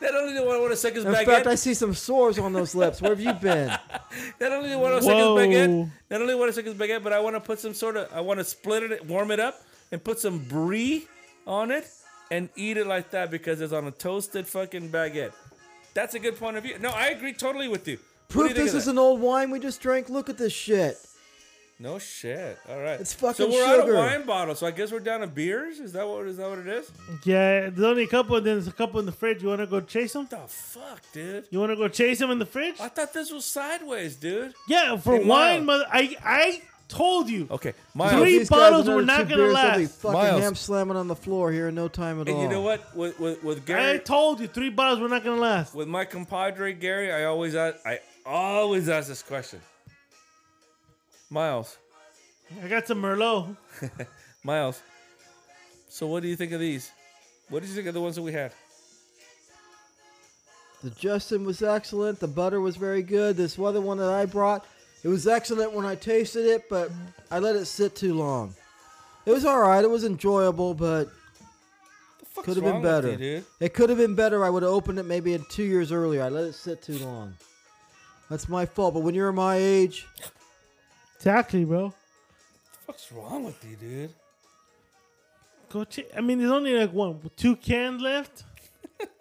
B: Not only do I want to suck his
C: In
B: baguette.
C: fact, I see some sores on those lips. Where have you been?
B: not only do I want to suck his
A: Whoa.
B: baguette. Not only want to suck his baguette, but I want to put some sort of. I want to split it, warm it up, and put some brie on it, and eat it like that because it's on a toasted fucking baguette. That's a good point of view. No, I agree totally with you. What do
C: Proof
B: you think
C: this
B: of
C: is
B: that?
C: an old wine we just drank. Look at this shit.
B: No shit. All right.
C: It's fucking
B: So we're out
C: sugar.
B: of wine bottles. So I guess we're down to beers. Is that what? Is that what it is?
A: yeah, there's only a couple, and then there's a couple in the fridge. You want to go chase them?
B: The fuck, dude.
A: You want to go chase them in the fridge?
B: I thought this was sideways, dude.
A: Yeah, for
B: Hey,
A: wine,
B: Miles.
A: mother. I I told you.
B: Okay,
C: Yo,
B: Miles.
A: Three
C: these guys,
A: bottles were
C: another
A: not
C: two
A: gonna
C: beers, they'll be
A: last.
C: Fucking
B: Miles.
C: ham slamming on the floor here in no time at
B: And
C: all.
B: you know what? With with, with
A: I
B: Gary,
A: told you three bottles were not gonna last.
B: with my compadre Gary, I always ask, I always ask this question. Miles,
A: I got some Merlot.
B: Miles. So what do you think of these? What did you think of the ones that we had?
C: The Justin was excellent. The butter was very good. This other one that I brought, it was excellent when I tasted it, but I let it sit too long. It was all right. It was enjoyable, but
B: The fuck's
C: could have been
B: wrong with
C: better.
B: you, dude.
C: It could have been better. I would have opened it maybe in two years earlier. I let it sit too long. That's my fault. But when you're my age,
A: Exactly, bro.
B: The fuck's wrong with you, dude?
A: Go check. I mean, there's only like one, two cans left.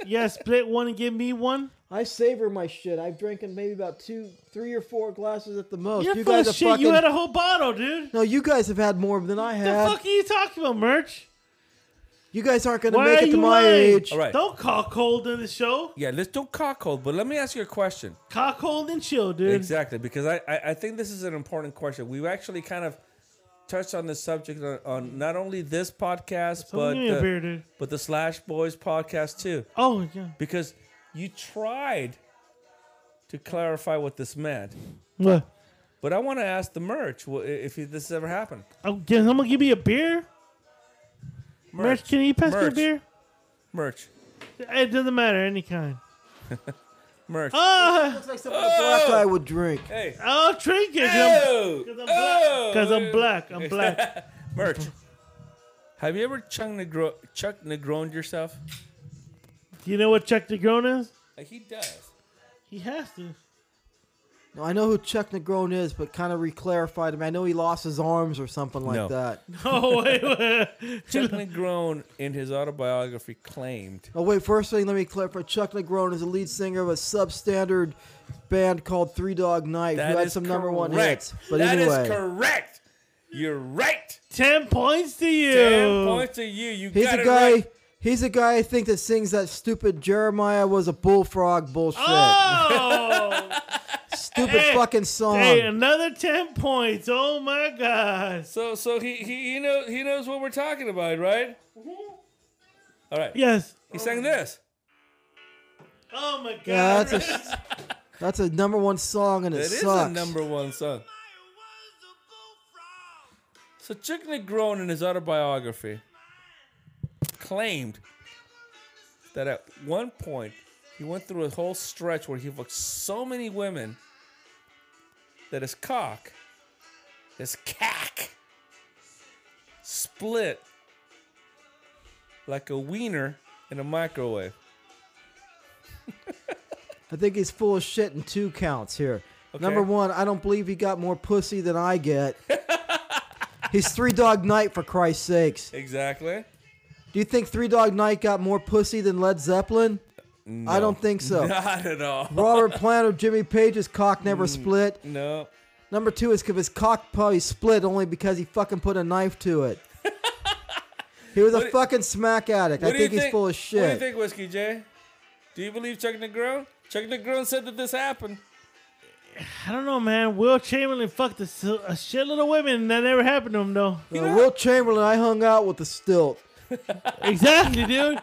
A: yeah, split one and give me one.
C: I savor my shit. I've drinking maybe about two, three or four glasses at the most.
A: You're
C: you
A: full
C: guys
A: of
C: have
A: shit.
C: fucking.
A: You had a whole bottle, dude.
C: no, you guys have had more than I
A: The
C: have.
A: fuck are you talking about, merch?
C: You guys aren't gonna
A: Why
C: make
A: are
C: it to
A: you
C: my
A: lying?
C: age.
B: All right.
A: Don't call cold in the show.
B: Yeah, let's don't cockhold, but let me ask you a question.
A: Call cold and chill, dude.
B: Exactly, because I, I, I think this is an important question. We've actually kind of touched on this subject on, on not only this podcast,
A: Someone
B: but uh,
A: give me a beer,
B: the,
A: dude.
B: but the Slash Boys podcast too.
A: Oh yeah.
B: Because you tried to clarify what this meant,
A: What?
B: but I want to ask the merch wh- if this has ever happened.
A: Oh, I'm, g- I'm gonna give you a beer. Merch, can you pass me a
B: merch,
A: beer?
B: Merch,
A: It doesn't matter, any kind.
B: merch.
A: Oh,
C: Ah! Looks like something a black guy would drink.
B: Hey,
A: oh, drink it.
B: oh,
A: Because I'm,
B: oh.
A: because I'm black.
B: (laughs)
A: I'm black.
B: Merch. Have you ever Chuck Negro Chuck Negroned yourself?
A: you know what Chuck DeGrone is?
B: Like he
C: (laughs)
B: does.
A: He has to. (laughs)
C: No, I know who Chuck Negron is, but kind of reclarified him. I know he lost his arms or something like
B: No.
C: that.
A: Oh wait, wait.
B: Chuck Negron in his autobiography claimed
C: Oh wait, first thing, let me clarify. Chuck Negron is the lead singer of a substandard band called Three Dog Night,
B: that
C: who had
B: is
C: some number one
B: correct.
C: hits. But
B: That is
C: anyway,
B: correct. You're right.
A: ten points to you.
B: Ten points to you. You
C: he's
B: got
C: a
B: it
C: guy.
B: right.
C: He's a guy I think that sings that stupid Jeremiah was a bullfrog bullshit.
B: Ah! (laughs)
A: Oh,
C: stupid
A: Hey,
C: fucking song.
A: hey, another ten points. Oh my gosh.
B: So so he he he knows he knows what we're talking about, right? All right.
A: Yes.
B: He sang this.
A: Oh my god.
C: yeah, that's a that's a number one song, and it
B: That is
C: sucks.
B: the number one song. So Chuck Negron in his autobiography claimed that at one point he went through a whole stretch where he fucked so many women that his cock, his cack, split like a wiener in a microwave.
C: I think he's full of shit in two counts here.
B: Okay.
C: Number one, I don't believe he got more pussy than I
B: (laughs)
C: get. he's Three Dog Night for Christ's sakes.
B: Exactly.
C: Do you think Three Dog Night got more pussy than Led Zeppelin? I don't think
B: (laughs)
C: so.
B: (laughs) Not at all.
C: Robert Plant or Jimmy Page's cock never
B: Mm.
C: split.
B: No.
C: Number two is because his cock probably split only because he fucking put a knife to
B: (laughs)
C: it. he was a
B: do-
C: fucking smack addict. I
B: What do you
C: think he's full of shit.
B: What do you think, Whiskey J? Do you believe Chuck Negron? Chuck Negron said that this happened.
A: I don't know, man. Will Chamberlain fucked a, s- a shitload of women, and that never happened to him, though.
C: Uh, Will Chamberlain, I hung out with the stilt.
A: (laughs) exactly, dude.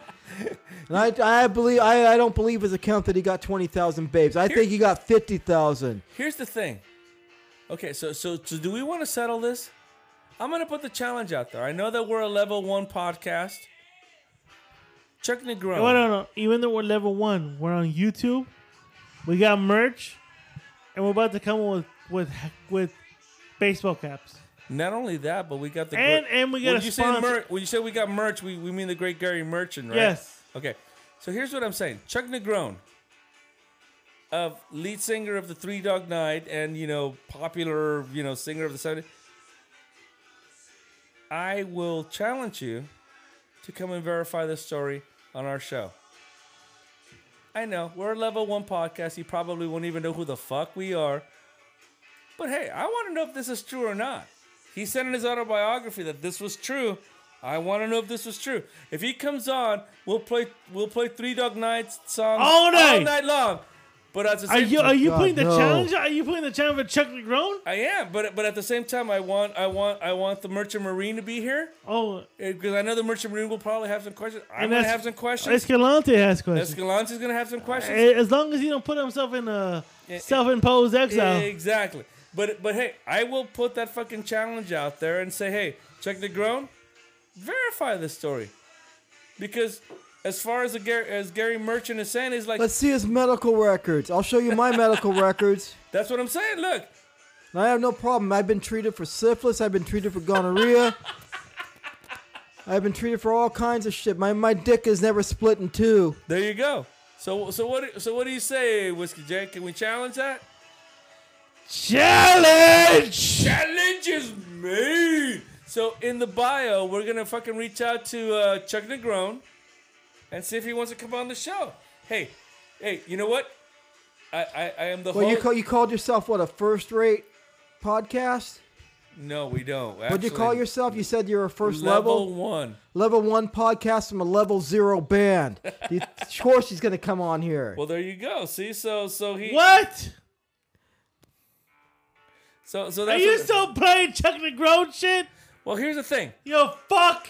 C: And I, I believe I, I don't believe his account that he got twenty thousand babes. I think he got fifty thousand.
B: Here's the thing. Okay, so so so do we want to settle this? I'm gonna put the challenge out there. I know that we're a level one podcast. Chuck Negron.
A: No, no, no. Even though we're level one, we're on YouTube. We got merch, and we're about to come with with with baseball caps.
B: Not only that, but we got the
A: And-
B: gr-
A: and we got
B: when
A: a
B: you say
A: sponsor-
B: mer- when you say we got merch, we, we mean the Great Gary Merchant, right?
A: Yes.
B: Okay. So here's what I'm saying: Chuck Negron, of lead singer of the Three Dog Night, and you know popular you know singer of the '70s. I will challenge you to come and verify this story on our show. I know we're a level one podcast. You probably won't even know who the fuck we are. But hey, I want to know if this is true or not. He said in his autobiography that this was true. I want to know if this was true. If he comes on, we'll play we'll play Three Dog Nights songs
A: All
B: all
A: night.
B: night long. But at the
A: Are
B: same
A: you are you
C: Oh God,
A: putting the
C: no.
A: challenge? Are you putting the challenge for Chuck McGrone?
B: I am, but but at the same time, I want I want I want the Merchant Marine to be here
A: Oh,
B: because I know the Merchant Marine will probably have some questions.
A: and
B: I'm gonna
A: that's-
B: have some questions.
A: Escalante has questions.
B: Escalante's
A: Eh,
B: gonna have some questions. Eh,
A: A- As long as he don't put himself in a self-imposed exile.
B: Exactly. But but hey, I will put that fucking challenge out there and say, hey, check the ground, verify this story, because as far as the Gar- as Gary Merchant is saying, is like
C: Let's see his medical records. I'll show you my medical records.
B: that's what I'm saying. Look,
C: And I have no problem. I've been treated for syphilis. I've been treated for gonorrhea. I've been treated for all kinds of shit. My my dick is never split in two.
B: there you go. So so what so what do you say, Whiskey J? Can we challenge that? eh.
A: Challenge!
B: Challenge is made. So in the bio, we're gonna fucking reach out to uh, Chuck Negron and see if he wants to come on the show. Hey, hey, you know what? I I, I am the
C: Well, you
B: host-
C: call you called yourself what a first rate podcast?
B: No, we don't.
C: What'd you
B: actually.
C: call yourself? You said you're a first
B: Level,
C: level
B: one.
C: level one podcast from a level zero
B: (laughs)
C: band. Do you- of course, he's gonna come on here.
B: Well, there you go. See, so so he.
A: What?
B: So so
A: Are
B: that's.
A: you
B: what-
A: still playing Chuck Negron shit?
B: well, here's the thing.
A: Yo, fuck!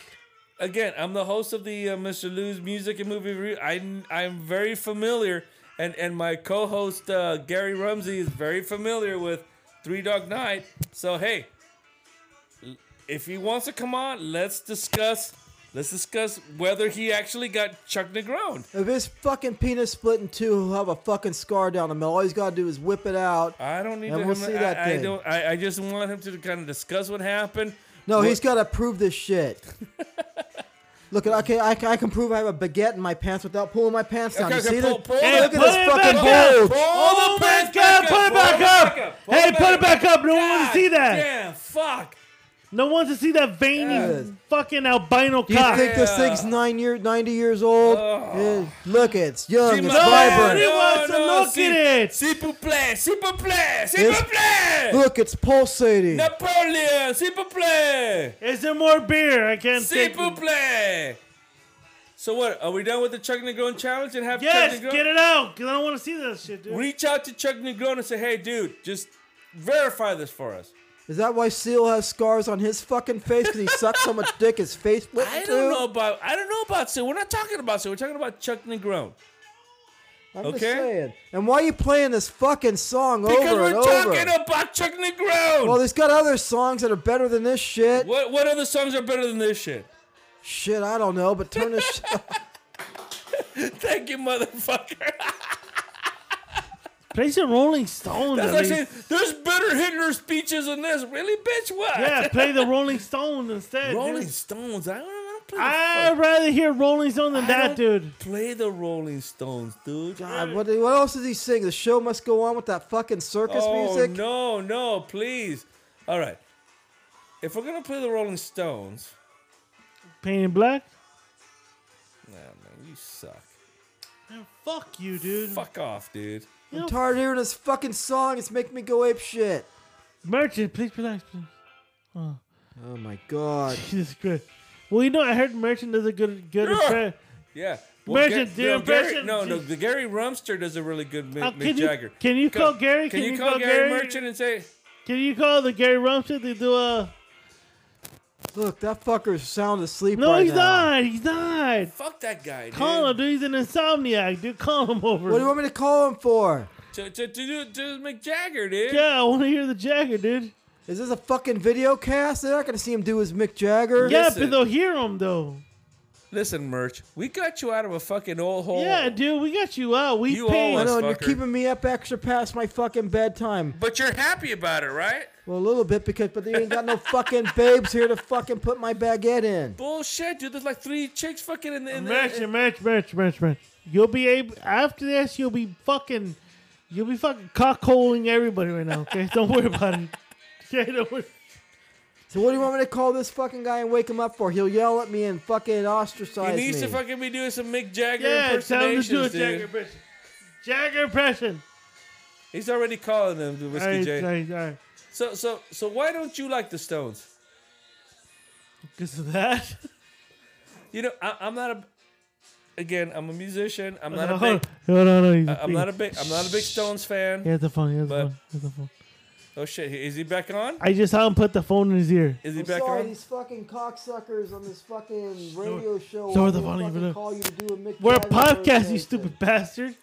B: Again, I'm the host of the uh, Mr. Lou's Music and Movie Review. I I'm very familiar, and and my co-host uh, Gary Rumsey is very familiar with Three Dog Night. So hey, l- if he wants to come on, let's discuss. Let's discuss whether he actually got Chuck Negron.
C: if his fucking penis split in two, he'll have a fucking scar down the middle. All he's gotta do is whip it out.
B: I don't need
C: And
B: to.
C: we'll
B: him-
C: see that
B: I, I
C: then.
B: don't. I, I just want him to kind of discuss what happened.
C: No,
B: What-
C: he's got to prove this
B: (laughs)
C: shit. Look, okay, I, I can prove I have a baguette in my pants without pulling my pants down.
B: Okay,
C: you
B: okay,
C: see
B: pull-
C: that?
B: pull
C: Hey,
B: it
C: look at
A: back
C: this
A: up.
C: fucking
A: Pull it back
C: bulge.
A: up.
B: Pull
A: Oh my god, put it back up! Hey, put it back up! No one wants to see that!
B: Damn, fuck.
A: No one wants to see that veiny
C: Yes.
A: fucking albino
C: Do you
A: cock.
C: think this
B: Yeah.
C: thing's nine year, ninety years old?
B: Oh.
C: Yeah, look, it's young, it's
B: She must-
C: vibrant.
A: Nobody wants to look
B: si-
A: at it.
B: S'il vous plaît, s'il vous plaît, s'il
C: It's-
B: vous plaît.
C: Look, it's pulsating.
B: Napoleon, s'il vous plaît.
A: Is there more beer? I can't
B: S'il
A: take
B: vous plaît. So what? Are we done with the Chuck Negron challenge and have
A: Yes,
B: Chuck E. Negron
A: get it out, because I don't want to see that shit, dude.
B: reach out to Chuck Negron and say, "Hey, dude, just verify this for us."
C: Is that why Seal has scars on his fucking face because he sucks so much dick his face split
B: (laughs) I
C: in
B: don't
C: two?
B: know about I don't know about Sid. We're not talking about Sid. We're talking about Chuck Negron.
C: I'm just
B: Okay.
C: saying. And why are you playing this fucking song
B: Because
C: over
B: we're
C: and over?
B: talking about Chuck Negron.
C: well, there's got other songs that are better than this shit.
B: what what other songs are better than this shit?
C: Shit, I don't know, but
B: (laughs)
C: turn this shit
B: Thank
A: (laughs)
B: you, motherfucker.
A: Play some Rolling Stones.
B: That's
A: at
B: like
A: least.
B: saying, there's better Hitler speeches than this. Really, bitch? What?
A: yeah, play the Rolling Stones instead.
B: Rolling
A: dude.
B: Stones. I don't, I don't play. the fuck-
A: I'd rather hear Rolling Stones than
B: I
A: that,
B: don't
A: dude.
B: Play the Rolling Stones, dude.
C: God, what, what else does he sing? The show must go on with that fucking
A: Ah,
C: circus
B: oh
C: music?
B: no, no, please. All right. If we're gonna play the Rolling Stones,
A: Pain in Black?
B: nah, man, you suck.
A: Man, fuck you, dude.
B: Fuck off, dude.
A: no.
C: I'm tired of hearing this fucking song. It's making me go ape shit.
A: Merchant, please relax, please.
C: Oh my god.
A: Jesus Christ. Well, you know, I heard Merchant does a good good
B: Yeah.
A: impre-
B: Yeah.
A: Imagine,
B: Ga-
A: dear,
B: no, Gary,
A: imagine-
B: no, no, the Gary Rumster does a really good Mick,
A: Uh,
B: Mick
A: can you-
B: Jagger.
A: can you
B: Ca-
A: call Gary?
B: Can, you call, Gary, Merchant and say,
A: Can you call the Gary Rumsfeld to do a?
C: Look, that fucker's sound asleep
A: No,
C: right
A: he's
C: now.
A: not. He's not.
B: "Fuck that guy"?
A: Call
B: dude.
A: him, dude. He's an insomniac, dude. Call him over.
C: What do you want me to call him for?
B: to to to do to Mick Jagger, dude.
A: yeah, I want to hear the Jagger, dude.
C: Is this a fucking video cast? They're not gonna see him do his Mick Jagger.
A: Yeah,
B: Listen.
A: but they'll hear him though.
B: Listen, merch, we got you out of a fucking old hole.
A: Yeah, dude, we got you out. We
B: Oh. You
A: paid.
C: I
B: owe us.
C: know, and you're
B: fucker.
C: keeping me up extra past my fucking bedtime.
B: But you're happy about it, right?
C: Well, a little bit because, but they ain't got no fucking babes here to fucking put my baguette in.
B: Bullshit, dude. There's like three chicks fucking in the. In the
A: Merch, merch, merch, merch, merch. You'll be able after this. You'll be fucking. You'll be fucking cockholing everybody right now. Okay, don't worry about it. (laughs) Okay, don't worry.
C: So what do you want me to call this fucking guy and wake him up for? He'll yell at me and fucking
B: he
C: ostracize me.
B: needs to fucking be doing some Mick Jagger
A: Yeah, tell him to
B: impersonations,
A: do a
B: dude.
A: Jagger impression. Jagger impression.
B: He's already calling them the
A: All
B: whiskey
A: right,
B: J.
A: all right, all right.
B: So, so, so, why don't you like the Stones?
A: Because of that.
B: You know, I, I'm not a. Again, I'm a musician. I'm
A: (laughs)
B: not
A: Hold
B: a
A: on,
B: big.
A: hold on, hold on, he's
B: I'm not a
A: big-
B: big. I'm not a big Stones fan.
A: He has the phone. He has the
B: But-
A: phone. He has the phone.
B: Oh shit! Is he back on?
A: I just saw him put the phone in his ear.
B: Is he
C: I'm
B: back
C: sorry,
B: on?
C: these fucking cocksuckers on this fucking radio show.
A: lower
C: want
A: the
C: me to fucking
A: volume, look.
C: Call you to do a Mick
A: We're a
C: Jagger
A: podcast, you
C: impersonation.
A: stupid bastard.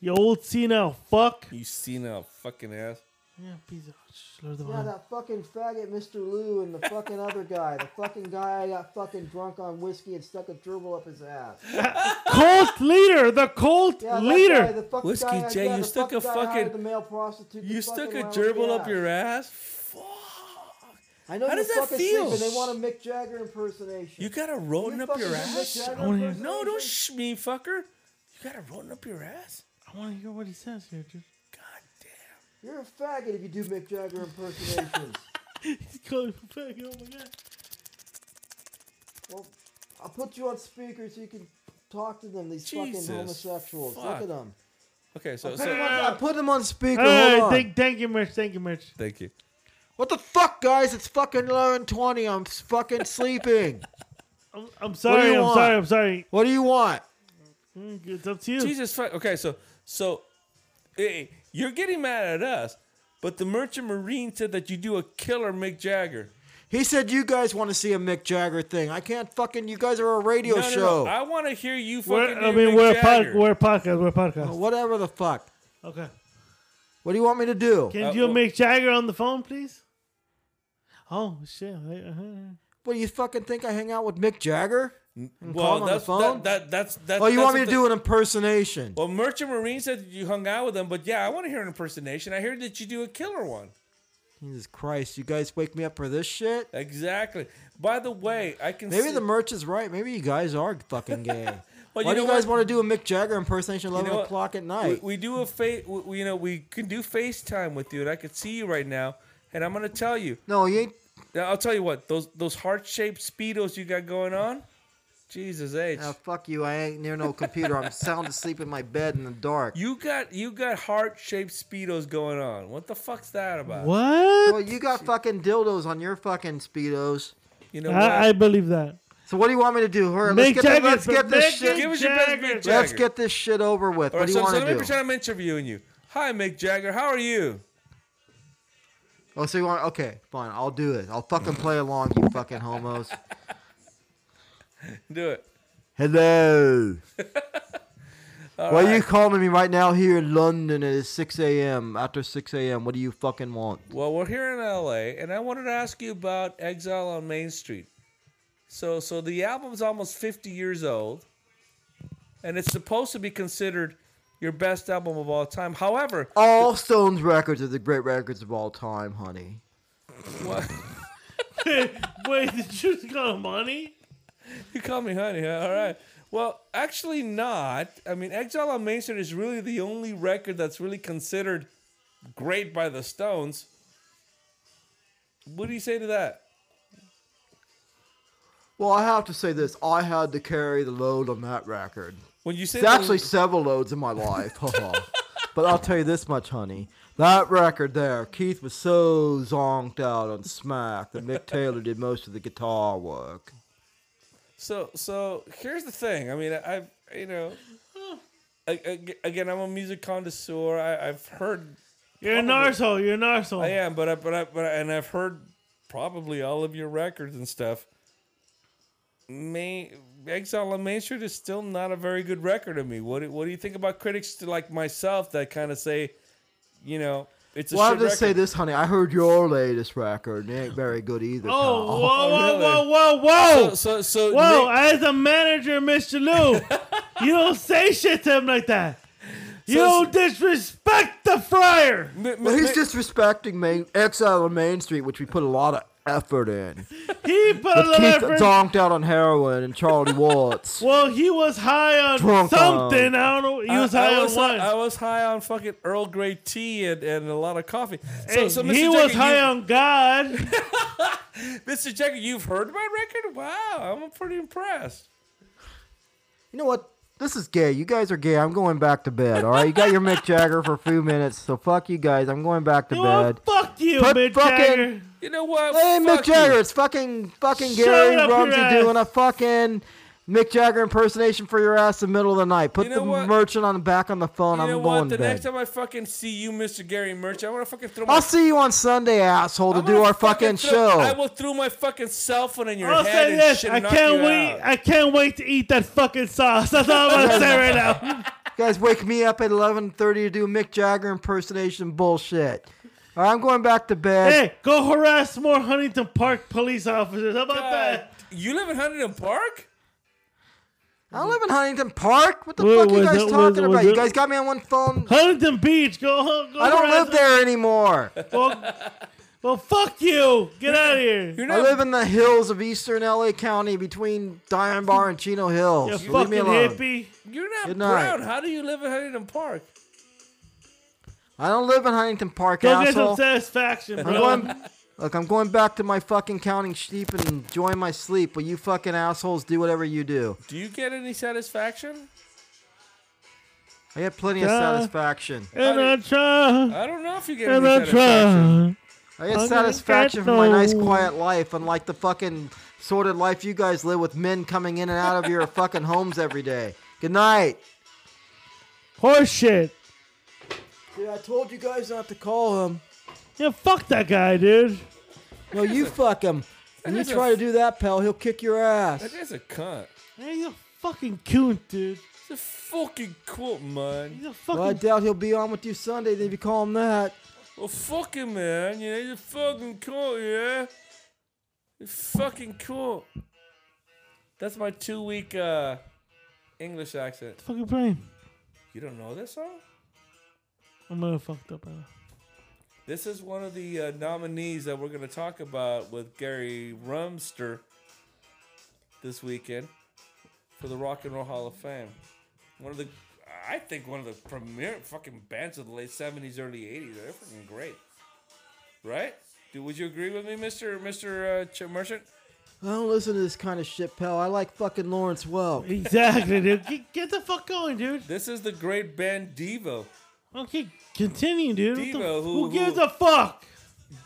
A: You old senile fuck.
B: You senile fucking ass.
A: Yeah, piece of shh, Lord of the
C: Yeah,
A: Vine.
C: that fucking faggot Mr. Lou and the fucking other guy. The fucking guy got fucking drunk on whiskey and stuck a gerbil up his ass.
A: Cult leader, the cult
C: Yeah, that guy,
A: leader.
C: the fucking
B: Whiskey
C: guy,
B: J,
C: yeah,
B: you
C: the
B: stuck a
C: guy hired
B: fucking-
C: the male prostitute.
B: You
C: to
B: stuck
C: fucking
B: a
C: round
B: gerbil
C: me
B: up your ass? Fuck.
C: I know
B: How
C: you're
B: does that
C: fucking
B: feel?
C: sleeping. They want a Mick Jagger impersonation.
B: You got a rodent
C: You
B: up your
C: fucking do Mick
B: ass?
C: Jagger
A: I wanna hear-
B: No, don't
C: impersonation?
B: shh me, fucker. You got a rodent up your ass?
A: I want to hear what he says here, dude.
B: God damn.
C: You're a faggot if you do Mick Jagger
B: (laughs)
C: impersonations.
A: (laughs) He's calling him back. Oh my god.
C: well, I'll put you on speaker so you can talk to them. These
B: Jesus
C: fucking homosexuals. Look
B: fuck.
C: at them.
B: Okay, so,
C: Put 'em
B: so
C: on- I put them on speaker.
A: Hey,
C: Hold on.
A: thank, thank you, Mitch. Thank you, Mitch.
B: thank you.
C: What the fuck, guys? It's fucking 1120. I'm s- fucking sleeping.
A: I'm, I'm sorry.
C: you
A: I'm
C: want?
A: sorry. I'm sorry.
C: What do you want?
A: Mm, It's up to you.
B: Jesus fuck. Okay, so so hey, you're getting mad at us, but the Merchant Marine said that you do a killer Mick Jagger.
C: He said you guys want to see a Mick Jagger thing. I can't fucking. You guys are a radio
B: No, no,
C: show.
B: no. I want to hear you fucking.
A: We're, I
B: do
A: mean,
B: Mick
A: we're a, pod,
B: Jagger.
A: we're a podcast. We're a podcast.
C: Whatever the fuck.
A: Okay.
C: What do you want me to do?
A: Can
B: Uh,
A: you
B: well-
A: make Jagger on the phone, please? Oh shit! I- uh-huh.
C: What do you fucking think? I hang out with Mick Jagger? call
B: well,
C: him on the
B: that's,
C: phone?
B: That, that, that's that's.
C: Oh, you
B: that's
C: want me
B: what
C: to
B: the-
C: do an impersonation?
B: Well, Merchant Marine said that you hung out with him, but yeah, I want to hear an impersonation. I heard that you do a killer one.
C: Jesus Christ, you guys wake me up for this shit?
B: Exactly. By the way, I can
C: Maybe
B: see,
C: the merch is right. Maybe you guys are fucking gay.
B: (laughs) Well,
C: Why
B: you
C: do
B: know
C: you guys
B: what?
C: want to do a Mick Jagger impersonation at
B: You know
C: 11
B: what?
C: o'clock at
B: we,
C: night?
B: we do a face. We, you know, we can do FaceTime with you, and I could see you right now. And I'm gonna tell you.
C: no, you ain't.
B: Now, I'll tell you what. Those those heart shaped speedos you got going on. Jesus H.
C: Ah, fuck you. I ain't near no computer. I'm sound asleep in my bed in the dark.
B: You got you got heart shaped speedos going on. What the fuck's that about?
A: What?
C: Well, you got fucking dildos on your fucking speedos.
B: You know what?
A: I, I believe that.
C: So what do you want me to do? Hurry,
A: Mick
C: let's get,
A: Jagger.
C: the, let's get this
A: Mick
C: shit.
B: Give us your best Mick Jagger.
C: Let's get this shit over with.
B: All
C: what
B: right,
C: do you
B: so, so
C: want
B: let me
C: to do?
B: pretend I'm interviewing you. Hi, Mick Jagger. How are you?
C: Oh, so you want? Okay, fine. I'll do it. I'll fucking play along, you fucking homos.
B: Do it.
C: Hello.
B: (laughs) All
C: Why are
B: right.
C: you calling me right now here in London? It is 6 a.m. After 6 a.m., what do you fucking want?
B: Well, we're here in LA, and I wanted to ask you about Exile on Main Street. So, so the album's almost 50 years old, and it's supposed to be considered your best album of all time. However,
C: All Stones records are the great records of all time, honey.
B: what,
A: (laughs) Wait, did you just call him money?
B: (laughs) you call me honey, huh? All right. Well, actually, not. I mean, Exile on Main Street is really the only record that's really considered great by the Stones. What do you say to that?
C: Well, I have to say this. I had to carry the load on that record.
B: When you say
C: It's actually
B: the,
C: several loads in my life. haha. but I'll tell you this much, honey. That record there, Keith was so zonked out on Smack that Mick Taylor did most of the guitar work.
B: So so here's the thing. I mean, I- I've you know, a- a- again, I'm a music connoisseur. I, I've heard
A: You're an
B: Probably.
A: arsehole. You're an arsehole.
B: I am, but I, but I, but I, and I've heard probably all of your records and stuff. May Exile on Main Street is still not a very good record of me. What do, what do you think about critics to like myself that kind of say, you know, it's a
C: Well, I'll
B: shit
C: just say
B: record?
C: this, honey. I heard your latest record. and It ain't very good either.
A: Oh, whoa,
C: pal.
A: whoa,
B: really?
A: whoa, whoa, whoa.
B: So so, so
A: Whoa,
B: Nick-
A: as a manager, Mr. Lou,
B: (laughs)
A: you don't say shit to him like that. You
B: So-
A: don't disrespect the friar.
B: (laughs) Mi- mi-
C: Well, he's
B: mi-
C: disrespecting Main, Exile on Main Street, which we put a lot of effort in.
A: He put a
C: But
A: little
C: Keith
A: effort.
C: donked out on heroin and Charlie Watts.
A: Well, he was high on
C: Drunk on-
A: something. I don't know. He was
B: I,
A: high
B: I
A: on
B: was
A: one.
B: High, I was high on fucking Earl Grey tea and, and a lot of coffee. So,
A: Hey,
B: so Mr.
A: he
B: Jagger,
A: was high
B: you,
A: on God.
B: Mr. Jagger, you've heard my record? Wow, I'm pretty impressed.
C: You know what? This is gay. You guys are gay. I'm going back to bed. All right. You got your Mick Jagger for a few minutes, so fuck you guys. I'm going back to
A: You
C: bed.
A: know, fuck you,
C: Put
A: Mick
C: fucking-
A: Jagger.
B: You know what?
C: Hey, Mick
B: Fuck you.
C: Jagger, it's fucking fucking
A: Shut
C: Gary
A: up your
C: Rumsey
A: ass.
C: doing a fucking Mick Jagger impersonation for your ass in the middle of the night. Put
B: You
C: the
B: know what?
C: merchant on the back on the phone.
B: You know
C: I'm
B: what?
C: going
B: the
C: to bed.
B: next time I fucking see you, Mr. Gary Merch, I want to fucking throw my.
C: I'll see you on Sunday, asshole, to
B: I'm
C: do
B: gonna
C: our fucking,
B: throw-
C: show.
B: I will throw my fucking cell phone in your
A: I'll
B: head
A: say
B: and
A: this:
B: shit
A: I
B: and knock
A: can't
B: you
A: wait.
B: out.
A: I can't wait to eat that fucking sauce. That's all I'm gonna say
C: (laughs)
A: right now.
C: You guys wake me up at 11:30 to do Mick Jagger impersonation bullshit. I'm going back to bed.
A: Hey, go harass more Huntington Park police officers. How about that?
B: you live in Huntington Park?
C: I live in Huntington Park. What the
A: Wait,
C: fuck are you
A: was
C: guys
A: it- was-
C: talking
A: was
C: about? You
A: it-
C: guys got me on one phone.
A: Huntington Beach, go. go
C: I don't
A: harass
C: live there anymore.
A: (laughs) Well, well, fuck you. Get out of here.
B: You're
C: I
B: not.
C: live in the hills of eastern LA County between Diamond Bar and Chino
A: You
C: Hills. Leave me
A: fucking
C: alone.
A: hippie.
B: You're not
C: Good night.
B: brown. How do you live in Huntington Park?
C: I don't live in Huntington Park,
A: Go get some
C: asshole.
A: satisfaction,
C: I'm
A: bro.
C: going, look, I'm going back to my fucking counting sheep and enjoying my sleep, but you fucking assholes do whatever you do.
B: Do you get any satisfaction?
C: I get plenty of
A: Yeah.
C: satisfaction.
A: and I try.
B: I don't know if you get
A: And
B: any
A: I
B: satisfaction.
A: try.
C: I get
A: I'm gonna
C: satisfaction
A: get
C: from my nice
A: those.
C: quiet life, unlike the fucking sordid life you guys live with men coming in and out of your (laughs) fucking homes every day. Good night.
A: Horse shit.
C: Dude, I told you guys not to call him.
A: Yeah, fuck that guy, dude.
C: No, you fuck him. When you try to do that, pal, he'll kick your ass.
B: That guy's a cunt.
A: Man, he's a fucking coon, dude.
B: He's a fucking cunt, man.
A: He's a
C: Well, I
A: fucking.
C: doubt he'll be on with you Sunday if you call him that.
B: Well, fuck him, man. You know, he's a fucking cunt, yeah? He's fucking cunt. That's my two week uh, English accent.
A: Fucking brain.
B: You don't know this song?
A: I'm a fucked up. Bro.
B: This is one of the uh, nominees that we're going to talk about with Gary Rumster this weekend for the Rock and Roll Hall of Fame. One of the, I think, one of the premier fucking bands of the late seventies, early eighties. They're fucking great, right? Do would you agree with me, Mister Mister uh, Ch- Merchant?
C: I don't listen to this kind of shit, pal. I like fucking Lawrence Welk.
A: Exactly, dude. Get, get the fuck going, dude.
B: This is the great band Devo.
A: Okay, continue, dude. What the-
B: Devo,
A: who,
B: who-
A: gives
B: who-
A: a fuck?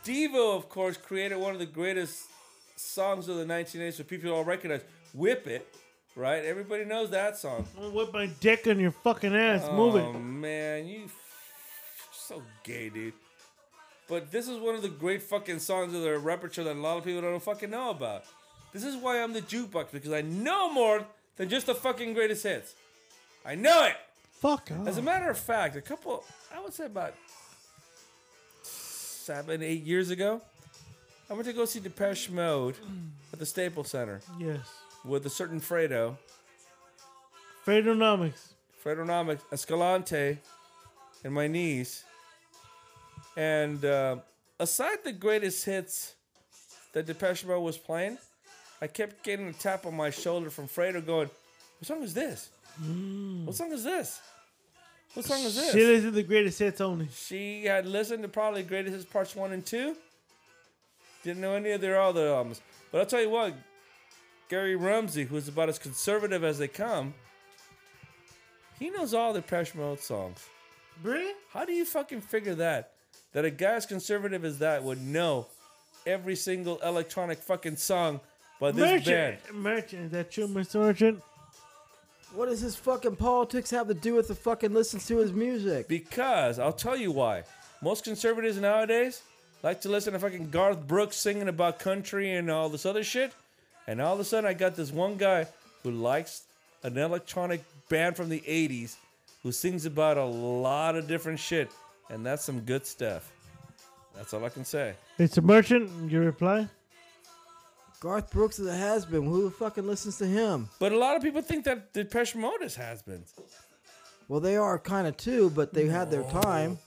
B: Devo, of course, created one of the greatest songs of the 1980s, so people all recognize. Whip it, right? Everybody knows that song.
A: I'm gonna whip my dick on your fucking ass. Move
B: Oh
A: it.
B: man, you f- so gay, dude. But this is one of the great fucking songs of their repertoire that a lot of people don't fucking know about. This is why I'm the jukebox because I know more than just the fucking greatest hits. I know it.
A: Fuck
B: As a
A: off.
B: matter of fact, a couple, I would say about seven, eight years ago, I went to go see Depeche Mode at the Staples Center
A: Yes.
B: with a certain Fredo.
A: Fredonomics.
B: Fredonomics, Escalante, and my niece. And uh, aside the greatest hits that Depeche Mode was playing, I kept getting a tap on my shoulder from Fredo going, What song is this? What song is this? What song is this?
A: Shit isn't the greatest hits only.
B: She had listened to probably Greatest Hits Parts 1 and 2. Didn't know any of their other albums. But I'll tell you what, Gary Rumsey, who's about as conservative as they come, he knows all the Pressure Mode songs.
A: Really?
B: How do you fucking figure that? That a guy as conservative as that would know every single electronic fucking song by this band.
A: Merchant. Merchant. Is that true, Mr. Merchant?
C: What does his fucking politics have to do with the fucking listens to his music?
B: Because I'll tell you why. Most conservatives nowadays like to listen to fucking Garth Brooks singing about country and all this other shit. And all of a sudden, I got this one guy who likes an electronic band from the 80s who sings about a lot of different shit. And that's some good stuff. That's all I can say.
A: Mr. Merchant, your reply?
C: Garth Brooks is a has-been. Who fucking listens to him?
B: But a lot of people think that Depeche Mode is has been.
C: Well, they are kind of too, but they had their time.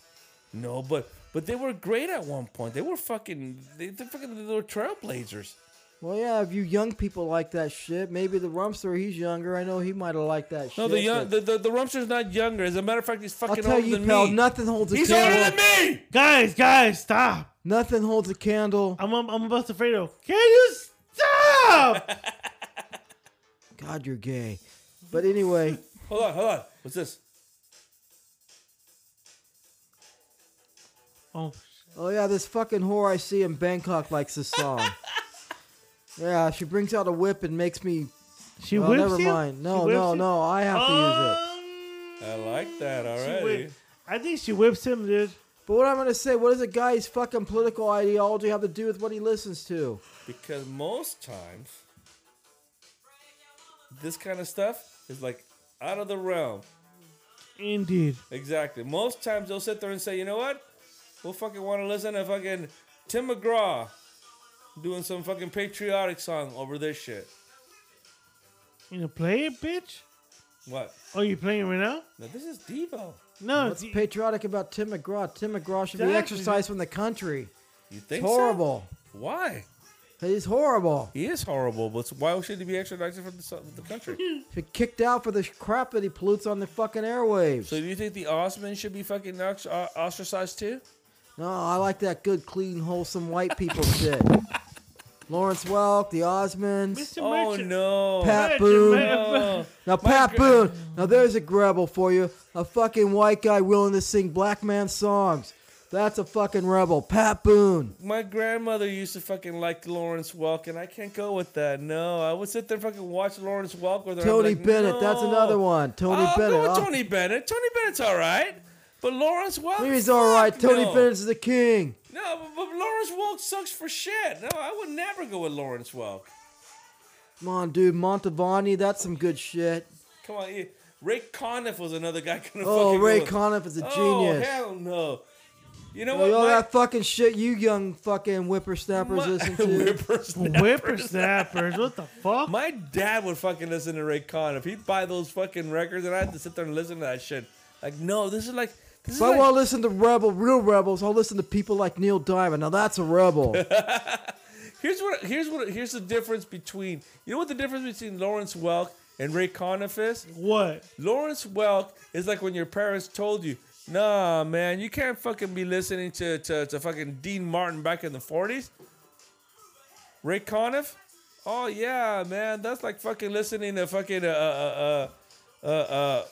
B: No, but but they were great at one point. They were fucking they, they fucking they were trailblazers.
C: Well, yeah, if you young people like that shit, maybe the Rumster, he's younger. I know he might have liked that shit.
B: No, the young,
C: but-
B: the, the, the Rumster's not younger. As a matter of fact, he's
C: I'll
B: fucking
C: tell
B: older
C: you,
B: than
C: pal,
B: me.
C: nothing holds a
B: he's older
C: candle.
B: than me.
A: Guys, guys, stop.
C: Nothing holds a candle.
A: I'm, I'm, I'm about to Fredo. Can you
C: (laughs)
A: stop? Oh,
C: God, you're gay. But anyway,
B: Hold on, hold on. What's this?
A: oh,
C: oh yeah, this fucking whore I see in Bangkok likes this
A: (laughs)
C: song. yeah, she brings out a whip and makes me.
A: she
C: well,
A: whips
C: never
A: you?
C: mind.
A: She
C: No,
A: whips
C: no,
A: you?
C: no. I have to use it.
A: Um,
B: I like that
A: she
B: already.
A: whip- I think she whips him, dude.
C: But what I'm gonna say, what does a guy's fucking political ideology have to do with what he listens to?
B: Because most times, this kind of stuff is like out of the realm.
A: Indeed.
B: Exactly. Most times they'll sit there and say, you know what? Who fucking want to listen to fucking Tim McGraw doing some fucking patriotic song over this shit?
A: You know, play it, bitch.
B: What?
A: Oh, you playing right now?
B: No, this is Devo.
A: No, (laughs)
C: What's
A: it's-
C: patriotic about Tim McGraw? Tim McGraw should be
A: Exactly.
C: exercised from the country.
B: You think
C: It's
B: so?
C: horrible.
B: Why?
C: He's horrible.
B: He is horrible, but why should he be extradited from the, so- the country?
C: Should be kicked out for the sh- crap that he pollutes on the fucking airwaves.
B: so do you think the Osman should be fucking ox- uh, ostracized too?
C: no, I like that good, clean, wholesome white
B: (laughs)
C: people shit. Lawrence Welk, the Osmonds.
A: Mr.
B: oh
A: Merchant.
B: no! (laughs)
C: Pat
A: Merchant,
C: Boone.
A: man.
C: Now, Pat Boone, now there's a rebel for you. A fucking white guy willing to sing black man songs. That's a fucking rebel. Pat Boone.
B: My grandmother used to fucking like Lawrence Welk, and I can't go with that. No, I would sit there and fucking watch Lawrence Welk with her. I'm
C: Tony
B: like,
C: Bennett, that's
B: no.
C: another one. Tony
B: I'll
C: Bennett.
B: Go with
C: Oh,
B: Tony Bennett. Tony Bennett's all right, but Lawrence Welk.
C: He's all right.
B: fuck
C: Tony
B: no.
C: Bennett is the king.
B: No, but, but Lawrence Welk sucks for shit. No, I would never go with Lawrence Welk.
C: Come on, dude. Montavani, that's some good shit.
B: Come on, you- Ray Conniff was another guy. I Couldn't
C: Oh,
B: fucking
C: Ray
B: go with.
C: Conniff is a
B: Oh
C: genius.
B: hell no! You know
C: Oh,
B: what?
C: all
B: my-
C: that fucking shit you young fucking whippersnappers
B: my- (laughs)
C: listen to.
B: Whippersnapper.
A: Whippersnappers.
C: (laughs)
A: What the fuck?
B: My dad would fucking listen to Ray Conniff. He'd buy those fucking records, and I had to sit there and listen to that shit. Like, no, this is like this is
C: If I
B: like,
C: want to listen to rebel, real rebels, I'll listen to people like Neil Diamond. Now that's a
B: (laughs)
C: rebel.
B: here's what here's what here's the difference between you know what the difference between Lawrence Welk and Ray Conniff is.
A: What?
B: Lawrence Welk is like when your parents told you, nah, man, you can't fucking be listening to, to, to fucking Dean Martin back in the 40s. Ray Conniff? Oh, yeah, man, that's like fucking listening to fucking, uh, uh, uh, uh, uh,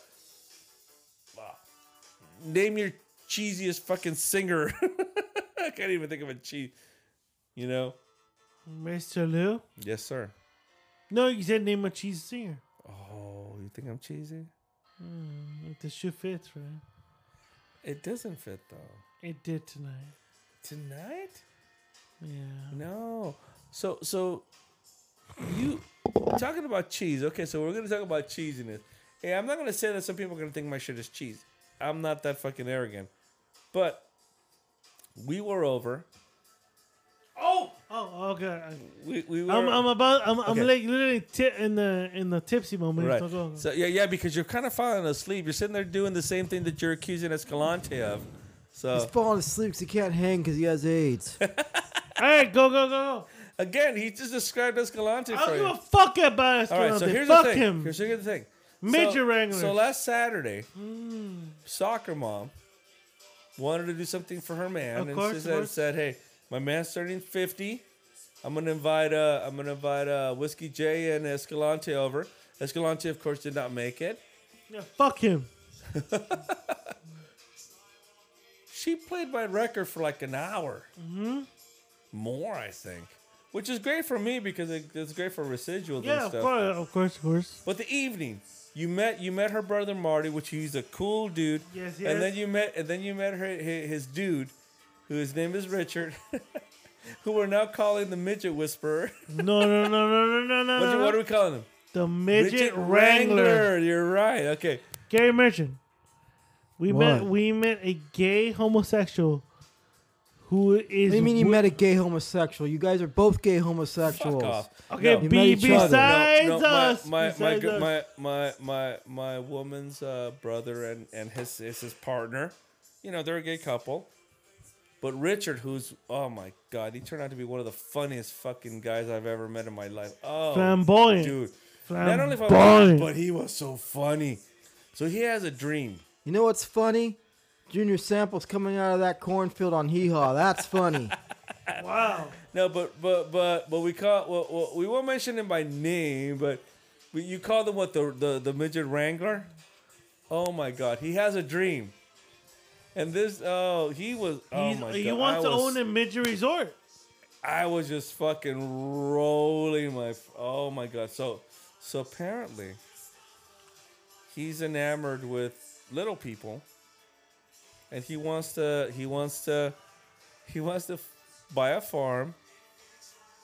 B: name your cheesiest fucking singer. (laughs) I can't even think of a cheese, you know?
A: Mr. Lou?
B: Yes, sir.
A: No, you said name a cheese singer.
B: Oh, you think I'm cheesy?
A: Like the shoe fits, right?
B: It doesn't fit, though.
A: It did tonight.
B: Tonight?
A: Yeah.
B: No. So so you talking about cheese. Okay, so we're gonna talk about cheesiness. Hey, I'm not gonna say that some people are gonna think my shit is cheese. I'm not that fucking arrogant. But we were over.
A: Oh, oh god.
B: We, we were
A: I'm, I'm about. I'm, I'm
B: Okay.
A: like literally ti in the in the tipsy moment.
B: right.
A: So go-
B: So yeah, yeah, because you're kind of falling asleep. You're sitting there doing the same thing that you're accusing Escalante of.
C: He's
B: So
C: falling asleep because he can't hang because he has AIDS.
A: All right, go go go.
B: again, he just described Escalante
A: I
B: for
A: don't
B: you.
A: give a fuck about
B: All right,
A: Escalante.
B: so here's
A: fuck
B: the thing.
A: him.
B: Here's, here's the thing.
A: Major Hmm.
B: so,
A: Wranglers.
B: So last Saturday, soccer mom wanted to do something for her man,
A: Of
B: and
A: course,
B: she
A: of
B: said,
A: course.
B: said, "Hey, my man's turning fifty. I'm gonna invite uh, I'm gonna invite uh, Whiskey J and Escalante over. Escalante, of course, did not make it.
A: Yeah, fuck him.
B: She played my record for like an hour, mm-hmm. more, I think, which is great for me because it, it's great for residuals
A: Yeah,
B: and
A: of
B: stuff.
A: course, of course, of course.
B: But the evening, you met you met her brother Marty, which he's a cool dude.
A: Yes, he
B: And
A: is.
B: then you met and then you met her his, his dude, who his name is Richard, (laughs) who we're now calling the midget whisperer. (laughs)
A: No, no, no, no, no, no, no.
B: what,
A: no.
B: what are we calling him?
A: the midget wrangler.
B: You're right. Okay.
A: Gary Merchant. We met
C: What?
A: we met a gay homosexual who is.
C: what do you mean you
A: wi-
C: met a gay homosexual? You guys are both gay
B: Fuck
C: homosexuals.
B: off.
A: Okay,
B: No.
C: You met
A: be,
C: each other.
A: besides
B: No, no,
A: us,
B: my, my, my,
A: besides
B: good-
A: us.
B: my, my, my, my woman's uh, brother and, and his, his his partner, you know, they're a gay couple. But Richard, who's oh my god, he turned out to be one of the funniest fucking guys I've ever met in my life. Oh,
A: Flamboyant.
B: dude!
A: Flamboyant.
B: Not only flamboyant, but he was so funny. So he has a dream.
C: You know what's funny? Junior Sample's coming out of that cornfield on Hee Haw. That's
B: (laughs)
C: funny.
A: wow.
B: No, but but but but we call well, well, we won't mention him by name, but but you call them what the, the the midget wrangler? Oh my god, he has a dream, and this oh he was oh
A: He's-
B: my
A: he
B: god,
A: wants
B: I
A: to
B: was,
A: own a midget resort.
B: I was just fucking rolling my oh my god. So so apparently he's enamored with little people and he wants to he wants to he wants to f- buy a farm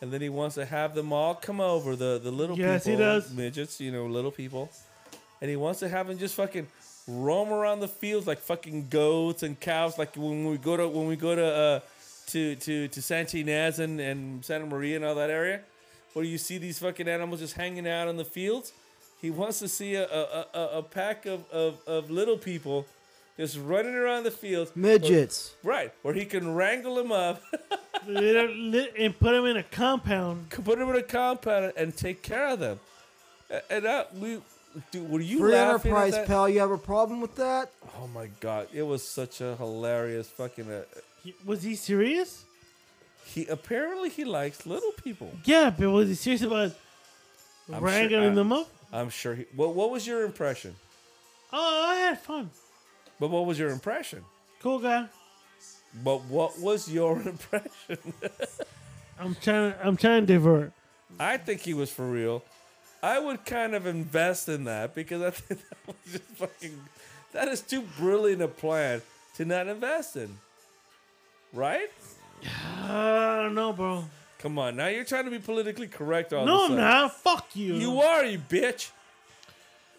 B: and then he wants to have them all come over the the little
A: Yes, he
B: people
A: does.
B: midgets, you know, little people. And he wants to have them just fucking roam around the fields like fucking goats and cows. Like when we go to when we go to uh, to to to Santinez and, and Santa Maria and all that area, where you see these fucking animals just hanging out on the fields. He wants to see a a, a, a pack of, of, of little people just running around the fields.
C: Midgets.
B: Right, where he can wrangle them up, (laughs)
A: They don't li- and put them in a compound.
B: put them in a compound, and take care of them. A- And uh, we, dude, were you
C: Free
B: laughing at
C: enterprise,
B: that?
C: pal. You have a problem with that?
B: Oh my god, it was such a hilarious fucking. Uh,
A: He- Was he serious?
B: he apparently he likes little people.
A: Yeah, but was he serious about
B: I'm
A: wrangling
B: sure- I-
A: them up?
B: I'm sure he. What What was your impression?
A: Oh, I had fun.
B: But what was your impression?
A: Cool guy.
B: But what was your (laughs) impression?
A: I'm trying. I'm trying to divert.
B: I think he was for real. I would kind of invest in that because I (laughs) think that was just fucking. That is too brilliant a plan to not invest in. Right?
A: Uh, I don't know, bro.
B: Come on, now you're trying to be politically correct all
A: no,
B: of a
A: I'm
B: sudden.
A: not. Fuck you.
B: You are, you bitch.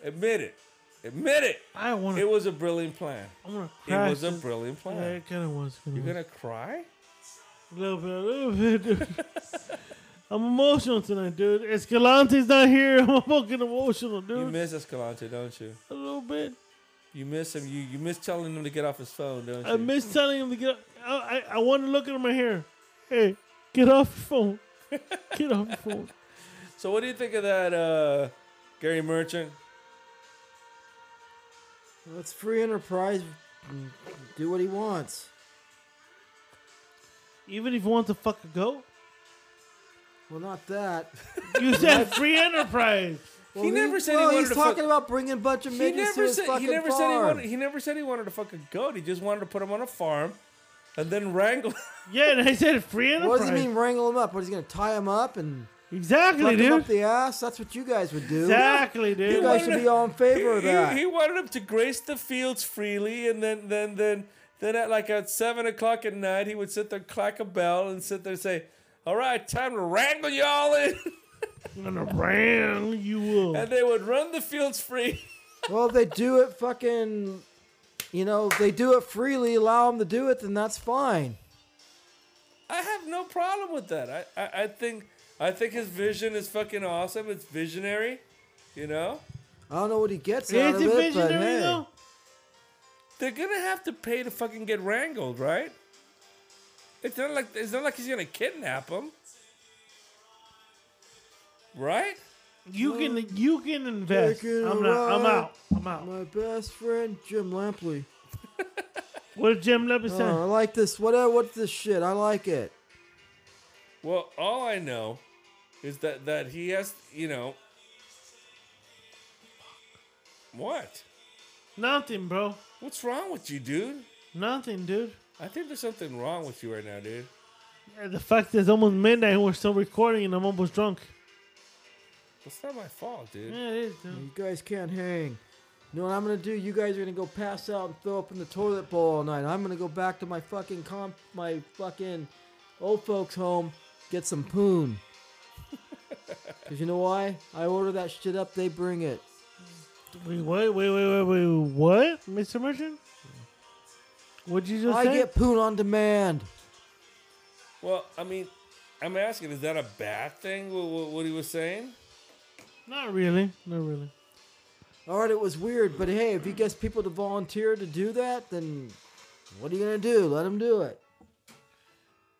B: Admit it. Admit it.
A: I want
B: It
A: to.
B: was a brilliant plan.
A: I want to
B: It
A: cry.
B: was a
A: since-
B: brilliant
A: I
B: plan.
A: kind of was.
B: You're gonna cry?
A: A little bit, a little bit. Dude. I'm emotional tonight, dude. Escalante's not here. (laughs) I'm fucking emotional,
B: You
A: dude.
B: miss Escalante, don't you?
A: a little bit.
B: You miss him. You you miss telling him to get off his phone, don't you?
A: I miss telling him to get. Up. I I, I want to look at my hair. Hey, get off your phone. Get off your phone.
B: so what do you think of that, uh, Gary Merchant?
C: Well, It's free enterprise. Do what he wants.
A: Even if you want to fuck a goat,
C: Well, not that. (laughs)
A: you said free enterprise.
C: Well,
B: never said (laughs) he
C: well,
B: wanted
C: he's
B: to
C: talking
B: fuck-
C: about bringing a bunch of
B: He
C: midgets to
B: never
C: his
B: said
C: fucking
B: he never said he
C: farm.
B: wanted he never said he wanted to fuck a goat. He just wanted to put him on a farm, and then wrangle.
A: Yeah, and I said free
C: What
A: enterprise.
C: does he mean wrangle him up? What is he gonna tie him up and
A: Exactly,
C: fuck him up
A: dude.
C: the ass? That's what you guys would do.
A: Exactly, dude.
C: You guys should be all in
B: (laughs)
C: favor of
B: He-
C: that.
A: (laughs)
B: He, he wanted him to grace the fields freely, and then then then then at like at seven o'clock at night, he would sit there, clack a bell, and sit there and say, "All right, time to wrangle y'all in," (laughs)
A: I'm gonna wrangle you
B: and
A: up.
B: they would run the fields free. (laughs)
C: Well, if they do it fucking, you know, if they do it freely. Allow them to do it, then that's fine.
B: I have no problem with that. I, I, I think I think his vision is fucking awesome. It's visionary, you know.
C: I don't know what he gets out
A: Is
C: of
A: it
C: it, but
A: visionary
C: hey,
A: though?
B: They're gonna have to pay to fucking get wrangled, right? It's not like it's not like he's gonna kidnap him, right?
A: You can you can invest.
C: Take it
A: I'm not. I'm
C: away.
A: out. I'm out.
C: my best friend Jim Lampley.
A: What did Jim Leppard say?
B: Uh-huh.
C: Oh, I like this. What? What's this shit? I like it.
B: Well, all I know is that that he has, you know, what?
A: Nothing, bro.
B: What's wrong with you, dude?
A: Nothing, dude.
B: I think there's something wrong with you right now, dude.
A: Yeah, The fact that it's almost midnight and we're still recording and I'm almost drunk.
B: That's not my fault, dude.
A: Yeah, it is, dude.
C: You guys can't hang. You know what I'm gonna do? You guys are gonna go pass out and throw up in the toilet bowl all night. I'm gonna go back to my fucking comp, my fucking old folks home, get some poon. Cause you know why? I order that shit up, they bring it.
A: Wait, what? Wait, wait, wait, wait. What, Mr. Merchant? What'd you just
C: I
A: say?
C: get poon on demand.
B: Well, I mean, I'm asking, is that a bad thing? What, what, what he was saying?
A: Not really. Not really.
C: All right, it was weird, but hey, if you gets people to volunteer to do that, then what are you gonna do? Let them do it.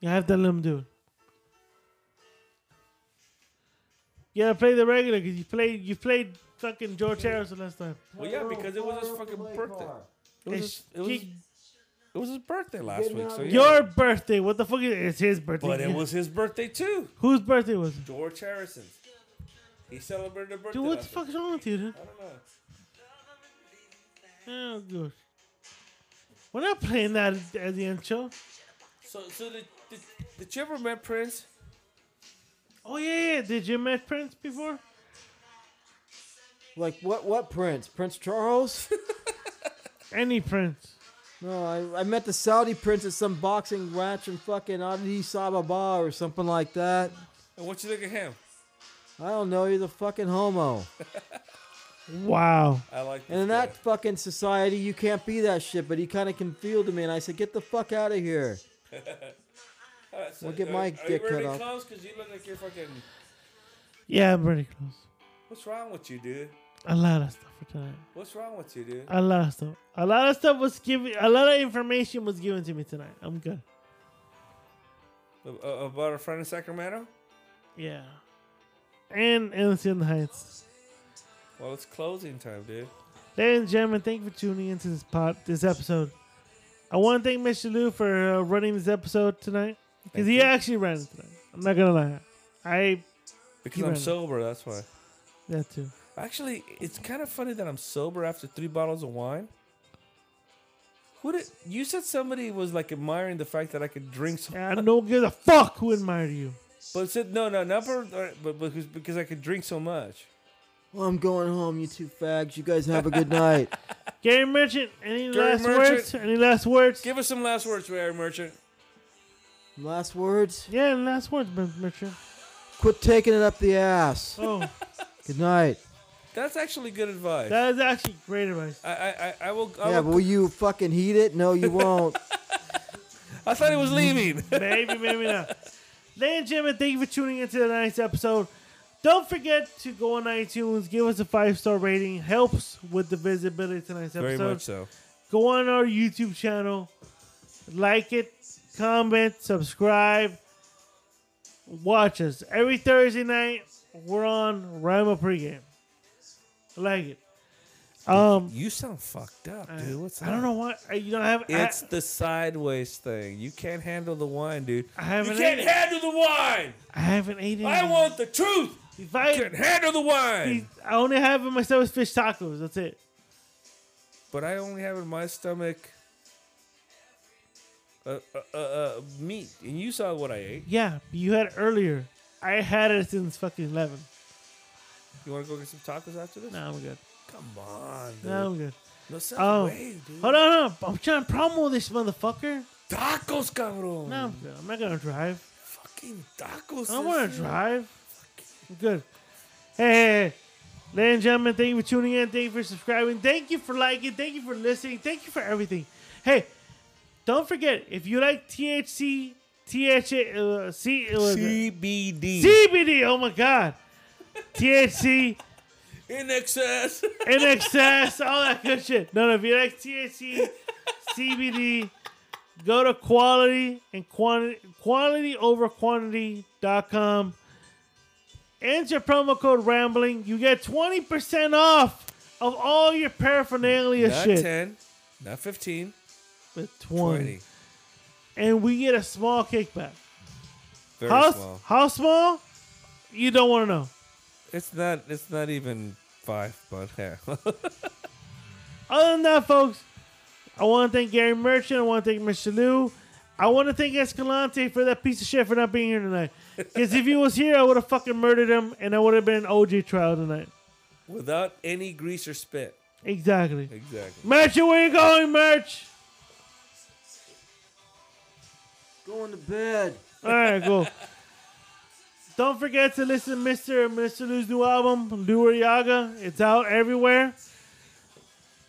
A: You have to let him do it. You gotta play the regular because you played you played fucking George Harrison last time.
B: Well, yeah, because it was his fucking birthday. It was, his,
A: It's-
B: it, was,
A: he-
B: it was his birthday last week. So yeah.
A: Your birthday? What the fuck is it's his birthday?
B: but it was his birthday too.
A: whose birthday was it?
B: George Harrison. He celebrated a birthday.
A: Dude, what the
B: last
A: fuck is wrong with you, dude?
B: week. I don't know.
A: Oh gosh. We're not playing that at- at the end show.
B: So, so did, did, did you ever met Prince?
A: Oh yeah, yeah. Did you met Prince before?
C: Like what? What Prince? Prince Charles? (laughs)
A: Any Prince?
C: No, I, I met the Saudi prince at some boxing match in fucking Addis Ababa or something like that.
B: And what you think of him?
C: I don't know. He's a fucking homo.
A: Wow.
B: I like this
C: And in
B: (laughs) guy.
C: that fucking society, you can't be that shit, but he kind of concealed me, and I said, get the fuck out of
B: (laughs)
C: here. We'll get my
B: are
C: dick
B: you
C: cut
B: really
C: off.
B: close? Cause you look like you're fucking.
A: Yeah, I'm pretty close.
B: What's wrong with you, dude?
A: A lot of stuff for tonight.
B: What's wrong with you, dude?
A: A lot of stuff. A lot of stuff was given. A lot of information was given to me tonight. I'm good.
B: A- a- About a friend in Sacramento?
A: Yeah. And Alice in the Heights.
B: Well, it's closing time, dude.
A: Ladies and gentlemen, thank you for tuning into this pod, this episode. I want to thank Mr. Lou for uh, running this episode tonight because
B: Thank
A: he
B: you.
A: actually ran it tonight. I'm not gonna lie, I
B: Because
A: You
B: I'm
A: ran it.
B: sober, that's why.
A: that too.
B: Actually, it's kind of funny that I'm sober after three bottles of wine. Who did you said somebody was like admiring the fact that I could drink so
A: And I don't give a fuck who admired you.
B: but said no, no, not for, uh, but but because, because I could drink so much.
C: Well, I'm going home, you two fags. You guys have a good
B: (laughs)
C: night.
A: Gary Merchant, any
B: Gary
A: last
B: Merchant.
A: words? Any last words?
B: Give us some last words, Rare Merchant.
C: Last words?
A: yeah, any last words, Mer- Merchant.
C: Quit taking it up the ass.
B: (laughs)
A: Oh,
C: Good night.
B: That's actually good advice.
A: that is actually great advice.
B: I, I, I, I will. I,
C: Yeah, but
B: will
C: will you fucking heat it? No, you
B: (laughs)
C: won't.
B: I thought he was leaving. (laughs)
A: maybe, maybe not. Ladies and gentlemen, thank you for tuning into tonight's episode. Don't forget to go on iTunes, give us a five star rating. Helps with the visibility of tonight's
B: Very
A: episode.
B: much so.
A: Go on our YouTube channel, like it, comment, subscribe, watch us every Thursday night. We're on Rhyma pregame. I like it. Um,
B: You sound fucked up,
A: I,
B: dude. What's
A: I don't
B: up?
A: know why I- you don't have. I-
B: It's the sideways thing. You can't handle the wine, dude.
A: I haven't
B: you can't
A: ate it.
B: handle the wine.
A: I, haven't eaten.
B: I
A: it.
B: want the truth.
A: If
B: I
A: I
B: can handle the wine.
A: I only have in my stomach fish tacos. That's it.
B: But I only have in my stomach uh, uh, uh, uh, meat. And you saw what I ate.
A: Yeah, you had it earlier. I had it since fucking eleven.
B: You want to go get some tacos after this?
A: Nah, I'm good.
B: Come on, dude.
A: Nah, I'm good.
B: No such
A: Oh,
B: way, dude.
A: hold on, hold on. I'm trying to promo this motherfucker.
B: Tacos, cabrón.
A: No, I'm good. I'm not gonna drive.
B: Fucking tacos.
A: I don't want to
B: sis.
A: drive. I'm good. Hey, hey, hey. ladies and gentlemen, thank you for tuning in. Thank you for subscribing. Thank you for liking. Thank you for listening. Thank you for everything. Hey, don't forget if you like THC, THC, uh, C, uh,
B: CBD.
A: CBD. Oh my god, THC.
B: in excess.
A: (laughs) in excess, all that good shit. No, no, if you like THC, CBD, go to quality and quantity, qualityoverquantity.com. Enter promo code Rambling. You get 20% off of all your paraphernalia
B: not
A: shit.
B: 10, not 15,
A: But 20.
B: 20.
A: And we get a small kickback.
B: Very
A: How
B: small.
A: how small? You don't want to know.
B: It's not. It's not even five, but (laughs) yeah.
A: other than that, folks, I want to thank Gary Merchant. I want to thank Mr. Lou. I want to thank Escalante for that piece of shit for not being here tonight. Because if he was here, I would have fucking murdered him, and I would have been an OJ trial tonight.
B: Without any grease or spit.
A: Exactly.
B: Exactly.
A: Merchant, where you going, Merch?
C: Going to bed.
A: All right, cool. Don't forget to listen to Mr. and Mr. Lou's new album, Lure Yaga. It's out everywhere.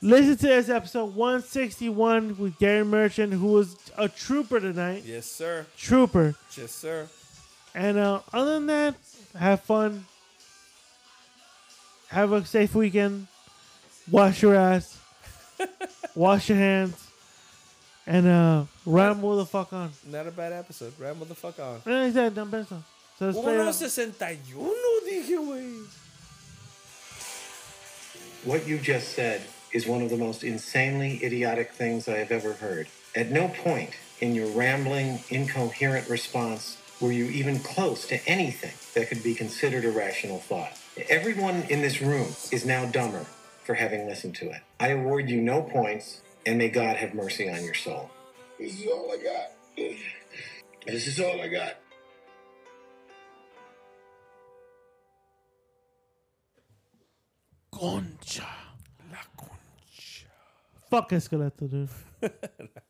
A: Listen to this episode 161 with Gary Merchant, who was a trooper tonight.
B: Yes, sir.
A: Trooper.
B: Yes, sir.
A: And uh, other than that, have fun. Have a safe weekend. Wash your ass. wash your hands. And uh, ramble the fuck on.
B: Not a bad episode. Ramble the fuck on.
A: And I said, no, best of. So let's play it out.
B: 161 dije, güey.
F: What you just said is one of the most insanely idiotic things I have ever heard. At no point in your rambling, incoherent response were you even close to anything that could be considered a rational thought. Everyone in this room is now dumber for having listened to it. I award you no points, and may God have mercy on your soul.
G: This is all I got. This is all I got.
A: Fuck Escalator, dude.